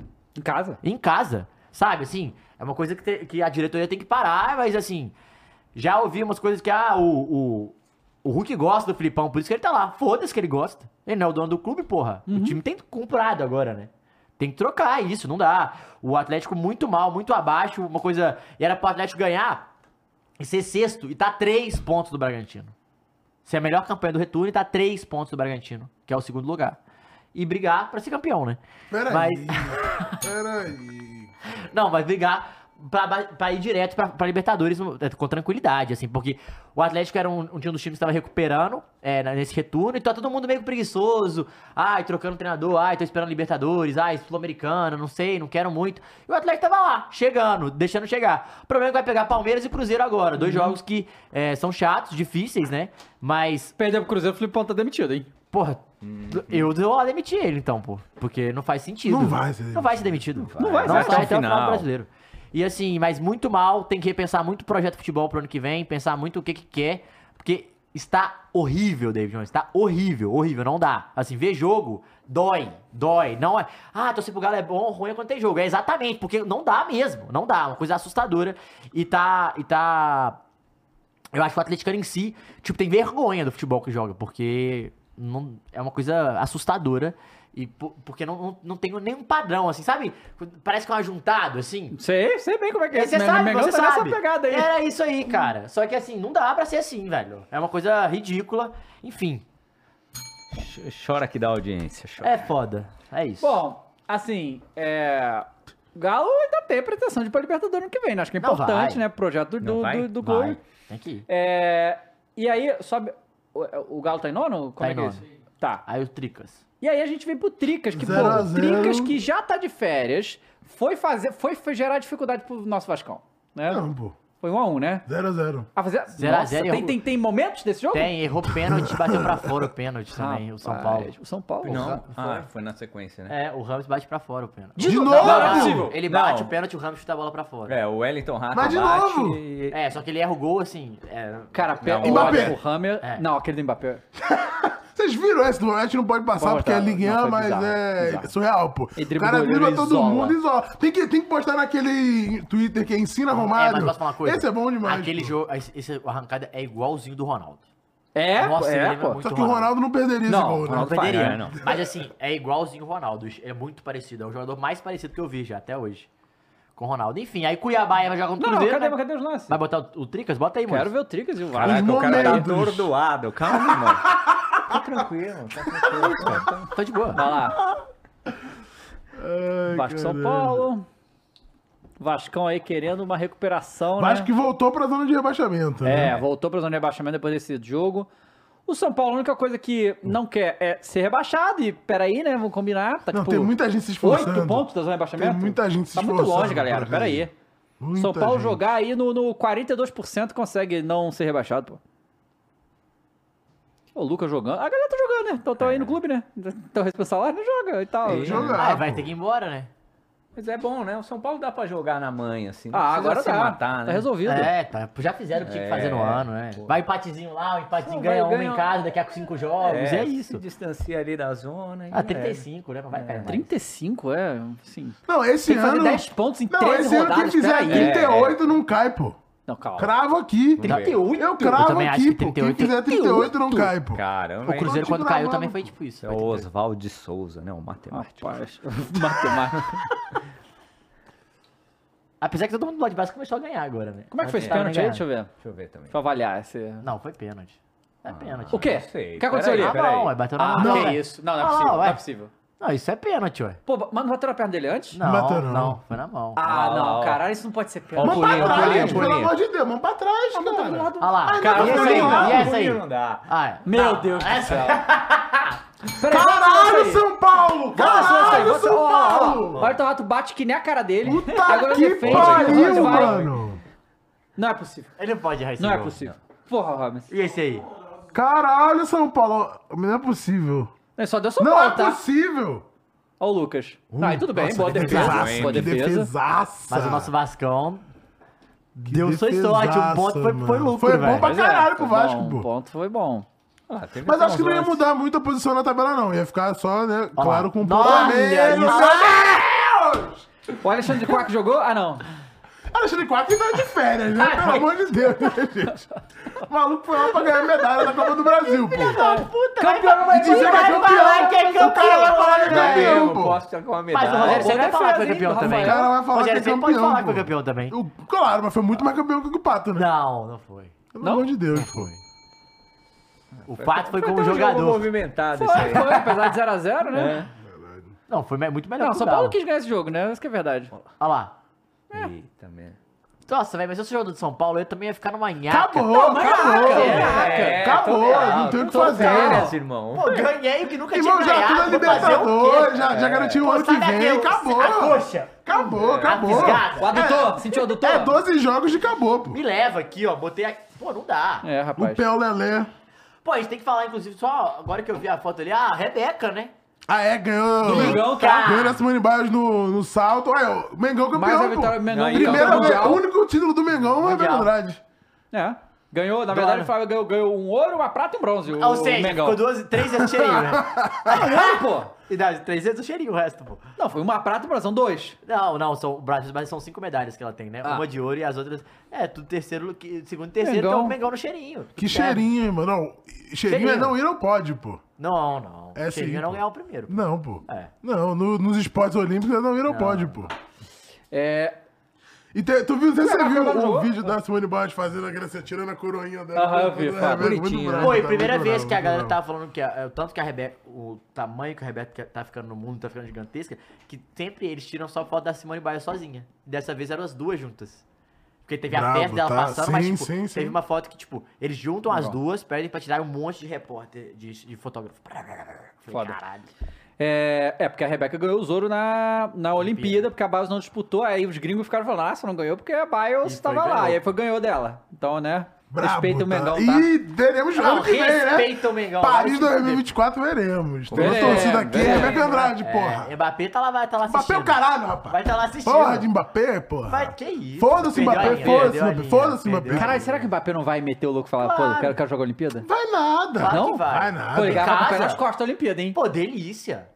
S1: Uhum. Em casa.
S2: Em casa. Sabe, assim, é uma coisa que, te- que a diretoria tem que parar, mas assim. Já ouvi umas coisas que, ah, o, o, o Hulk gosta do Filipão, por isso que ele tá lá. Foda-se que ele gosta. Ele não é o dono do clube, porra. O time tem comprado agora, né? Tem que trocar isso, não dá. O Atlético muito mal, muito abaixo, uma coisa. E era pro Atlético ganhar e ser sexto, e tá três pontos do Bragantino. Se é a melhor campanha do retorno, e tá três pontos do Bragantino, que é o segundo lugar. E brigar pra ser campeão, né?
S3: Peraí.
S2: Mas-
S3: Peraí.
S2: Não, vai brigar pra, ba- pra ir direto pra, pra Libertadores no- eh, com tranquilidade, assim, porque o Atlético era um, um time dos times que estava recuperando eh, na- nesse retorno, e tá todo mundo meio preguiçoso. Ai, trocando treinador, ai, tô esperando Libertadores, ai, Sul-Americana, não sei, não quero muito. E o Atlético tava lá, chegando, deixando chegar. O problema é que vai pegar Palmeiras e Cruzeiro agora, dois jogos que eh, são chatos, difíceis, né? Mas.
S1: Perdeu pro Cruzeiro, o Filipão tá demitido, hein?
S2: Porra,
S1: Uhum.
S2: eu vou demitir ele então, pô. Porque não faz sentido.
S3: Não vai ser
S2: Não vai ser demitido. Não
S1: vai, vai até o
S2: sai até o final
S1: final.
S2: do brasileiro. E assim, mas muito mal, tem que repensar muito o projeto de futebol pro ano que vem, pensar muito o que que quer, porque está horrível, David Jones, está horrível, horrível, não dá. Assim, ver jogo dói, dói, não é, ah, torcer pro Galo é bom, ruim é quando tem jogo. É exatamente, porque não dá mesmo, não dá, é uma coisa assustadora e tá e tá eu acho que o atleticano em si, tipo, tem vergonha do futebol que joga, porque não- é uma coisa assustadora. E po- porque não, não, não tem nenhum padrão, assim, sabe? Parece que é um ajuntado, assim.
S1: Sei, sei bem como é que é.
S2: Você
S1: Mas no
S2: sabe,
S1: Mengão
S2: você
S1: tá nessa
S2: sabe.
S1: pegada aí.
S2: Era isso aí, cara. Só que assim, não dá pra ser assim, velho. É uma coisa ridícula. Enfim,
S5: Chora que dá audiência. Chora.
S2: é foda. É isso.
S1: Bom, assim, é. Galo ainda tem pretensão de ir pra Libertadores ano que vem, né? Acho que é
S2: Não
S1: importante,
S2: Então vai.
S1: né? Projeto do,
S2: Não
S1: do,
S2: vai?
S1: do, do
S2: Vai.
S1: clube.
S2: Tem que ir.
S1: É, e aí, sobe. O, o Galo tá em nono? Como
S2: Tá
S1: é
S2: em
S1: que é
S2: nono.
S1: isso? Tá.
S2: Aí o Tricas.
S1: E aí a gente vem pro Tricas, que,
S2: Zero
S1: pô,
S2: a
S1: o
S2: zero.
S1: Tricas que já tá de férias, foi fazer, foi, foi gerar dificuldade pro nosso Vascão, né?
S3: Não, pô.
S1: Foi 1 a 1 né?
S3: 0 a 0
S1: Ah, fazer...
S2: Zero a
S1: Nossa,
S2: zero,
S1: tem,
S2: errou.
S1: tem, tem momentos desse jogo?
S2: Tem, errou pênalti, bateu pra fora o pênalti também, o São Paulo.
S1: O São Paulo?
S5: Não,
S2: Foi.
S5: ah, foi na sequência, né?
S2: É, o Ramos bate pra fora o pênalti.
S5: De De novo?
S2: Não,
S5: novo?
S2: não, não. Ele bate
S5: Não.
S2: o pênalti, o Ramos chuta a bola pra fora.
S5: É, o Wellington Rato
S2: Mas de
S5: bate
S2: novo?
S5: e-
S2: É, só que ele erra o gol, assim... É...
S1: Cara, pe...
S5: Não,
S1: o
S5: Mbappé.
S1: o Hammer... Não, aquele do Mbappé.
S3: Vocês viram esse do Oeste? Não pode passar
S1: Pode,
S3: porque
S1: tá.
S3: é Ligue 1,
S1: Não, foi
S3: mas
S1: bizarro,
S3: é
S1: bizarro.
S3: surreal, pô.
S1: Ele
S3: o
S1: dribla
S3: cara
S1: o goleiro
S3: vira
S1: e
S3: todo
S1: isola.
S3: mundo e isola. Tem que, tem que postar naquele Twitter que é ensina
S2: É, mas
S3: Romário.
S2: posso falar uma coisa?
S3: Esse é bom demais.
S2: Aquele jogo, esse- essa arrancada é igualzinho do Ronaldo.
S1: É,
S2: Nossa,
S3: é,
S2: ele lembra
S3: pô.
S2: muito
S3: Só que o Ronaldo não perderia esse gol, né?
S2: Ronaldo
S3: Não
S2: perderia.
S3: faria, não.
S2: Mas assim, é igualzinho o Ronaldo. É muito parecido. É o jogador mais parecido que eu vi já até hoje. Com o Ronaldo. Enfim, aí Cuiabá vai jogar contra o
S1: Não,
S2: Cruzeiro.
S1: cadê-
S2: né?
S1: cadê os lances?
S2: Vai botar o, o Tricas? Bota aí, mano.
S1: Quero ver o Tricas e o Vasco.
S5: Caraca, o cara tá
S1: momentos.
S5: atordoado. Calma, mano.
S1: Tá tranquilo, tá tranquilo. Tá
S2: Tô de boa.
S1: Vai lá.
S3: Ai,
S1: Vasco São
S3: caramba.
S1: Paulo. Vascão aí querendo uma recuperação, né?
S3: Vasco que voltou pra zona de rebaixamento. né?
S1: É, voltou pra zona de rebaixamento depois desse jogo. O São Paulo, a única coisa que não quer é ser rebaixado. E peraí, né? Vamos combinar. Tá,
S3: Não,
S1: tipo,
S3: tem muita gente se esforçando.
S1: Oito pontos da zona de rebaixamento?
S3: Tem muita gente se
S1: Tá muito
S3: esforçando
S1: longe, galera.
S3: pra
S1: Peraí.
S3: fazer. Muita
S1: São Paulo
S3: gente.
S1: jogar aí no, no 42% consegue não ser rebaixado, pô. O Lucas jogando. A galera tá jogando, né? Então tá
S3: É.
S1: aí no clube, né? Então responsável lá, né? Joga e tal.
S2: Ah, vai ter que ir embora, né?
S5: Mas é bom, né? O São Paulo dá pra jogar na manhã, assim. não
S1: Ah,
S5: precisa
S1: agora
S5: se
S1: dá.
S5: matar, né?
S1: Tá resolvido.
S2: É, tá. Já fizeram o que tinha que fazer no
S5: É,
S2: ano, né? Vai empatezinho lá, o empatezinho
S5: Não,
S2: ganha
S5: vai,
S2: um
S5: ganha-
S2: em casa, daqui a cinco jogos. É, isso.
S5: Se distancia ali da zona. e
S2: Ah,
S5: já
S2: 35, né? Não vai cair mais.
S1: 35 é, assim.
S3: Não, esse
S1: tem que fazer
S3: ano-
S1: 10 pontos em
S3: Não,
S1: 13
S3: esse ano quem
S1: rodadas,
S3: fizer
S1: peraí. É,
S3: 38 não cai, pô.
S1: Não, calma.
S3: Cravo
S1: Vamos
S3: aqui.
S1: ver. 38?
S3: Eu
S1: Eu
S3: cravo
S1: também acho
S3: aqui,
S1: que
S3: pô. Quem
S1: 38.
S5: é
S3: fizer 38 não cai, pô.
S5: Caramba.
S2: O
S5: hein?
S2: Cruzeiro,
S5: Tô te
S2: quando caiu,
S5: gravando.
S2: também foi tipo isso.
S5: É o Oswald de Souza, né? O matemático.
S1: Matemática.
S2: Apesar que todo mundo do lado de baixo começou a ganhar agora, né?
S1: Como é que foi
S2: Mas
S1: esse
S2: tava
S1: pênalti aí?
S2: ganhando.
S1: Deixa eu ver.
S5: Deixa eu ver também.
S1: Deixa eu avaliar esse.
S2: Não, foi pênalti. É pênalti.
S1: O quê?
S5: não sei.
S1: O que aconteceu
S5: Peraí,
S1: ali?
S5: peraí.
S2: Ah, não, é bateu na
S1: Ah,
S2: mão.
S1: não,
S2: Não,
S1: é isso. Não, não é
S2: Ah,
S1: possível. Não,
S2: ué.
S1: é possível.
S2: Não, isso é pênalti, ué.
S1: Pô, mas não bateu na perna dele antes?
S2: Não,
S3: Bateu
S2: não.
S3: não.
S2: foi na mão.
S1: Ah,
S2: Olha lá,
S1: não,
S2: olha lá.
S1: caralho, isso não pode ser pênalti.
S2: Ó,
S3: Mão pra
S2: Pulinho,
S3: trás,
S2: pulinho,
S3: gente, pelo
S2: pulinho.
S3: amor de Deus, mão pra trás, cara.
S2: Olha lá.
S3: Ai, Ah, não,
S2: Cara, e
S3: não,
S2: essa aí?
S3: não,
S2: E
S3: não,
S2: essa aí?
S5: Não dá.
S2: Ah, é.
S1: Meu
S2: Tá,
S1: Deus do
S2: essa-
S1: céu. Peraí, bota isso
S3: Caralho,
S1: aí.
S3: São Paulo!
S1: Bota esse lance aí,
S3: Caralho,
S1: bota- ó,
S3: São
S1: ó, ó.
S3: Paulo!
S1: Olha, o Torrato bate que nem a cara dele.
S3: Puta
S1: Agora
S3: que
S1: defende.
S3: pariu,
S1: vai.
S3: mano!
S1: Não é possível.
S2: Ele não pode errar esse
S1: Não é
S2: gol.
S1: possível. Porra, Ramos.
S2: E esse aí?
S3: Caralho, São Paulo! Não é possível.
S1: Ele só deu São
S3: Não é
S1: Paulo, tá?
S3: possível!
S1: Olha o Lucas. Não, e tudo bem,
S3: Nossa,
S1: boa
S3: que
S1: defesa.
S3: defesaça,
S1: Boa
S3: que
S1: defesa.
S3: defesaça.
S2: Mas o nosso Vascão
S3: Que
S2: deu sua
S3: defesaça,
S2: sorte. O ponto foi, foi
S3: mano.
S2: lucro,
S3: Foi bom
S2: velho.
S3: pra
S1: Pois é,
S3: caralho pro
S1: foi
S3: Vasco,
S1: bom,
S3: pô.
S1: O ponto foi bom.
S5: Ah, teve
S3: Mas
S5: até
S3: acho que
S5: uns
S3: não ia
S5: lances.
S3: mudar muito a posição na tabela, não. Ia ficar só, né? Claro, com um ponto
S2: Nossa,
S3: a menos.
S2: isso.
S3: Meu Deus!
S1: O Alexandre de Quack jogou? Ah, não.
S3: Alexandre Quatro tá de férias, né? Pelo amor de Deus, né, gente? O maluco foi lá pra ganhar medalha da Copa do Brasil, pô.
S2: Puta,
S1: Campeão
S3: E dizer que é campeão.
S2: que é
S3: O cara vai falar que é
S5: É,
S3: campeão,
S5: eu
S3: pô.
S5: posso com uma medalha.
S2: Mas o Rogério Senna vai falar que foi
S1: defesa, hein,
S2: campeão
S1: do
S2: também.
S3: O cara vai falar que
S2: Rogério
S3: é
S2: Senna pode falar
S3: campeão,
S2: que foi
S3: pô.
S2: campeão também.
S3: Eu- Claro, mas foi muito mais campeão que o Pato, né?
S2: Não, não foi.
S3: Pelo amor de Deus, pô.
S2: O Pato foi
S5: Foi
S2: como
S5: até um jogo
S2: jogador.
S5: movimentado
S1: Foi,
S5: isso aí.
S1: foi, apesar de 0x0, né?
S2: Não, foi me- muito melhor
S1: Não,
S2: que o
S1: São Paulo
S2: Galo.
S1: quis ganhar esse jogo, né? Isso que é verdade.
S2: Olha lá.
S5: Eita, merda.
S2: Nossa, velho, mas se eu fosse jogador de São Paulo, eu também ia ficar numa nhaca.
S3: Acabou, acabou.
S5: É,
S3: Acabou,
S5: tô real,
S3: não tem o que
S5: tô
S3: fazer.
S5: férias, irmão.
S2: Pô, ganhei o que nunca
S3: Irmão,
S2: tinha
S3: já
S2: ganhado.
S3: tudo é
S2: vou fazer o quê?
S3: Libertadores, já, já garantiu o ano que
S2: Sabe
S3: vem,
S2: aquele-
S3: acabou.
S2: A coxa. É.
S3: Acabou, acabou.
S2: fisgada.
S1: O adutor, sentiu o adutor?
S3: É 12 jogos e acabou, pô.
S2: Me leva aqui, ó. Botei aqui. Pô, não dá.
S1: É,
S3: O
S1: rapaz.
S3: pé o Lelé.
S2: Pô, a gente tem que falar, inclusive, só agora que eu vi a foto ali, a Rebeca, né?
S3: Ah, é, ganhou.
S1: Domingão,
S2: cara.
S3: Ganhou da Simone Biles no, no salto. Aí, ó, o Mengão campeão,
S1: Mais uma
S3: pô.
S1: vitória do Mengão.
S2: tá
S5: Aí,
S1: campeão
S3: Primeira vez,
S1: mundial.
S3: o único título do Mengão é o
S2: Mundial.
S3: Rebeca Andrade.
S1: É. Ganhou, na
S2: Dólar. Ah,
S1: verdade, o Flamengo ganhou, ganhou um ouro, uma prata e um bronze. o-
S2: Ou
S1: o
S2: seja,
S1: Mengão. É,
S2: ficou duas, três vezes cheirinho, né?
S1: não, pô!
S2: E dá 300 o cheirinho, o resto, pô.
S1: Não, foi uma prata e uma, são dois.
S2: Não, não, são, o Brasil, mas são cinco medalhas que ela tem, né?
S1: Ah.
S2: Uma de ouro e as outras. É, tudo terceiro, que- segundo e terceiro,
S3: Mengão.
S2: que é o Mengão no cheirinho.
S3: Que
S2: É.
S3: cheirinho, hein, mano? Não, cheirinho, é
S2: Cheirinho.
S3: não ir não pode, pô.
S2: Não, não.
S3: É
S2: cheirinho
S3: sim,
S2: é não
S3: pô.
S2: ganhar o primeiro.
S3: Não, pô.
S2: É.
S3: Não, no- nos esportes olímpicos é não ir não pode, pô.
S1: É.
S3: E te- tu viu, você,
S2: Caraca, tá
S3: viu
S2: agora
S3: o
S2: jogou?
S3: vídeo da Simone Biles fazendo a graça, tirando a coroinha dela? É, velho, muito
S1: né?
S3: bravo,
S2: né? Foi,
S3: tá
S2: primeira vez
S3: muito bravo,
S2: que a
S3: muito
S2: galera
S3: bravo.
S2: tava falando que a- é, o tanto que a Rebeca, o tamanho que a Rebeca que tá ficando no mundo, tá ficando gigantesca, que sempre eles tiram só foto da Simone Biles sozinha. Dessa vez eram as duas juntas. Porque teve a
S3: Brabo,
S2: perna dela
S3: tá?
S2: passando, mas
S3: Sim,
S2: tipo,
S3: sim,
S2: teve
S3: sim.
S2: uma foto que, tipo, eles juntam as
S1: Legal.
S2: duas, pedem pra tirar um monte de repórter, de, de fotógrafo. Falei,
S1: Foda.
S2: Caralho.
S1: É, é, porque a Rebeca ganhou os ouro na, na Olimpíada, porque a Biles não disputou, aí os gringos ficaram falando, nossa, não ganhou porque a Biles estava
S2: ganhou.
S1: lá, e aí foi ganhou dela. Então, né, respeita o Mengão, tá?
S3: E veremos
S1: Não,
S3: ano que vem, né?
S1: respeita o Mengão, vai
S3: Paris
S1: se fuder.
S3: 2024 veremos. Tem uma
S1: Veremos,
S3: torcida aqui,
S1: veremos.
S3: Rebeca Andrade,
S2: É,
S3: porra.
S2: Mbappé tá lá, vai tá lá assistindo.
S3: Mbappé é o caralho, rapaz.
S2: Vai tá lá assistindo.
S3: Porra de Mbappé, porra.
S2: Vai, que isso.
S3: Foda-se
S2: Perdeu a
S3: Mbappé,
S2: linha,
S3: foda-se
S2: perdeu a
S3: Mbappé,
S2: linha,
S3: foda-se
S2: perdeu.
S3: Mbappé.
S1: Caralho, será que o Mbappé não vai meter o louco e falar, pô,
S2: Claro.
S1: quero, quero jogar a Olimpíada?
S3: Vai nada.
S2: Claro
S1: Não?
S2: que vai.
S1: Pô, ele
S2: Em
S1: ganhava com o pé
S2: casa.
S1: nas costas da Olimpíada, hein?
S2: Pô, delícia.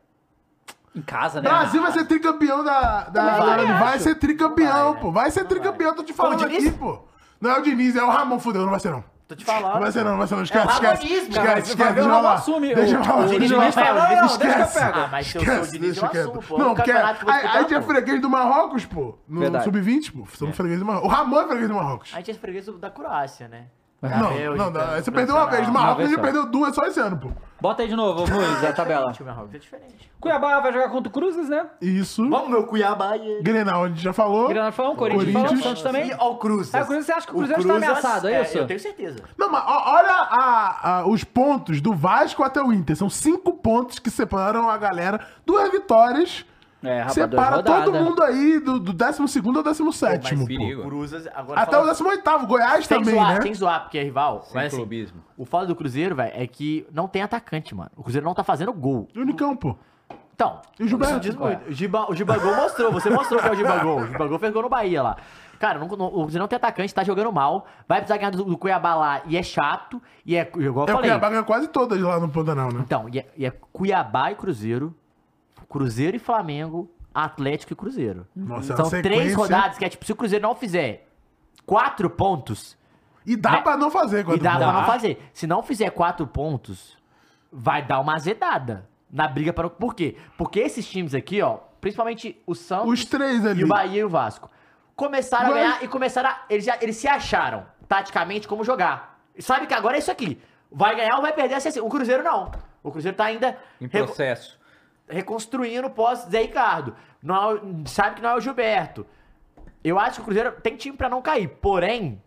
S1: Em casa, né?
S3: Brasil vai ser tricampeão da. da
S1: Também
S3: vai,
S1: acho.
S3: ser tricampeão, pô. Vai ser tricampeão, tô te falando
S2: Como o Diniz?
S3: aqui, pô. Não é o Diniz, é o Ramon, fudeu, não vai ser não.
S2: Tô te falando.
S3: Não vai ser não, não vai ser não. Esquece,
S2: É o
S3: esquece.
S2: ramonismo,
S3: Esquece,
S2: cara.
S3: esquece,
S2: Vai ver
S3: deixa
S2: o
S3: eu
S2: Ramon
S3: falar.
S2: assume,
S3: Deixa eu
S2: o-
S3: falar.
S2: o Diniz
S3: deixa eu
S2: vai
S3: falar.
S2: falar, não, não, deixa que eu
S3: Esquece.
S2: pego. Ah, mas se eu sou o
S3: Esquece,
S2: Diniz,
S3: deixa
S2: eu
S3: quieto.
S2: assumo, pô. É
S3: Não,
S2: um
S3: porque
S2: campeonato que eu vou
S3: a a gente é
S2: disputar, pô.
S3: freguês do Marrocos, pô. No
S2: Verdade.
S3: Sub-20, pô. Somos freguês do Marrocos. O Ramon é freguês do Marrocos.
S2: A gente é freguês do- da Croácia, né? Da
S3: Não,
S2: Bélgica,
S3: não, não.
S2: do
S3: Você perdeu uma vez. Do
S2: Nacional.
S3: Marrocos a
S1: vez
S3: gente
S1: só.
S3: perdeu duas só esse ano, pô.
S1: Bota aí de novo, ô, Muniz, a tabela.
S2: Diferente, o Marrocos é diferente.
S1: Cuiabá vai jogar contra o Cruzes, né?
S3: Isso.
S2: Vamos, meu Cuiabá. e-
S3: Grenal, a gente já falou.
S1: Granada falou, Corinthians falou, Santos também.
S2: E ao Cruzes.
S1: Ah, o Cruzes, você acha que o Cruzeiro tá ameaçado, é isso?
S2: Eu tenho certeza.
S3: Não, mas ó- olha a- a- Ah, os pontos do Vasco até o Inter. São cinco pontos que separam a galera. Duas vitórias.
S1: É, rapaz,
S3: separa
S1: duas rodadas.
S3: todo mundo aí do, do 12 ao 17.
S2: Mas
S3: pô.
S2: o Cruzes Tipo, agora
S3: Até
S2: fala- assim,
S3: o 18. Goiás
S2: Sem
S3: também,
S2: zoar,
S3: né?
S2: sem zoar, porque é rival.
S5: Sem
S2: Mas, assim,
S5: clubismo.
S2: o foda do Cruzeiro, velho, é que não tem atacante, mano. O Cruzeiro não tá fazendo gol.
S3: E o Unicão, pô.
S2: Então,
S3: E o Gilberto? É.
S2: isso diz muito. O Giba- O Gibagol mostrou, você mostrou que é o Gibagol. O Gibagol fez gol no Bahia lá. Cara, não, não, o Cruzeiro não tem atacante, tá jogando mal. Vai precisar ganhar do, do Cuiabá lá e é chato. E é, igual
S3: É
S2: eu
S3: o
S2: falei.
S3: Cuiabá ganha quase todas lá no Pantanal, né?
S2: Então, e é, e é Cuiabá e Cruzeiro, Cruzeiro e Flamengo, Atlético e Cruzeiro.
S3: Nossa, é uma
S2: São três
S3: sequência.
S2: rodadas que é tipo, se o Cruzeiro não fizer quatro pontos, né?
S3: E dá pra não fazer.
S2: e
S3: quando
S2: dá
S3: dá.
S2: pra não fazer. Se não fizer quatro pontos, vai dar uma azedada na briga para Por quê? Porque esses times aqui, ó, principalmente o Santos
S3: Os três ali.
S2: e o Bahia e o Vasco, começaram
S3: Mas-
S2: a ganhar e começaram a... Eles, já, eles se acharam, taticamente, como jogar. E Sabe que agora é isso aqui. Vai ganhar ou vai perder a sessão. O Cruzeiro não. O Cruzeiro tá ainda...
S5: Em
S2: reco-
S5: processo.
S2: reconstruindo o pós-Zé Ricardo. Não é o- sabe que não é o Gilberto. Eu acho que o Cruzeiro tem time pra não cair. Porém,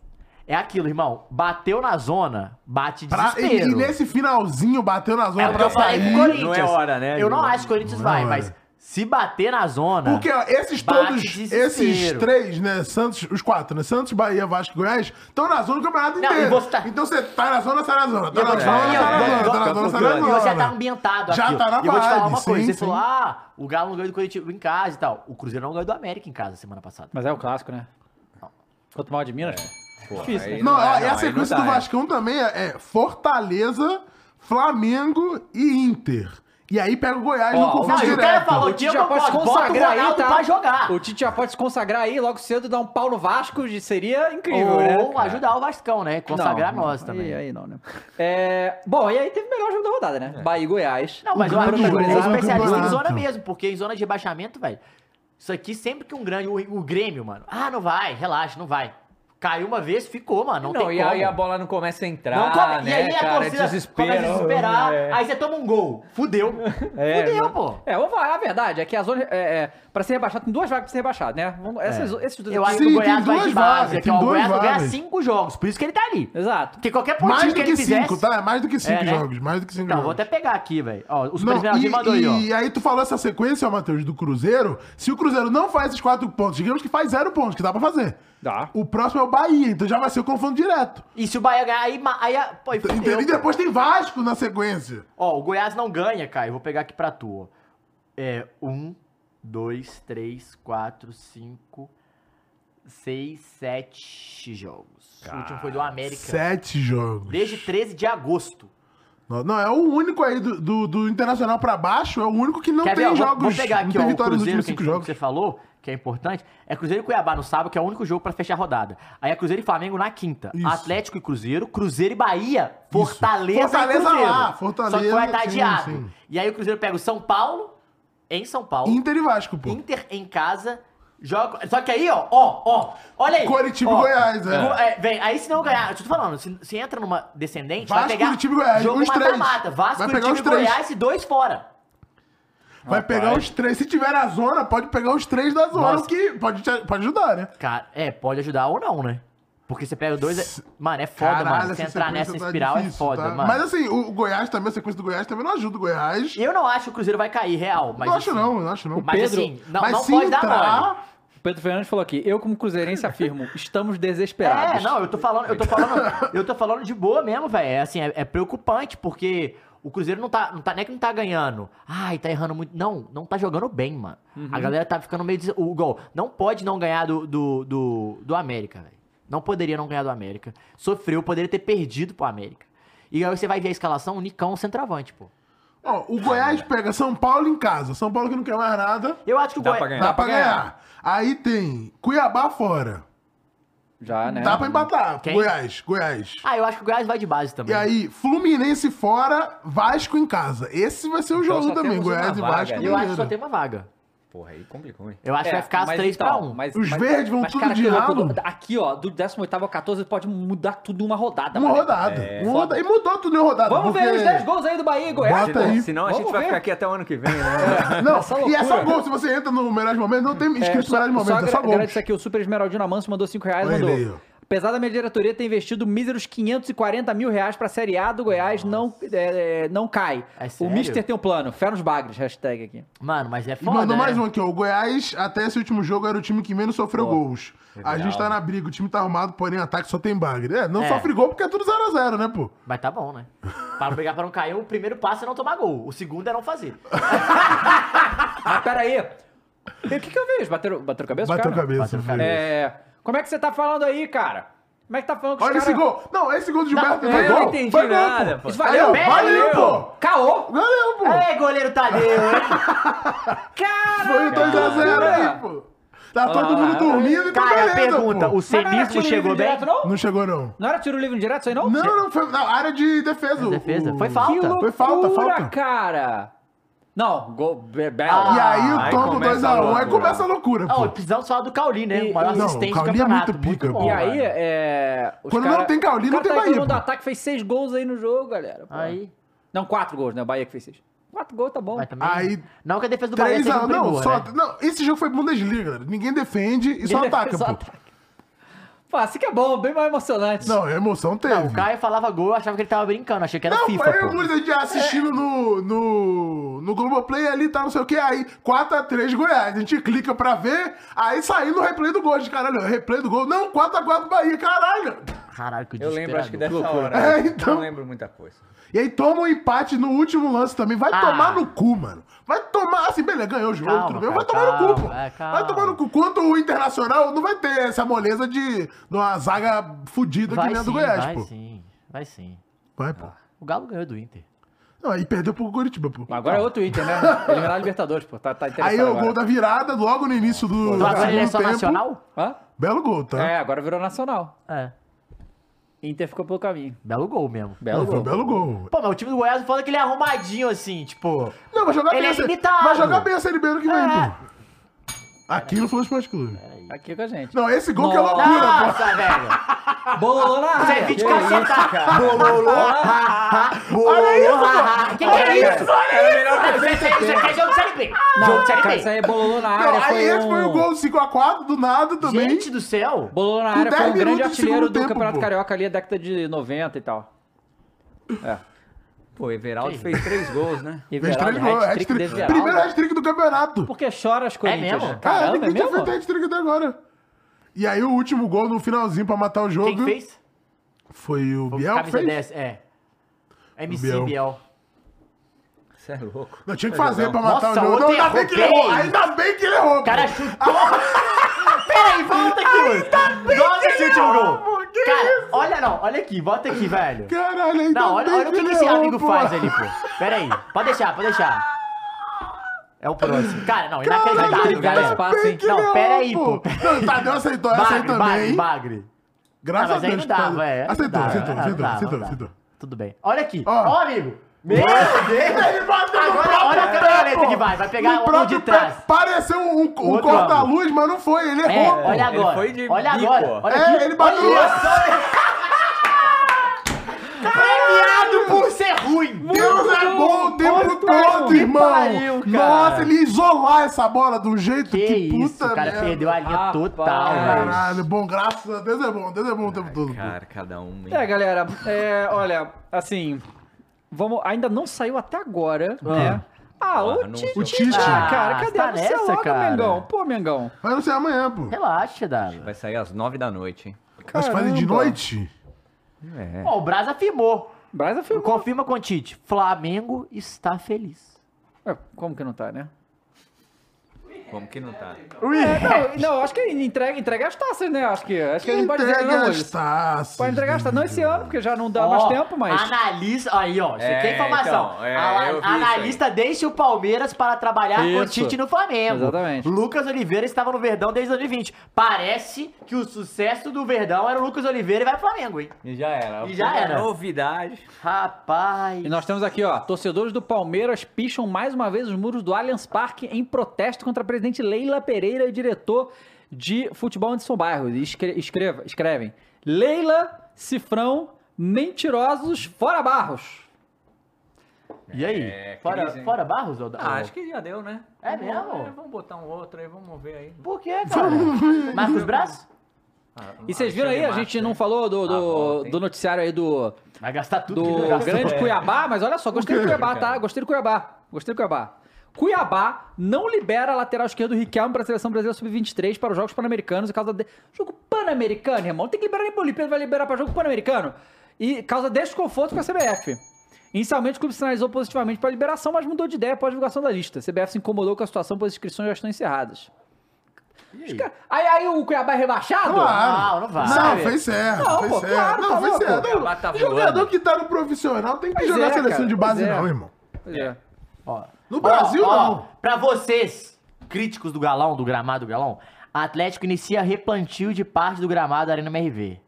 S2: é aquilo, irmão. Bateu na zona, bate
S3: Pra- e,
S2: desespero.
S3: e nesse finalzinho bateu na zona
S2: é o que
S3: pra
S2: eu falei
S3: sair.
S2: pro Corinthians.
S5: Não é hora, né,
S2: Eu não
S5: Gilberto?
S2: acho que o Corinthians
S3: Não é
S2: vai,
S3: hora.
S2: mas se bater na zona...
S3: Porque ó, esses
S2: bate
S3: todos,
S2: desespero.
S3: esses três, né, Santos, os quatro, né, Santos, Bahia, Vasco e Goiás, estão na zona do campeonato
S2: Não,
S3: inteiro.
S2: e você tá-
S3: Então você tá na zona, sai na zona. Tá
S2: E eu
S3: na
S2: vou
S3: zona,
S2: te falar,
S3: sai
S2: e eu-
S3: na
S2: eu-
S3: zona, tá na
S2: eu-
S3: zona, sai
S2: eu-
S3: na
S2: e
S3: zona.
S2: você tá ambientado
S3: Já
S2: aqui.
S3: tá na
S2: E eu vou te falar
S3: vibe,
S2: uma
S3: sim,
S2: coisa. Você
S3: sim.
S2: falou, ah, o Galo não ganhou do Curitiba em casa e tal. O Cruzeiro não ganhou do América em casa semana passada.
S1: Mas é o clássico, né? Quanto mal de Minas,
S2: É.
S5: Pô,
S2: tá
S1: difícil,
S5: aí
S1: né?
S3: Não,
S5: dá,
S3: ó, e a
S5: aí
S3: sequência
S5: dá,
S3: do
S5: é.
S3: Vascão também é, é Fortaleza, Flamengo e Inter. E aí pega o Goiás no
S1: Ó,
S3: confronto
S2: não, e o
S3: direto.
S2: cara falou,
S1: O Tite
S2: Eu
S1: já pode se
S2: concordo, bota o
S1: consagrar aí,
S2: Ronaldo
S1: tá?
S2: pra jogar.
S1: O Tite já pode se consagrar aí, logo cedo dar um pau no Vasco, de- seria incrível,
S2: Ou
S1: né? cara?
S2: ajudar o Vascão, né? Consagrar
S1: Não,
S2: nós
S1: não, Aí,
S2: também.
S1: aí não, né? É, bom, e aí teve o melhor jogo da rodada, né? Bahia e Goiás.
S2: É. Não, mas
S3: O
S2: eu acho que
S3: grande
S2: o Grêmio é
S3: jogo é
S2: especialista em
S3: campeonato.
S2: zona mesmo, porque em zona de rebaixamento, velho. Isso aqui sempre que um grande. O, o Grêmio, mano. Ah, não vai, relaxa, não vai. Caiu uma vez, ficou, mano. Não,
S5: Não,
S2: tem
S5: e
S2: como.
S5: aí a bola não começa a entrar,
S2: não come.
S5: né,
S2: e aí
S5: cara?
S2: a torcida
S5: é desespero.
S2: começa a desesperar.
S5: É.
S2: Aí você toma um gol. Fudeu.
S5: É,
S2: Fudeu,
S5: não-
S2: pô.
S1: É, vamos falar a verdade, é que a zona. É, é, pra ser rebaixado, tem duas vagas pra ser rebaixado, né? Vamos- essas- Esses dois
S2: É. Eu acho
S3: Sim,
S2: que o
S3: tem
S2: Goiás vai
S3: duas
S2: de
S3: vagas,
S2: base.
S3: tem
S2: Aqui, ó, o
S3: duas
S2: Goiás não ganha
S3: vagas.
S2: cinco jogos, por isso que ele tá ali.
S1: Exato.
S2: Porque qualquer pontinho
S3: Mais do
S2: que
S3: que
S2: ele fizesse...
S3: cinco, tá? É mais do que
S2: É,
S3: cinco
S2: né?
S3: jogos, mais do que cinco
S2: Então, vou
S3: jogos.
S2: até pegar aqui, velho. Ó, o Super
S3: Não,
S2: Esmeraldinho mandou aí, ó.
S3: e, e aí tu falou essa sequência, ó, Matheus, do Cruzeiro. Se o Cruzeiro não faz esses quatro pontos, digamos que faz zero pontos, que dá pra fazer.
S1: Dá.
S3: O próximo é o Bahia, então já vai ser o confronto direto.
S2: E se o Bahia ganhar, aí... ma- aí a- pô, e fudeu,
S3: Entendeu? E
S2: pô.
S3: depois tem Vasco na sequência.
S2: Ó, o Goiás não ganha, Caio. Vou pegar aqui pra tu, ó. É, um, dois, três, quatro, cinco, Seis, sete jogos. O último foi do América.
S3: Sete jogos.
S2: Desde 13 de agosto.
S3: Não, não, é o único aí do, do, do Internacional pra baixo, é o único que não
S2: Quer ver?
S3: tem
S2: ó, vou-
S3: jogos.
S2: Vou pegar
S3: não
S2: aqui,
S3: tem
S2: ó, o
S3: vitória nos
S2: Cruzeiro
S3: últimos
S2: que, a gente-
S3: cinco
S2: que
S3: jogos.
S2: você falou, que é importante. É Cruzeiro e Cuiabá no sábado, que é o único jogo pra fechar a rodada. Aí é Cruzeiro e Flamengo na quinta. Atlético e Cruzeiro, Cruzeiro e Bahia, Fortaleza,
S3: Fortaleza
S2: e Cruzeiro.
S3: lá, Fortaleza, é um
S2: Só que vai estar
S3: sim,
S2: adiado.
S3: sim.
S2: E aí o Cruzeiro pega o São Paulo, em São Paulo.
S3: Inter e Vasco, pô.
S2: Inter em casa. Joga... Só que aí, ó, ó, ó, olha aí.
S3: Coritiba e
S2: ó.
S3: Goiás, é.
S2: Go- Vem, aí se não ganhar, eu tô falando, se, se entra numa descendente, vai
S3: Vasco,
S2: pegar
S3: Curitiba e Goiás,
S2: jogo
S3: os três.
S2: mata-mata. Vasco,
S3: Vai pegar
S2: Curitiba
S3: os
S2: e
S3: três.
S2: Goiás e dois fora.
S3: Vai pegar os três. Se tiver na zona, pode pegar os três da zona,
S2: Nossa.
S3: que pode, te- pode ajudar, né?
S2: Cara, é, pode ajudar ou não, né? Porque você pega dois. é- Mano, é foda,
S3: Caralho,
S2: mano.
S3: essa
S2: Se entrar
S3: sequência
S2: nessa
S3: tá
S2: espiral é
S3: difícil,
S2: foda,
S3: tá?
S2: mano.
S3: Mas assim, o o Goiás também, a sequência do Goiás também não ajuda o Goiás.
S2: Eu não acho que o Cruzeiro vai cair, real. Mas
S3: não acho
S2: assim,
S3: não, não acho não.
S2: Mas assim, não, não pode
S3: tá.
S2: dar mole.
S1: O Pedro Fernandes falou aqui, eu como cruzeirense afirmo, estamos
S2: É,
S1: desesperados.
S2: não, eu tô falando, eu tô falando,
S3: assim,
S2: eu tô falando de boa mesmo, velho. É assim, é, é preocupante, porque o Cruzeiro não tá, não tá, não é que não tá ganhando. Ai, tá errando muito. Não, não tá jogando bem, mano.
S1: Uhum.
S2: A galera tá ficando meio. des- O gol, não pode não ganhar do, do, do, do América, velho. Não poderia não ganhar do América. Sofreu, poderia ter perdido pro América. E aí você vai ver a escalação, o Nicão centroavante, pô.
S3: Ó, o Goiás pega São Paulo em casa. São Paulo que não quer mais nada.
S2: Eu acho que o
S3: dá
S2: Goi-
S3: pra ganhar. Dá pra ganhar. Aí tem Cuiabá fora.
S2: Tá,
S1: Já, né?
S3: Dá pra empatar.
S2: Quem?
S3: Goiás, Goiás.
S2: Ah, eu acho que o Goiás vai de base
S3: E
S2: também.
S3: aí, Fluminense fora, Vasco em casa. Esse vai ser o
S2: Então
S1: Então
S3: jogo também. Goiás e Vasco. né? É,
S2: Eu acho que só
S3: maneiro.
S2: tem uma vaga.
S5: Porra, aí complicou, hein?
S2: Eu acho que vai ficar as
S1: mas
S2: 3 pra
S1: então,
S2: 1.
S1: mas-
S3: Os
S1: mas-
S3: verdes vão
S1: mas,
S3: tudo
S1: cara,
S3: de
S1: que louco,
S3: ralo.
S1: do- Aqui, ó, do 18 ao 14 pode mudar tudo em uma rodada.
S3: Uma
S1: moleque.
S3: rodada.
S1: É.
S3: Uma rodada. E mudou tudo na rodada.
S1: Vamos ver
S3: porque- É.
S1: os 10 gols aí do Bahia e Goiás.
S3: Bota
S1: pô.
S3: aí.
S5: Senão a gente
S1: Vamos
S5: vai
S1: ver.
S5: ficar aqui até o ano que vem, né?
S3: Não,
S1: Essa
S3: e é só
S1: loucura.
S3: gol. Se você entra no Melhores Momentos, não tem
S1: É,
S3: escrito
S1: só,
S3: Melhores
S1: só
S3: Momentos, é só
S1: agra-
S3: gol.
S1: agradece aqui o Super Esmeraldino Amanso mandou 5 reais,
S3: Olha
S1: mandou.
S3: ele aí, ó.
S1: Apesar da minha diretoria ter investido míseros 540 mil reais pra Série A do Goiás, não, é, é, não cai. o
S2: sério?
S1: Mister tem um plano. Fé nos bagres, hashtag aqui.
S2: Mano, mas é
S3: E
S2: foda,
S3: mandou
S2: né?
S3: mais um aqui, ó. O Goiás, até esse último jogo, era o time que menos sofreu gols. A gente tá na briga, o time tá arrumado, porém ataque só tem bagre. É, não
S2: É.
S3: sofre gol porque é tudo 0x0, né, pô?
S2: Mas tá bom, né? Para brigar pra não cair, o primeiro passo é não tomar gol. O segundo é não fazer.
S1: Mas pera aí. E O que, que eu vejo? Bateram, bateram cabeça?
S3: Bateu
S1: cara?
S3: cabeça, Bateu cabeça.
S1: É, como é que você tá falando aí, cara? Como é que tá falando que os
S3: Olha esse
S1: cara-
S3: gol. Não, esse gol do Gilberto
S1: Não,
S3: foi
S1: eu
S3: gol.
S1: não entendi
S3: foi gol,
S1: nada,
S3: pô.
S1: pô. Isso valeu,
S3: Aí, ó, valeu, pô.
S1: Caô?
S3: Valeu, pô.
S2: É, goleiro
S1: tá
S2: Tadeu, hein?
S3: Foi 2x0 aí, pô. Tá
S1: Olha
S3: todo
S1: lá,
S3: mundo
S1: olha lá.
S3: dormindo, tá
S2: Ah, Cara,
S3: beleza,
S2: pergunta,
S3: pô.
S2: o Semismo chegou bem?
S1: Direto, não?
S3: Não chegou, não.
S1: não era tiro livre direto isso aí, não? É
S3: Não, não, foi na área de defesa.
S2: defesa.
S3: o-
S2: Foi
S1: Que
S2: falta.
S1: loucura,
S3: Foi falta, falta.
S1: cara! Não, gol, be- belo.
S3: E aí o
S5: aí
S3: tomo
S5: começa
S3: 2x1,
S5: a
S3: aí começa a um. loucura,
S2: Ah,
S3: pô.
S2: o precisamos falar do Cauli, né? O maior
S3: Não, o
S2: assistente do
S3: Cauli é
S2: campeonato.
S3: muito pica,
S2: bom,
S3: pô.
S1: E
S2: mano.
S1: aí, é. os
S3: Quando não tem Cauli, não
S1: cara
S3: tem
S1: tá
S3: Bahia,
S1: entrando do
S3: pô.
S1: ataque, fez seis gols aí no jogo, galera. pô.
S2: Aí.
S1: Não, quatro gols, né? O Bahia que fez seis. Quatro gols, tá bom.
S2: Mas também. né?
S3: Aí
S2: Não que a defesa do Bahia
S3: 3
S2: seja
S3: a
S2: um
S3: 1 não,
S2: primor,
S3: só.
S2: né?
S3: Não, esse jogo foi Bundesliga, galera. Ninguém defende e só
S1: Ele
S3: ataca,
S1: só
S3: pô.
S1: ataca. Pô, assim que é bom, bem mais emocionante.
S3: Não, a emoção teve.
S2: O Caio falava gol, eu achava que ele tava brincando, achei que era
S3: Não,
S2: FIFA,
S3: foi
S2: pô.
S3: muita gente assistindo no, no, no Globoplay ali, tá, não sei o que, aí 4x3 Goiás. A gente clica pra ver, aí saindo o replay do gol. De caralho, replay do gol. Não, 4x4 Bahia, caralho.
S2: Caralho, que
S5: Eu lembro, acho que dessa
S2: desesperador.
S5: hora.
S3: É,
S5: né?
S3: então.
S5: Não lembro muita coisa.
S3: E aí toma um empate no último lance também. Vai
S2: Ah.
S3: tomar no cu, mano. Vai tomar, assim, beleza, ganhou o jogo,
S2: Calma,
S3: tudo bem.
S2: cara,
S3: Vai tomar no cu,
S2: calma,
S3: pô.
S2: é, calma.
S3: vai tomar no cu. Quanto o Internacional, não vai ter essa moleza de, de uma zaga fudida que
S2: Vai
S3: nem a
S2: sim,
S3: do Goiás,
S2: vai
S3: pô.
S2: sim, vai sim.
S3: Vai, pô.
S2: O Galo ganhou do Inter. Então.
S3: Não, aí perdeu pro Curitiba, pô.
S1: Mas agora é outro Inter, né? Eliminar a Libertadores, pô. Tá, tá interessante.
S3: Aí
S2: é
S3: é o gol da virada logo no início do.
S2: Então
S3: do
S2: agora ele é
S3: segundo
S2: só
S3: tempo.
S2: nacional?
S1: Hã?
S3: Belo gol, tá?
S1: É, agora virou nacional.
S2: É.
S1: Inter ficou pelo caminho.
S2: Belo gol mesmo.
S1: Belo
S3: Não, foi
S1: gol.
S3: um belo gol.
S2: Pô, mas o time do Goiás fala que ele é arrumadinho assim, tipo.
S3: Não, vai jogar
S2: Ele
S3: bem.
S2: é
S3: a série-
S2: limitado.
S3: Vai jogar bem a Série B ano que vem,
S2: É.
S3: pô. Aqui no Flow Esporte Clube.
S1: Aqui com a gente.
S3: Não, esse gol que é
S1: Nossa.
S3: loucura,
S2: Nossa, velho.
S1: Bolou na
S2: Você é
S1: área.
S2: 20
S1: Que
S2: caceta. Bololô, ha, ha, bololô, ha, ha. Que que é isso? Ah, Isso aqui- isso aqui é jogo de Série B. Jogo
S1: Não,
S2: de
S1: cara,
S2: Série
S1: isso
S2: B.
S3: é
S1: aí bolou na
S3: pô.
S1: área.
S3: Não, aí
S1: foi
S3: esse foi
S1: um-
S3: o gol 5x4 do nada também.
S2: Gente do céu.
S1: Bolou na
S3: Com
S1: área, foi
S3: 10
S1: um grande
S3: minutos do
S1: artilheiro
S3: segundo
S1: do
S3: tempo,
S1: Campeonato
S3: pô.
S1: Carioca ali, a década de 90 e tal. É.
S5: Pô, Everaldo fez três gols, né?
S3: Fez três
S1: Everaldo,
S3: gols.
S1: hat-trick
S3: hat-trick.
S1: desse Everaldo.
S3: Primeiro hat-trick do campeonato.
S1: Por que chora as Corinthians?
S2: mesmo?
S3: Cara,
S1: Caramba, é
S3: ninguém tinha
S1: mesmo?
S3: feito hat-trick até agora. E aí o último gol no finalzinho pra matar o
S2: Quem que
S3: jogo
S2: fez?
S3: foi o
S2: Foi
S3: Biel.
S2: Camisa
S3: Fez?
S2: 10, é. MC
S3: Biel.
S2: Biel.
S5: Você é louco.
S3: Não, tinha que fazer pra matar
S2: Nossa,
S3: o jogo. Não,
S2: ontem
S3: ainda bem que ele
S2: errou
S3: errou.
S2: bem.
S3: Ainda bem que ele errou.
S2: O cara chutou. Pera Ei, volta aqui, mano. Volta esse último um gol. Cara, olha não, olha aqui, volta aqui, velho.
S3: Caralho,
S2: ainda Não, olha,
S3: bem
S2: olha o que,
S3: que
S2: que esse
S3: não,
S2: amigo
S3: pô.
S2: faz ali, pô. Pera aí, pode deixar, pode deixar. É o próximo. Cara, não, inacreditável, galera. Não, pera aí, pô.
S3: Não, tá Tadeu aceitou, eu aceito
S2: Bagre, Bagre,
S3: também.
S2: Bagre.
S3: Graças
S2: Ah,
S3: a
S2: mas aí
S3: Deus. tá
S2: não dá,
S3: Tadeu.
S2: velho, não
S3: Aceitou,
S2: dá,
S3: aceitou,
S2: não dá,
S3: aceitou,
S2: não dá,
S3: aceitou,
S2: não dá.
S3: aceitou.
S2: Tudo bem. Olha aqui. Ó, amigo. Meu Deus!
S3: Ele bateu no
S2: Agora olha a
S3: próprio
S2: caminhoneta
S3: pé,
S2: que
S3: pô.
S2: vai, vai pegar
S3: No
S2: o- o
S3: próprio
S2: de
S3: pé.
S2: trás.
S3: Pareceu um, um
S2: Outro
S3: corta-luz, mas não foi, ele
S2: É,
S3: errou.
S2: olha
S3: pô.
S2: agora. olha
S3: bico.
S2: agora. Olha
S3: É,
S2: aqui.
S3: ele bateu.
S2: Olha Premiado por ser ruim.
S3: Deus é bom o tempo todo, irmão. Nossa, ele ia isolar essa bola do jeito que, puta
S2: isso, o cara
S3: merda.
S2: perdeu a linha total, velho.
S3: Caralho, bom, graças a Deus é bom, Deus é bom o tempo todo.
S5: Cara, cada um. hein?
S1: É, galera, é, olha, assim, vamos, ainda não saiu até agora, né? Ah, o
S5: não
S1: Tite,
S5: sei. O
S3: Tite?
S1: Ah, cara,
S2: Ah,
S1: cadê
S2: tá
S1: a
S2: nessa,
S1: logo,
S2: cara.
S1: Mengão? Pô, Mengão.
S3: Vai anunciar amanhã, pô.
S2: Relaxa, Dava.
S5: Vai sair às nove da noite, hein?
S3: Mas fazem de
S1: Caramba.
S3: noite?
S5: É.
S2: Ó, o Braz afirmou.
S1: Braz afirmou.
S2: Confirma com o Tite. Flamengo está feliz.
S1: É, Como que não tá, né?
S5: Como que não tá?
S1: É, não, não, acho que entrega, entrega as taças, né? Acho que, acho que a gente pode dizer,
S3: Entrega
S1: não,
S3: as
S1: Luiz?
S3: taças.
S1: Pode entregar as taças. Não esse ano, porque já não dá
S2: Ó,
S1: mais tempo, mas...
S2: Analista. Aí, ó, você
S1: É,
S2: tem informação.
S1: então, é,
S2: Ala-
S1: eu vi isso aí.
S2: analista deixa o Palmeiras para trabalhar com o
S1: Isso.
S2: Tite no Flamengo.
S1: Exatamente.
S2: Lucas Oliveira estava no Verdão desde 2020. Parece que o sucesso do Verdão era o Lucas Oliveira e vai pro Flamengo, hein?
S5: E já
S1: É
S5: era.
S2: E já era.
S5: Novidade.
S2: Rapaz.
S1: E nós temos aqui, ó, torcedores do Palmeiras picham mais uma vez os muros do Allianz Parque em protesto contra a presidente Leila Pereira e diretor de futebol Anderson Barros. E escre- escreva, escrevem, Leila, Cifrão, mentirosos, fora Barros.
S2: E aí?
S5: É,
S2: fora,
S5: crise, hein?
S2: fora Barros? Ou,
S5: Ah, acho que já deu, né?
S2: É
S5: Vamos-
S2: mesmo?
S5: é, Vamos botar um outro aí, vamos ver aí.
S2: Por quê, cara? Marcos Braz?
S1: E
S2: ah,
S1: vocês viram aí, a gente
S2: né?
S1: não falou do, do, do noticiário aí do...
S2: Vai gastar tudo. que
S1: do
S2: ele gastou.
S1: grande
S2: É.
S1: Cuiabá, mas olha só, gostei do
S2: quê?
S1: Cuiabá, tá? Gostei do Cuiabá. Gostei do Cuiabá. Cuiabá não libera a lateral esquerdo Riquelme para a seleção brasileira sub-23 para os Jogos Pan-Americanos e causa de... Jogo Pan-Americano, irmão. Não tem que liberar nem pra Olimpíada, vai liberar para jogo Pan-Americano. E causa desconforto com a CBF. Inicialmente, o clube sinalizou positivamente para a liberação, mas mudou de ideia após a divulgação da lista. A CBF se incomodou com a situação, pois as inscrições já estão encerradas. Os cara- Aí, aí o Cuiabá é rebaixado?
S3: Claro. Não,
S1: Sabe?
S3: fez certo.
S1: Não,
S3: fez
S1: pô,
S3: certo.
S1: claro,
S3: não,
S1: tá
S3: fez
S1: louco.
S3: certo.
S1: Cuiabá tá
S3: É, Jogador
S1: voando.
S3: que tá no profissional tem que
S1: Pois
S3: jogar
S1: é,
S3: seleção
S1: cara,
S3: de base,
S1: pois é.
S3: não, irmão.
S1: Pois é.
S2: Ó.
S3: No Brasil,
S2: ó,
S3: não.
S2: Pra vocês, críticos do galão, do gramado do galão, Atlético inicia replantio de parte do gramado da Arena MRV.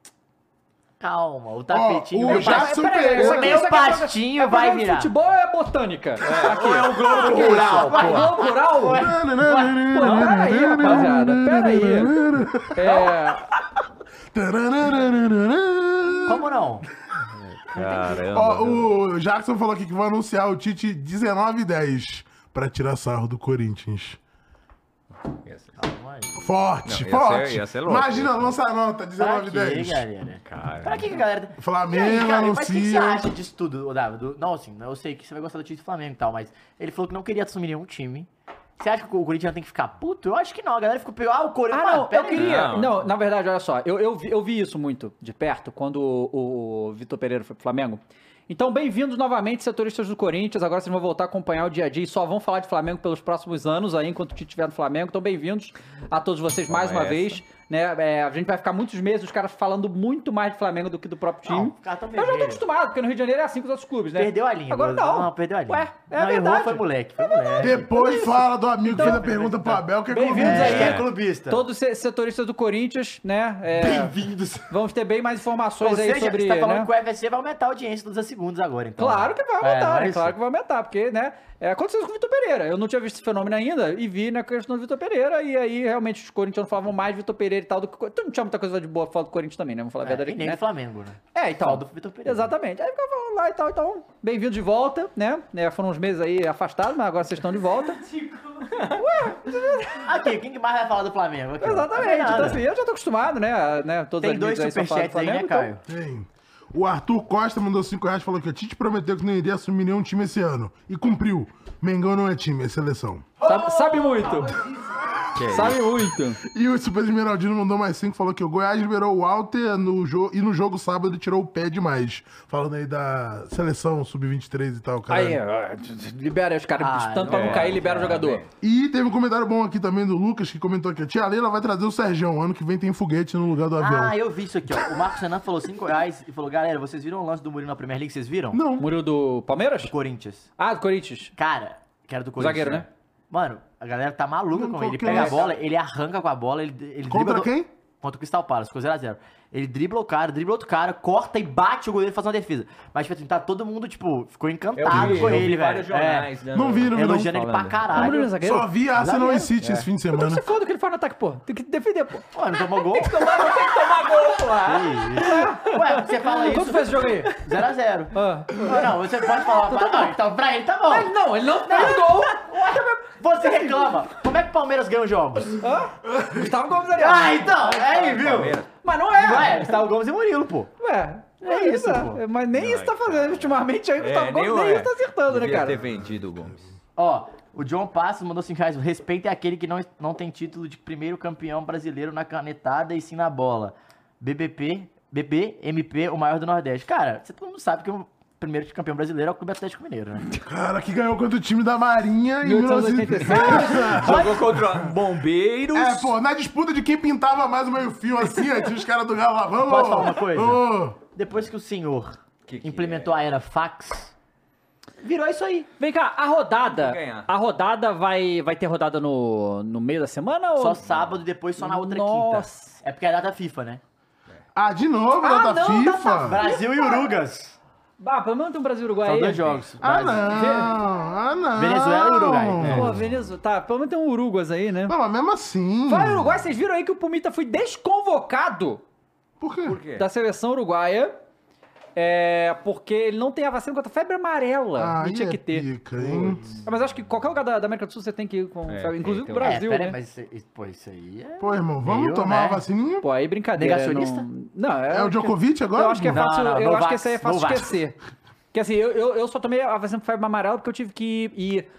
S2: Calma, o tapetinho
S3: Ó, o
S2: vai passar.
S3: Jackson
S2: Peraí,
S3: Pereira-
S2: o Meu pastinho
S1: É
S2: vai
S1: programa de
S2: virar.
S1: Futebol ou é botânica? Aqui.
S2: Ou é o Globo
S1: Aqui,
S2: Rural,
S1: vai,
S2: pô.
S1: Globo Rural?
S2: Ué,
S1: Pô, pera aí, rapaziada. Pera aí. É...
S2: Como não?
S5: Caramba.
S3: Ó, o Jackson falou aqui que vai anunciar o Tite 19 e 10 pra tirar sarro do Corinthians. Forte,
S5: Não, ia
S3: forte.
S1: é,
S5: ser- ia ser louco.
S3: Imagina, lança a
S1: Tá
S3: nota, 19 e
S2: Pra quê,
S3: 10.
S2: galera? Pra
S5: Cara.
S2: que, que a galera. tá-
S3: Flamengo
S2: E aí, cara, mas o que que você
S3: anuncia.
S2: acha disso tudo, ô, Davi? Do- Não, assim, eu sei que você vai gostar do time do Flamengo e tal, mas ele falou que não queria assumir nenhum time. Você acha que o Corinthians tem que ficar puto? Eu acho que não. A galera ficou pior. Ah, o Corinthians.
S1: Ah, não,
S2: pera
S1: eu
S2: aí.
S1: queria. Não. na verdade, olha só, eu, eu, vi, eu vi isso muito de perto quando o, o Vitor Pereira foi pro Flamengo. Então, bem-vindos novamente, setoristas do Corinthians. Agora vocês vão voltar a acompanhar o dia a dia e só vão falar de Flamengo pelos próximos anos aí, enquanto o Tite estiver no Flamengo. Então, bem-vindos a todos vocês mais uma
S5: essa.
S1: vez. Né? É, a gente vai ficar muitos meses os caras falando muito mais de Flamengo do que do próprio time.
S2: Não, ficar tão
S1: eu já tô
S2: vermelho.
S1: acostumado, porque no Rio de Janeiro é assim com os outros clubes, né?
S2: Perdeu a língua.
S1: Agora não.
S2: perdeu a língua.
S1: Ué, é
S2: não, errou,
S1: verdade. É Então-
S2: foi moleque. Foi moleque.
S3: Depois fala do amigo que fez a pergunta pro Abel, que é
S1: Bem-vindos
S3: clubista.
S1: aí,
S2: É, clubista.
S1: Todos os se- setoristas do Corinthians, né? Bem-vindos. Vamos ter bem mais informações
S2: Ou
S1: aí
S2: seja,
S1: sobre.
S2: você tá falando
S1: né?
S2: que o UFC vai aumentar a audiência dos segundos agora, então.
S1: Claro que vai
S2: É,
S1: aumentar,
S2: não é
S1: né?
S2: isso?
S1: Claro que vai aumentar, porque, né? É, aconteceu isso com o Vitor Pereira. Eu não tinha visto esse fenômeno ainda e vi na questão do Vitor Pereira. E aí, realmente, os corintianos falavam mais de Vitor Pereira e tal do que. Tu não tinha muita coisa de boa pra falar do Corinthians também, né? Vamos falar a
S2: É,
S1: verdade
S2: e
S1: aqui,
S2: nem
S1: né?
S2: do Flamengo, né?
S1: É, então.
S2: Fala do Vitor Pereira.
S1: Exatamente. Aí ficava falando lá e tal, então. Bem-vindo de volta, né? É, foram uns meses aí afastados, mas agora vocês estão de volta.
S2: Aqui, quem que mais vai falar do Flamengo? Aqui, ó.
S1: Exatamente.
S2: Não é
S1: Então,
S2: nada.
S1: assim, eu já tô acostumado, né? a- né todos
S2: Tem
S1: as
S2: dois
S1: mídias só falam do
S2: superchats aí, né,
S1: Flamengo, então-
S2: Caio?
S3: Tem. O Arthur Costa mandou 5 reais e falou que o Tite prometeu que não iria assumir nenhum time esse ano. E cumpriu. Mengão não é time, é seleção.
S1: Sabe, sabe muito.
S2: é
S1: Sabe muito.
S3: E o Super Esmeraldino mandou mais cinco, falou que o Goiás liberou o Walter no jo- e no jogo sábado ele tirou o pé demais. Falando aí da seleção sub-23 e tal, cara.
S1: Aí, ó, libera os caras,
S3: Ah,
S1: tanto pra
S3: é,
S1: não cair, libera o jogador.
S3: E teve um comentário bom aqui também do Lucas, que comentou que a tia Leila vai trazer o Sergião. Ano que vem tem foguete no lugar do avião.
S2: Ah, eu vi isso aqui, ó. O Marcos Renan falou 5 reais e falou: galera, vocês viram o lance do Murilo na Premier League? Vocês viram?
S3: Não.
S1: Murilo do Palmeiras? Do
S2: Corinthians.
S1: Ah, do Corinthians.
S2: Cara, que era do Corinthians.
S1: Zagueiro, né?
S2: Mano, a galera tá maluca
S1: Não,
S2: com ele. Ele
S1: qualquer
S2: pega a
S1: um.
S2: bola, ele arranca com a bola, ele. ele
S1: Contra
S2: dribla do-
S1: quem?
S2: Contra o Crystal Palace, ficou 0x0. Ele dribla o cara, dribla outro cara, corta e bate o goleiro e faz uma defesa. Mas, tipo assim, tá todo mundo, tipo, ficou encantado
S3: vi,
S2: com
S3: eu vi
S2: ele, velho.
S3: vários jornais,
S2: é.
S3: né, Não vi, não vi, não.
S2: Elogiando ele pra
S3: Falando.
S2: caralho.
S3: Ah, Bruno Zagueiro? Só vi Arsenal
S2: é.
S3: e City esse fim de semana.
S1: Então Você foda que ele faz no ataque, pô. Tem que defender, pô.
S2: Ué, não tomou gol?
S1: tem que tomar, não tem que tomar gol, pô. Ah.
S2: Ué, você fala isso.
S1: Quanto foi esse jogo aí?
S2: 0x0. Ah, não, você pode falar.
S1: Então
S2: Então,
S1: tá bom.
S2: então pra ele tá bom.
S1: Mas não, ele não fez gol.
S2: Você reclama. Como é que o Palmeiras ganha os jogos?
S1: Hã? Gustavo Gomes ali. ó.
S2: Ah, então, é aí, viu?
S1: Palmeiras. Mas não é.
S2: Ué, Gustavo Gomes e Murilo, pô.
S1: Ué,
S2: É
S1: mas
S2: isso,
S1: tá.
S2: pô.
S1: Mas nem isso tá fazendo ultimamente aí, o
S5: É,
S1: Gustavo Gomes nem isso tá acertando, né, cara?
S5: ter vendido o Gomes.
S2: Ó, o John Passos mandou 5 reais. Respeito é aquele que não, não tem título de primeiro campeão brasileiro na canetada e sim na bola. BBP, BB, MP, o maior do Nordeste. Cara, você todo mundo sabe que o primeiro campeão brasileiro é o Clube Atlético Mineiro, né?
S3: Cara, que ganhou contra o time da Marinha em
S2: 1986.
S3: 1986.
S5: Jogou contra bombeiros.
S3: É, pô, na disputa de quem pintava mais o meio-fio assim, ó, tinha os caras do Galo lá, vamos.
S2: Posso falar uma coisa?
S3: ô.
S2: Depois que o senhor implementou
S5: é?
S2: a era fax, virou isso aí.
S1: Vem cá, a rodada.
S2: Ganhar.
S1: A rodada vai, vai ter rodada no, no meio da semana ou.
S2: só sábado e depois só na outra
S1: Nossa.
S2: quinta. É porque é a data FIFA, né?
S3: Ah, de novo,
S1: Ah,
S3: ah, da
S1: não, data
S3: FIFA?
S2: Brasil e Urugas.
S1: Ah, pelo menos tem um Brasil e Uruguai
S2: São
S1: aí.
S2: dois jogos.
S3: Ah,
S2: Brasil.
S3: não. Ah, não.
S2: Venezuela e Uruguai. né?
S1: Pô, Venezuela. Tá, pelo menos tem um Uruguas aí, né? Não,
S3: mas mesmo assim.
S1: Fala Uruguai, vocês viram aí que o Pumita foi desconvocado
S3: Por quê?
S1: da seleção uruguaia. É. Porque ele não tem a vacina contra a febre amarela.
S3: Ah,
S1: não tinha
S3: aí
S1: que
S3: é
S1: ter.
S3: pica, hein?
S1: É, Mas acho que qualquer lugar da da América do Sul você tem que ir com.
S2: É,
S1: febre, inclusive
S2: tem-
S1: o Brasil,
S2: é, pera aí,
S1: né?
S2: Mas, isso- pô, isso aí é...
S3: Pô, irmão, vamos
S1: Meio,
S3: tomar
S1: né?
S3: uma vacininha?
S1: Pô, aí brincadeira.
S2: Negacionista?
S1: Não, não,
S3: É o Djokovic agora?
S1: Eu acho que é
S3: Não,
S1: fácil.
S3: não,
S1: eu acho
S3: Novak,
S1: que essa aí é fácil
S3: Novak.
S1: esquecer. Porque assim, eu, eu, eu só tomei a vacina com febre amarela porque eu tive que ir.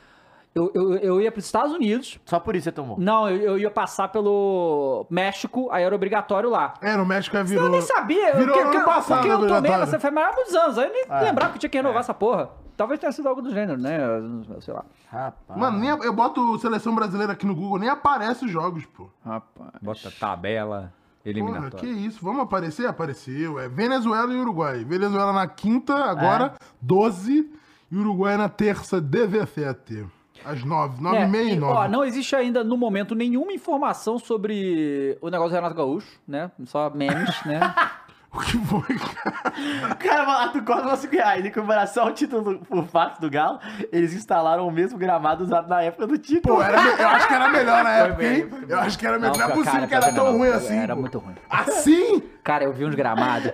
S1: Eu, eu, eu ia para os Estados Unidos.
S2: Só por isso você tomou?
S1: Não, eu, eu ia passar pelo México, aí era obrigatório lá.
S3: É, no México é virou.
S1: Eu nem sabia. eu-
S3: Virou
S1: porque,
S3: ano
S1: porque-
S3: passado,
S1: porque eu tomei
S3: obrigatório.
S1: essa febre há muitos anos. Aí eu nem
S3: É.
S2: É.
S1: lembrava que tinha que renovar essa porra. Talvez tenha sido algo do gênero, né? Sei lá.
S2: Rapaz.
S3: Mano, nem, eu boto seleção brasileira aqui no Google, nem aparece os jogos, pô.
S1: Rapaz.
S5: Bota tabela
S3: Porra,
S5: eliminatória.
S3: que isso. Vamos aparecer? Apareceu. É Venezuela e Uruguai. Venezuela na quinta, agora,
S1: É.
S3: 12. E Uruguai na terça, 17. Às 9. 9
S1: É,
S3: e meia e
S1: e,
S3: 9.
S1: Ó, não existe ainda, no momento, nenhuma informação sobre o negócio do Renato Gaúcho, né? Só memes, né?
S2: Cara, a do Cosmo é 5 reais. Em comparação ao título do, por fato do Galo, eles instalaram o mesmo gramado usado na época do título.
S3: Pô, era me- eu acho que era melhor na
S2: Foi
S3: época,
S2: bem,
S3: hein?
S2: foi bem.
S3: Eu acho que era melhor. Não, é
S1: cara,
S3: possível que
S1: tá
S3: era
S1: vendo?
S3: tão ruim
S1: Era
S3: assim. pô.
S1: muito ruim.
S3: Assim? Tá
S1: Cara, eu vi uns gramados.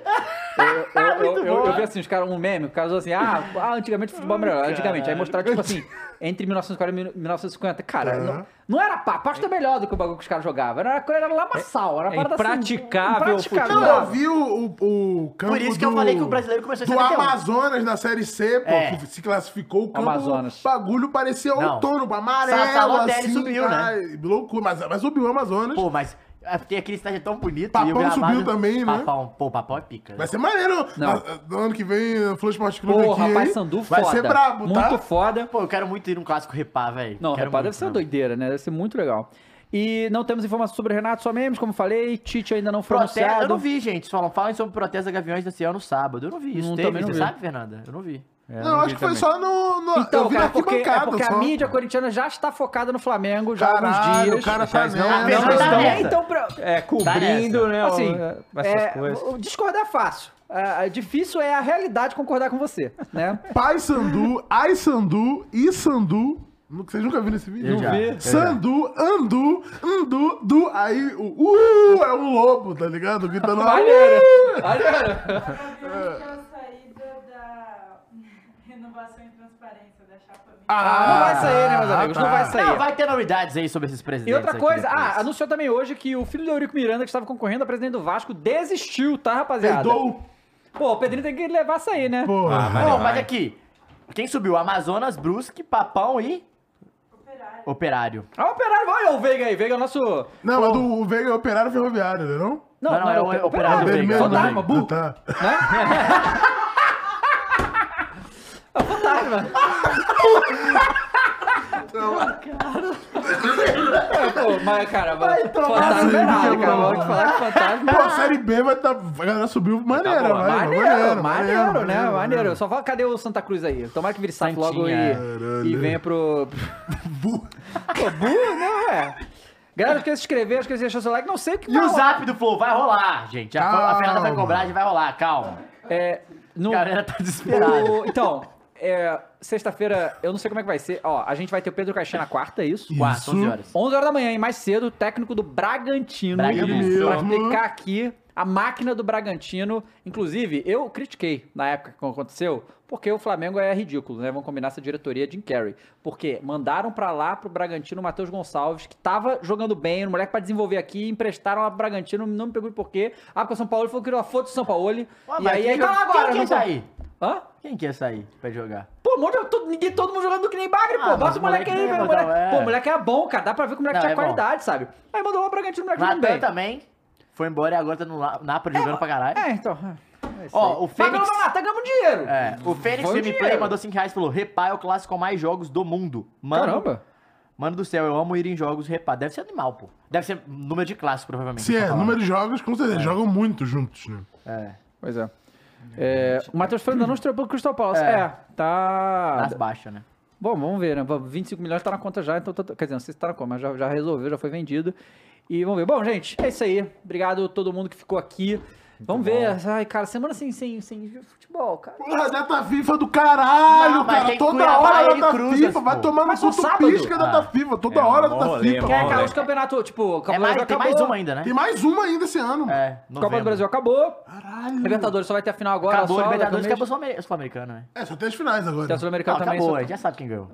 S1: Eu, eu- eu- eu- eu vi assim, os caras, um meme, o cara usou assim, ah, ah, antigamente o futebol era melhor, antigamente. Aí mostraram, tipo assim, entre 1940 e 1950.
S3: É.
S1: Cara,
S5: Aham.
S1: não, não era pá, pasta é melhor do que o bagulho que os caras jogavam. Era, era lamaçal, era uma
S5: É
S1: parada assim.
S5: impraticável o
S1: impraticável.
S3: Não, eu vi o, o, o campo
S2: Por isso que
S3: do,
S2: eu falei que o brasileiro começou em
S3: Do
S2: 71.
S3: Amazonas na Série C, pô,
S2: É.
S3: que se classificou o campo.
S1: Amazonas.
S3: O bagulho parecia
S2: Não.
S3: outono, amarelo,
S2: Sassalotelli
S3: assim.
S2: subiu, né?
S3: ai, Loucura, mas, mas subiu o Amazonas.
S2: Pô, mas é porque aquele estádio é tão bonito. e o
S3: Papão
S2: gramado...
S3: subiu também, né?
S2: Papão, pô, papão é pica.
S3: Vai ser maneiro.
S2: Não.
S3: Ah, No ano que vem, o Flow Esporte Clube
S1: Porra,
S3: aqui,
S1: rapaz,
S3: hein?
S1: Sandu
S3: Vai
S1: foda.
S3: ser brabo, tá?
S1: Muito foda.
S2: Pô, eu quero muito ir num clássico repá, velho.
S1: Não,
S2: Quero
S1: rapaz,
S2: muito,
S1: deve ser uma
S2: né?
S1: doideira, né? Deve ser muito legal. E não temos informações sobre o Renato, só memes, como falei. Tite ainda não foi
S2: Protesto,
S1: anunciado.
S2: eu não vi, gente. Falam, falem sobre protesto da Gaviões desse ano sábado. Eu não vi isso.
S1: Não,
S2: Teve,
S1: também não
S2: você
S1: vi. É,
S2: sabe, Fernanda? Eu não vi.
S3: Não, eu acho que foi só no. no
S1: Então,
S3: eu vi
S1: cara,
S3: na
S1: porque, é
S3: arquibancada
S1: porque a
S3: só.
S1: mídia corintiana já está focada no Flamengo já há alguns
S3: Caralho,
S1: dias.
S3: o cara tá
S1: já
S3: nessa.
S1: não,
S3: Tá
S1: não,
S3: nessa.
S1: então, pra-
S5: É,
S2: Tá
S5: cobrindo, né? o-
S1: Assim,
S5: essas
S1: é,
S5: coisas.
S1: o- discordar é fácil. É, é difícil é a realidade concordar com você, né?
S3: Pai Sandu, Ai Sandu, I Sandu. nu- Vocês nunca viram esse vídeo?
S1: Eu já, eu já.
S3: Sandu, Andu, Andu, Du. Aí o Uh é um lobo, tá ligado? Gritando.
S1: Maneiro,
S3: "Uh!"
S2: Ah.
S14: Eu é saída da renovação e transparência da chapa minha.
S1: Ah,
S3: Ah,
S1: não vai sair, né, meus
S2: ah,
S1: amigos?
S3: tá.
S1: Não vai sair.
S2: Não, vai ter novidades aí sobre esses
S1: E
S2: presidentes.
S1: outra
S2: tá. aqui
S1: coisa,
S2: depois.
S1: ah, anunciou também hoje que o filho do Eurico Miranda, que estava concorrendo a presidente do Vasco, desistiu, tá, rapaziada?
S3: Peidou.
S1: Pô, o Pedrinho tem que levar isso aí, né?
S3: Pô,
S2: Não, mas aqui, quem subiu? Amazonas, Brusque, Papão e... Operário.
S1: Ah, o operário, vai, o Veiga aí. Veiga é o nosso.
S3: Não, mas do, o Veiga é operário ferroviário, né? Não,
S1: Não, não, é o operário
S3: dele
S1: Veiga.
S3: mesmo,
S1: Só dá
S3: né?
S1: uma bu-
S3: Tá.
S1: É, Pô, mas, cara,
S3: Vai
S1: mas fantasma é errado, cara. Vou te falar que fantasma é
S3: Pô,
S1: errado.
S3: Série B vai tá. A galera subiu maneira,
S1: Tá bom,
S3: vai.
S1: maneiro, maneiro, né? Maneiro.
S3: maneiro.
S1: Só fala, cadê o Santa Cruz aí? Tomara que vire sapo logo
S3: Santinha.
S1: e, e venha pro. Burro. Burro, não é? Galera, não esqueça de se inscrever, não esqueça de deixar seu like, não sei o que
S2: E
S1: vai
S2: o
S1: rolar.
S2: zap do Flow vai rolar, gente. A, a Fernanda vai cobrar, já vai rolar, calma.
S1: É, no...
S2: A galera tá desesperada.
S1: O- Então, é, sexta-feira, eu não sei como é que vai ser. Ó, a gente vai ter o Pedro Caixinha na quarta, é isso?
S2: Quarta, 11 horas.
S1: 11 horas da manhã, hein? Mais cedo, o técnico do Bragantino.
S2: Bragantino.
S1: Pra explicar aqui a máquina do Bragantino. Inclusive, eu critiquei na época que aconteceu, porque o Flamengo é ridículo, né? Vamos combinar essa diretoria Jim Carrey. Porque mandaram pra lá pro Bragantino o Matheus Gonçalves, que tava jogando bem, o moleque pra desenvolver aqui, emprestaram lá pro Bragantino, não me pergunte por quê. Ah, porque o São Paulo falou que tirou a foto do São Paulo. E
S2: mas
S1: aí,
S2: quem
S1: aí tá lá
S2: joga-
S1: agora,
S2: quem
S1: não
S2: quer
S1: tá-
S2: então sair?
S1: Hã?
S2: Quem que ia sair pra jogar?
S1: Pô, um monte de- todo, ninguém, todo mundo jogando que nem bagre,
S2: Ah,
S1: pô.
S2: mas
S1: Bota o moleque aí,
S2: moleque
S1: velho.
S2: mesmo,
S1: moleque-
S2: não, é.
S1: Pô, o moleque era bom, cara. Dá pra ver que o moleque
S2: Não,
S1: tinha
S2: é bom.
S1: qualidade, sabe? Aí mandou lá o Bragantino, é o moleque jogando
S2: Natan
S1: bem.
S2: também. Foi embora e agora tá no La- Napoli jogando pra caralho.
S1: É, então.
S2: Ó, o
S1: Mas pelo
S2: Fênix.
S1: menos Natan ganhamos tá dinheiro.
S2: É, o Fênix
S1: Foi o
S2: Gameplay
S1: dinheiro.
S2: mandou 5 reais e falou: Repá é o clássico com mais jogos do mundo. Mano,
S1: Caramba.
S2: Mano do céu, eu amo ir em jogos repá. Deve ser animal, pô. Deve ser número de clássico, provavelmente.
S3: Se
S2: tá
S3: é,
S2: falando.
S3: número de jogos, com certeza.
S2: É.
S3: Jogam muito juntos, né?
S2: É.
S1: Pois é. É, o Matheus Fernando não estreou pelo Crystal Palace.
S2: É.
S1: É, tá.
S2: Nas baixas, né?
S1: Bom, vamos ver, né? 25 milhões tá na conta já, então. tá- Quer dizer, não sei se tá na conta, mas já, já resolveu, já foi vendido. E vamos ver. Bom, gente, é isso aí. Obrigado a todo mundo que ficou aqui. vamos ver. Ai, cara, semana sem, sem, sem futebol, cara.
S3: Porra, data FIFA do caralho,
S1: Não, mas
S3: cara.
S1: tem
S3: Toda
S1: Cuiabá
S3: hora
S1: e
S3: data
S1: Cruzas,
S3: FIFA. Vai
S1: pô.
S3: tomar no
S1: Mas só
S3: cu, tu
S1: sábado.
S3: pisca data
S1: Ah.
S3: FIFA. Toda
S1: É,
S3: hora tá
S1: mó
S3: data
S1: rolê,
S3: FIFA.
S1: mó É, cara, rolê. os campeonatos, tipo, Copa do
S3: mais-
S1: Brasil
S3: tem
S1: acabou.
S3: mais uma ainda, né? Tem mais uma ainda esse ano.
S2: É,
S1: Copa do
S2: novembro.
S1: Brasil acabou.
S3: Caralho.
S1: Libertadores só vai ter a final agora.
S2: Acabou
S1: só,
S2: o
S1: daqui a
S2: Libertadores,
S1: um
S2: acabou
S1: mês.
S2: só o Sul-Americano, né?
S3: É, só tem as finais agora.
S1: Tem a Sul-Americana
S2: Não,
S1: também,
S2: Acabou,
S1: só-
S2: a gente já sabe quem ganhou.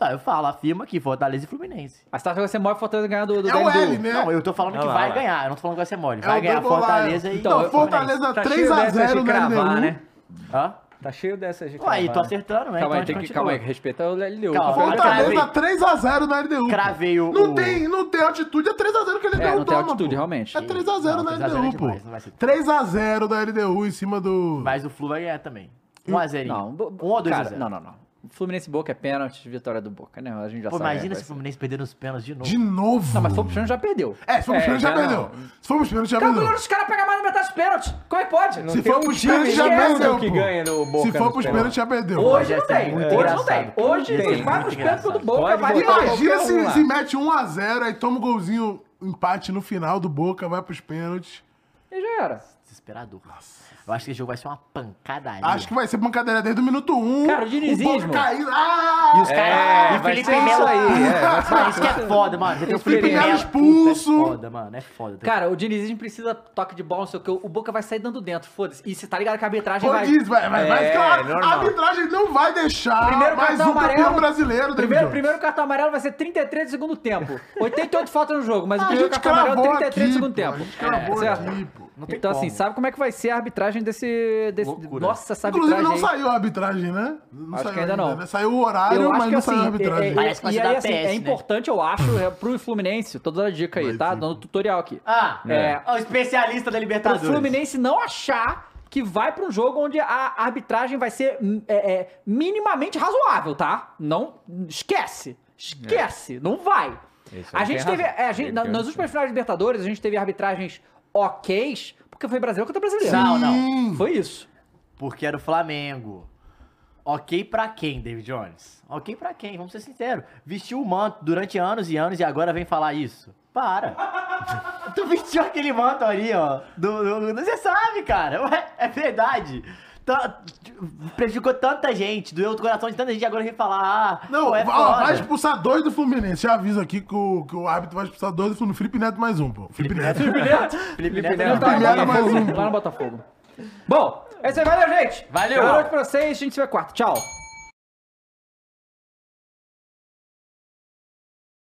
S2: Tá, eu falo, afirma aqui, Fortaleza e Fluminense.
S1: A é Startup vai ser maior Fortaleza ganhar do, do
S3: É o
S1: Guandu.
S3: L, né?
S2: Não, eu tô falando que
S1: Olha lá,
S2: vai
S1: olha lá.
S2: ganhar, eu não tô falando que vai ser mole.
S1: É
S2: Vai
S1: o
S2: ganhar
S1: double
S2: Fortaleza
S1: line.
S2: e...
S1: Então, Não, Fortaleza
S2: Tá
S1: 3 a
S2: cheio dessas
S1: 0
S2: de
S1: no um.
S2: cravar,
S1: LDU.
S2: né? Hã?
S1: Tá cheio dessas de
S2: Ué, aí, tô acertando,
S1: Calma
S2: né?
S1: aí,
S2: Então a gente
S1: tem que,
S2: continua.
S1: calma aí, respeita o LDU.
S2: Calma,
S3: Fortaleza
S2: Cravei.
S3: 3x0 na LDU.
S2: Cravei o-
S3: Não
S2: o-
S3: tem, não tem altitude, é 3x0 que ele
S1: É,
S3: deu
S1: não tem altitude, realmente.
S3: É 3x0 na
S2: 3x0 é
S3: LDU, pô.
S2: demais, não vai ser.
S3: 3x0 da LDU em cima do.
S2: Mas o Flu vai ganhar também. 1x0.
S1: Não,
S2: 1 ou 2 a
S1: cara,
S2: 0
S1: não, não, não. Fluminense e Boca é pênalti, vitória do Boca, né? A gente já
S2: Pô,
S1: sabe.
S2: imagina
S1: né?
S2: se o Fluminense perder nos pênaltis de novo.
S3: De novo?
S1: Não, mas se for pro pênalti já perdeu.
S3: É, se for pros pênaltis, já perdeu. Se for pros pênaltis, já
S1: Cara,
S3: perdeu.
S1: melhor os caras pegam mais da metade dos pênaltis. Como é que pode?
S3: Se for
S2: um
S3: pros pênaltis, já
S1: é
S3: perdeu. pô. Se for pros pênaltis, já perdeu.
S1: Hoje não tem. Hoje não tem. Hoje
S5: é
S1: tem. Vai pros pênaltis do Boca, vai
S3: Imagina
S1: qualquer um
S3: se,
S1: lá.
S3: se mete 1x0, aí toma o golzinho, empate no final do Boca, vai pros pênaltis.
S1: E já era.
S2: Desesperador. Eu acho que esse jogo vai ser uma pancadaria.
S3: Acho que vai ser pancadaria desde o minuto 1.
S2: Cara, o dinizismo.
S3: O Boca caindo. Ah!
S2: E os caras. e o Felipe Melo. Mano, isso que é foda, mano. Você tem o Felipe Melo.
S3: expulso.
S2: É foda, mano. É foda.
S1: Cara, o Dinizismo precisa toque de bola, não sei o que. O Boca vai sair dando dentro, foda-se. E você tá ligado que a arbitragem
S3: Ô,
S1: vai...
S3: Diz, vai, vai, vai,
S1: É,
S3: claro,
S1: normal.
S3: a arbitragem não vai deixar mais um campeão
S1: primeiro,
S3: brasileiro, David Jones.
S1: primeiro cartão amarelo vai ser 33 do segundo tempo. 88 faltas no jogo, mas
S3: Ah,
S1: o
S3: a
S1: primeiro
S3: gente
S1: cartão amarelo é
S3: cravou
S1: 33 do segundo
S3: aqui, pô,
S1: tempo. É,
S3: a gente cravou aqui,
S2: tem
S1: Então, assim,
S2: como.
S1: sabe como é que vai ser a arbitragem desse. desse... Nossa, essa arbitragem.
S3: Inclusive, não
S1: aí.
S3: saiu a arbitragem, né? Não
S1: Acho
S3: saiu
S1: que ainda não.
S3: né? Saiu o horário,
S1: Eu acho
S3: mas
S1: que,
S3: não
S1: assim,
S3: saiu a
S1: é- é-
S3: arbitragem.
S1: e aí, assim,
S3: né?
S1: é importante, eu acho, é, pro Fluminense, tô dando a dica aí, tá? Dando tutorial aqui.
S2: Ah,
S1: é.
S2: ó, o especialista da
S1: Pro
S2: Libertadores.
S1: Fluminense não achar que vai pra um jogo onde a arbitragem vai ser hum, é, é, minimamente razoável, tá? Não esquece. Esquece, não vai.
S5: É. Isso aí
S1: A gente
S5: tem
S1: teve.
S5: razão.
S1: é, a gente- na- nas últimas finais de Libertadores, a gente teve arbitragens oks, porque foi brasileiro contra brasileiro.
S2: Não, não.
S1: Foi isso.
S2: Porque era o Flamengo. Ok pra quem, David Jones? Ok pra quem? Vamos ser sinceros. Vestiu o manto durante anos e anos e agora vem falar isso. Para. tu vestiu aquele manto ali, ó. Do, do- do- você sabe, cara. Ué, é verdade. Tá- prejudicou tanta gente, doeu o coração de tanta gente e agora vem falar. Ah,
S3: Não,
S2: pô, é
S3: ó,
S2: foda.
S1: né?
S3: vai expulsar dois do Fluminense. Já aviso aqui que o, que o árbitro vai expulsar dois do Fluminense. Felipe Neto mais um, pô. Felipe Neto.
S1: Felipe Neto.
S2: Felipe
S1: Felipe
S2: Neto.
S1: Neto
S3: Felipe
S1: tá
S3: Neto mais um.
S1: Lá no Botafogo. Bom, é isso aí. Valeu, gente.
S2: Valeu.
S1: Boa noite pra vocês. A gente se vê quarto. Tchau.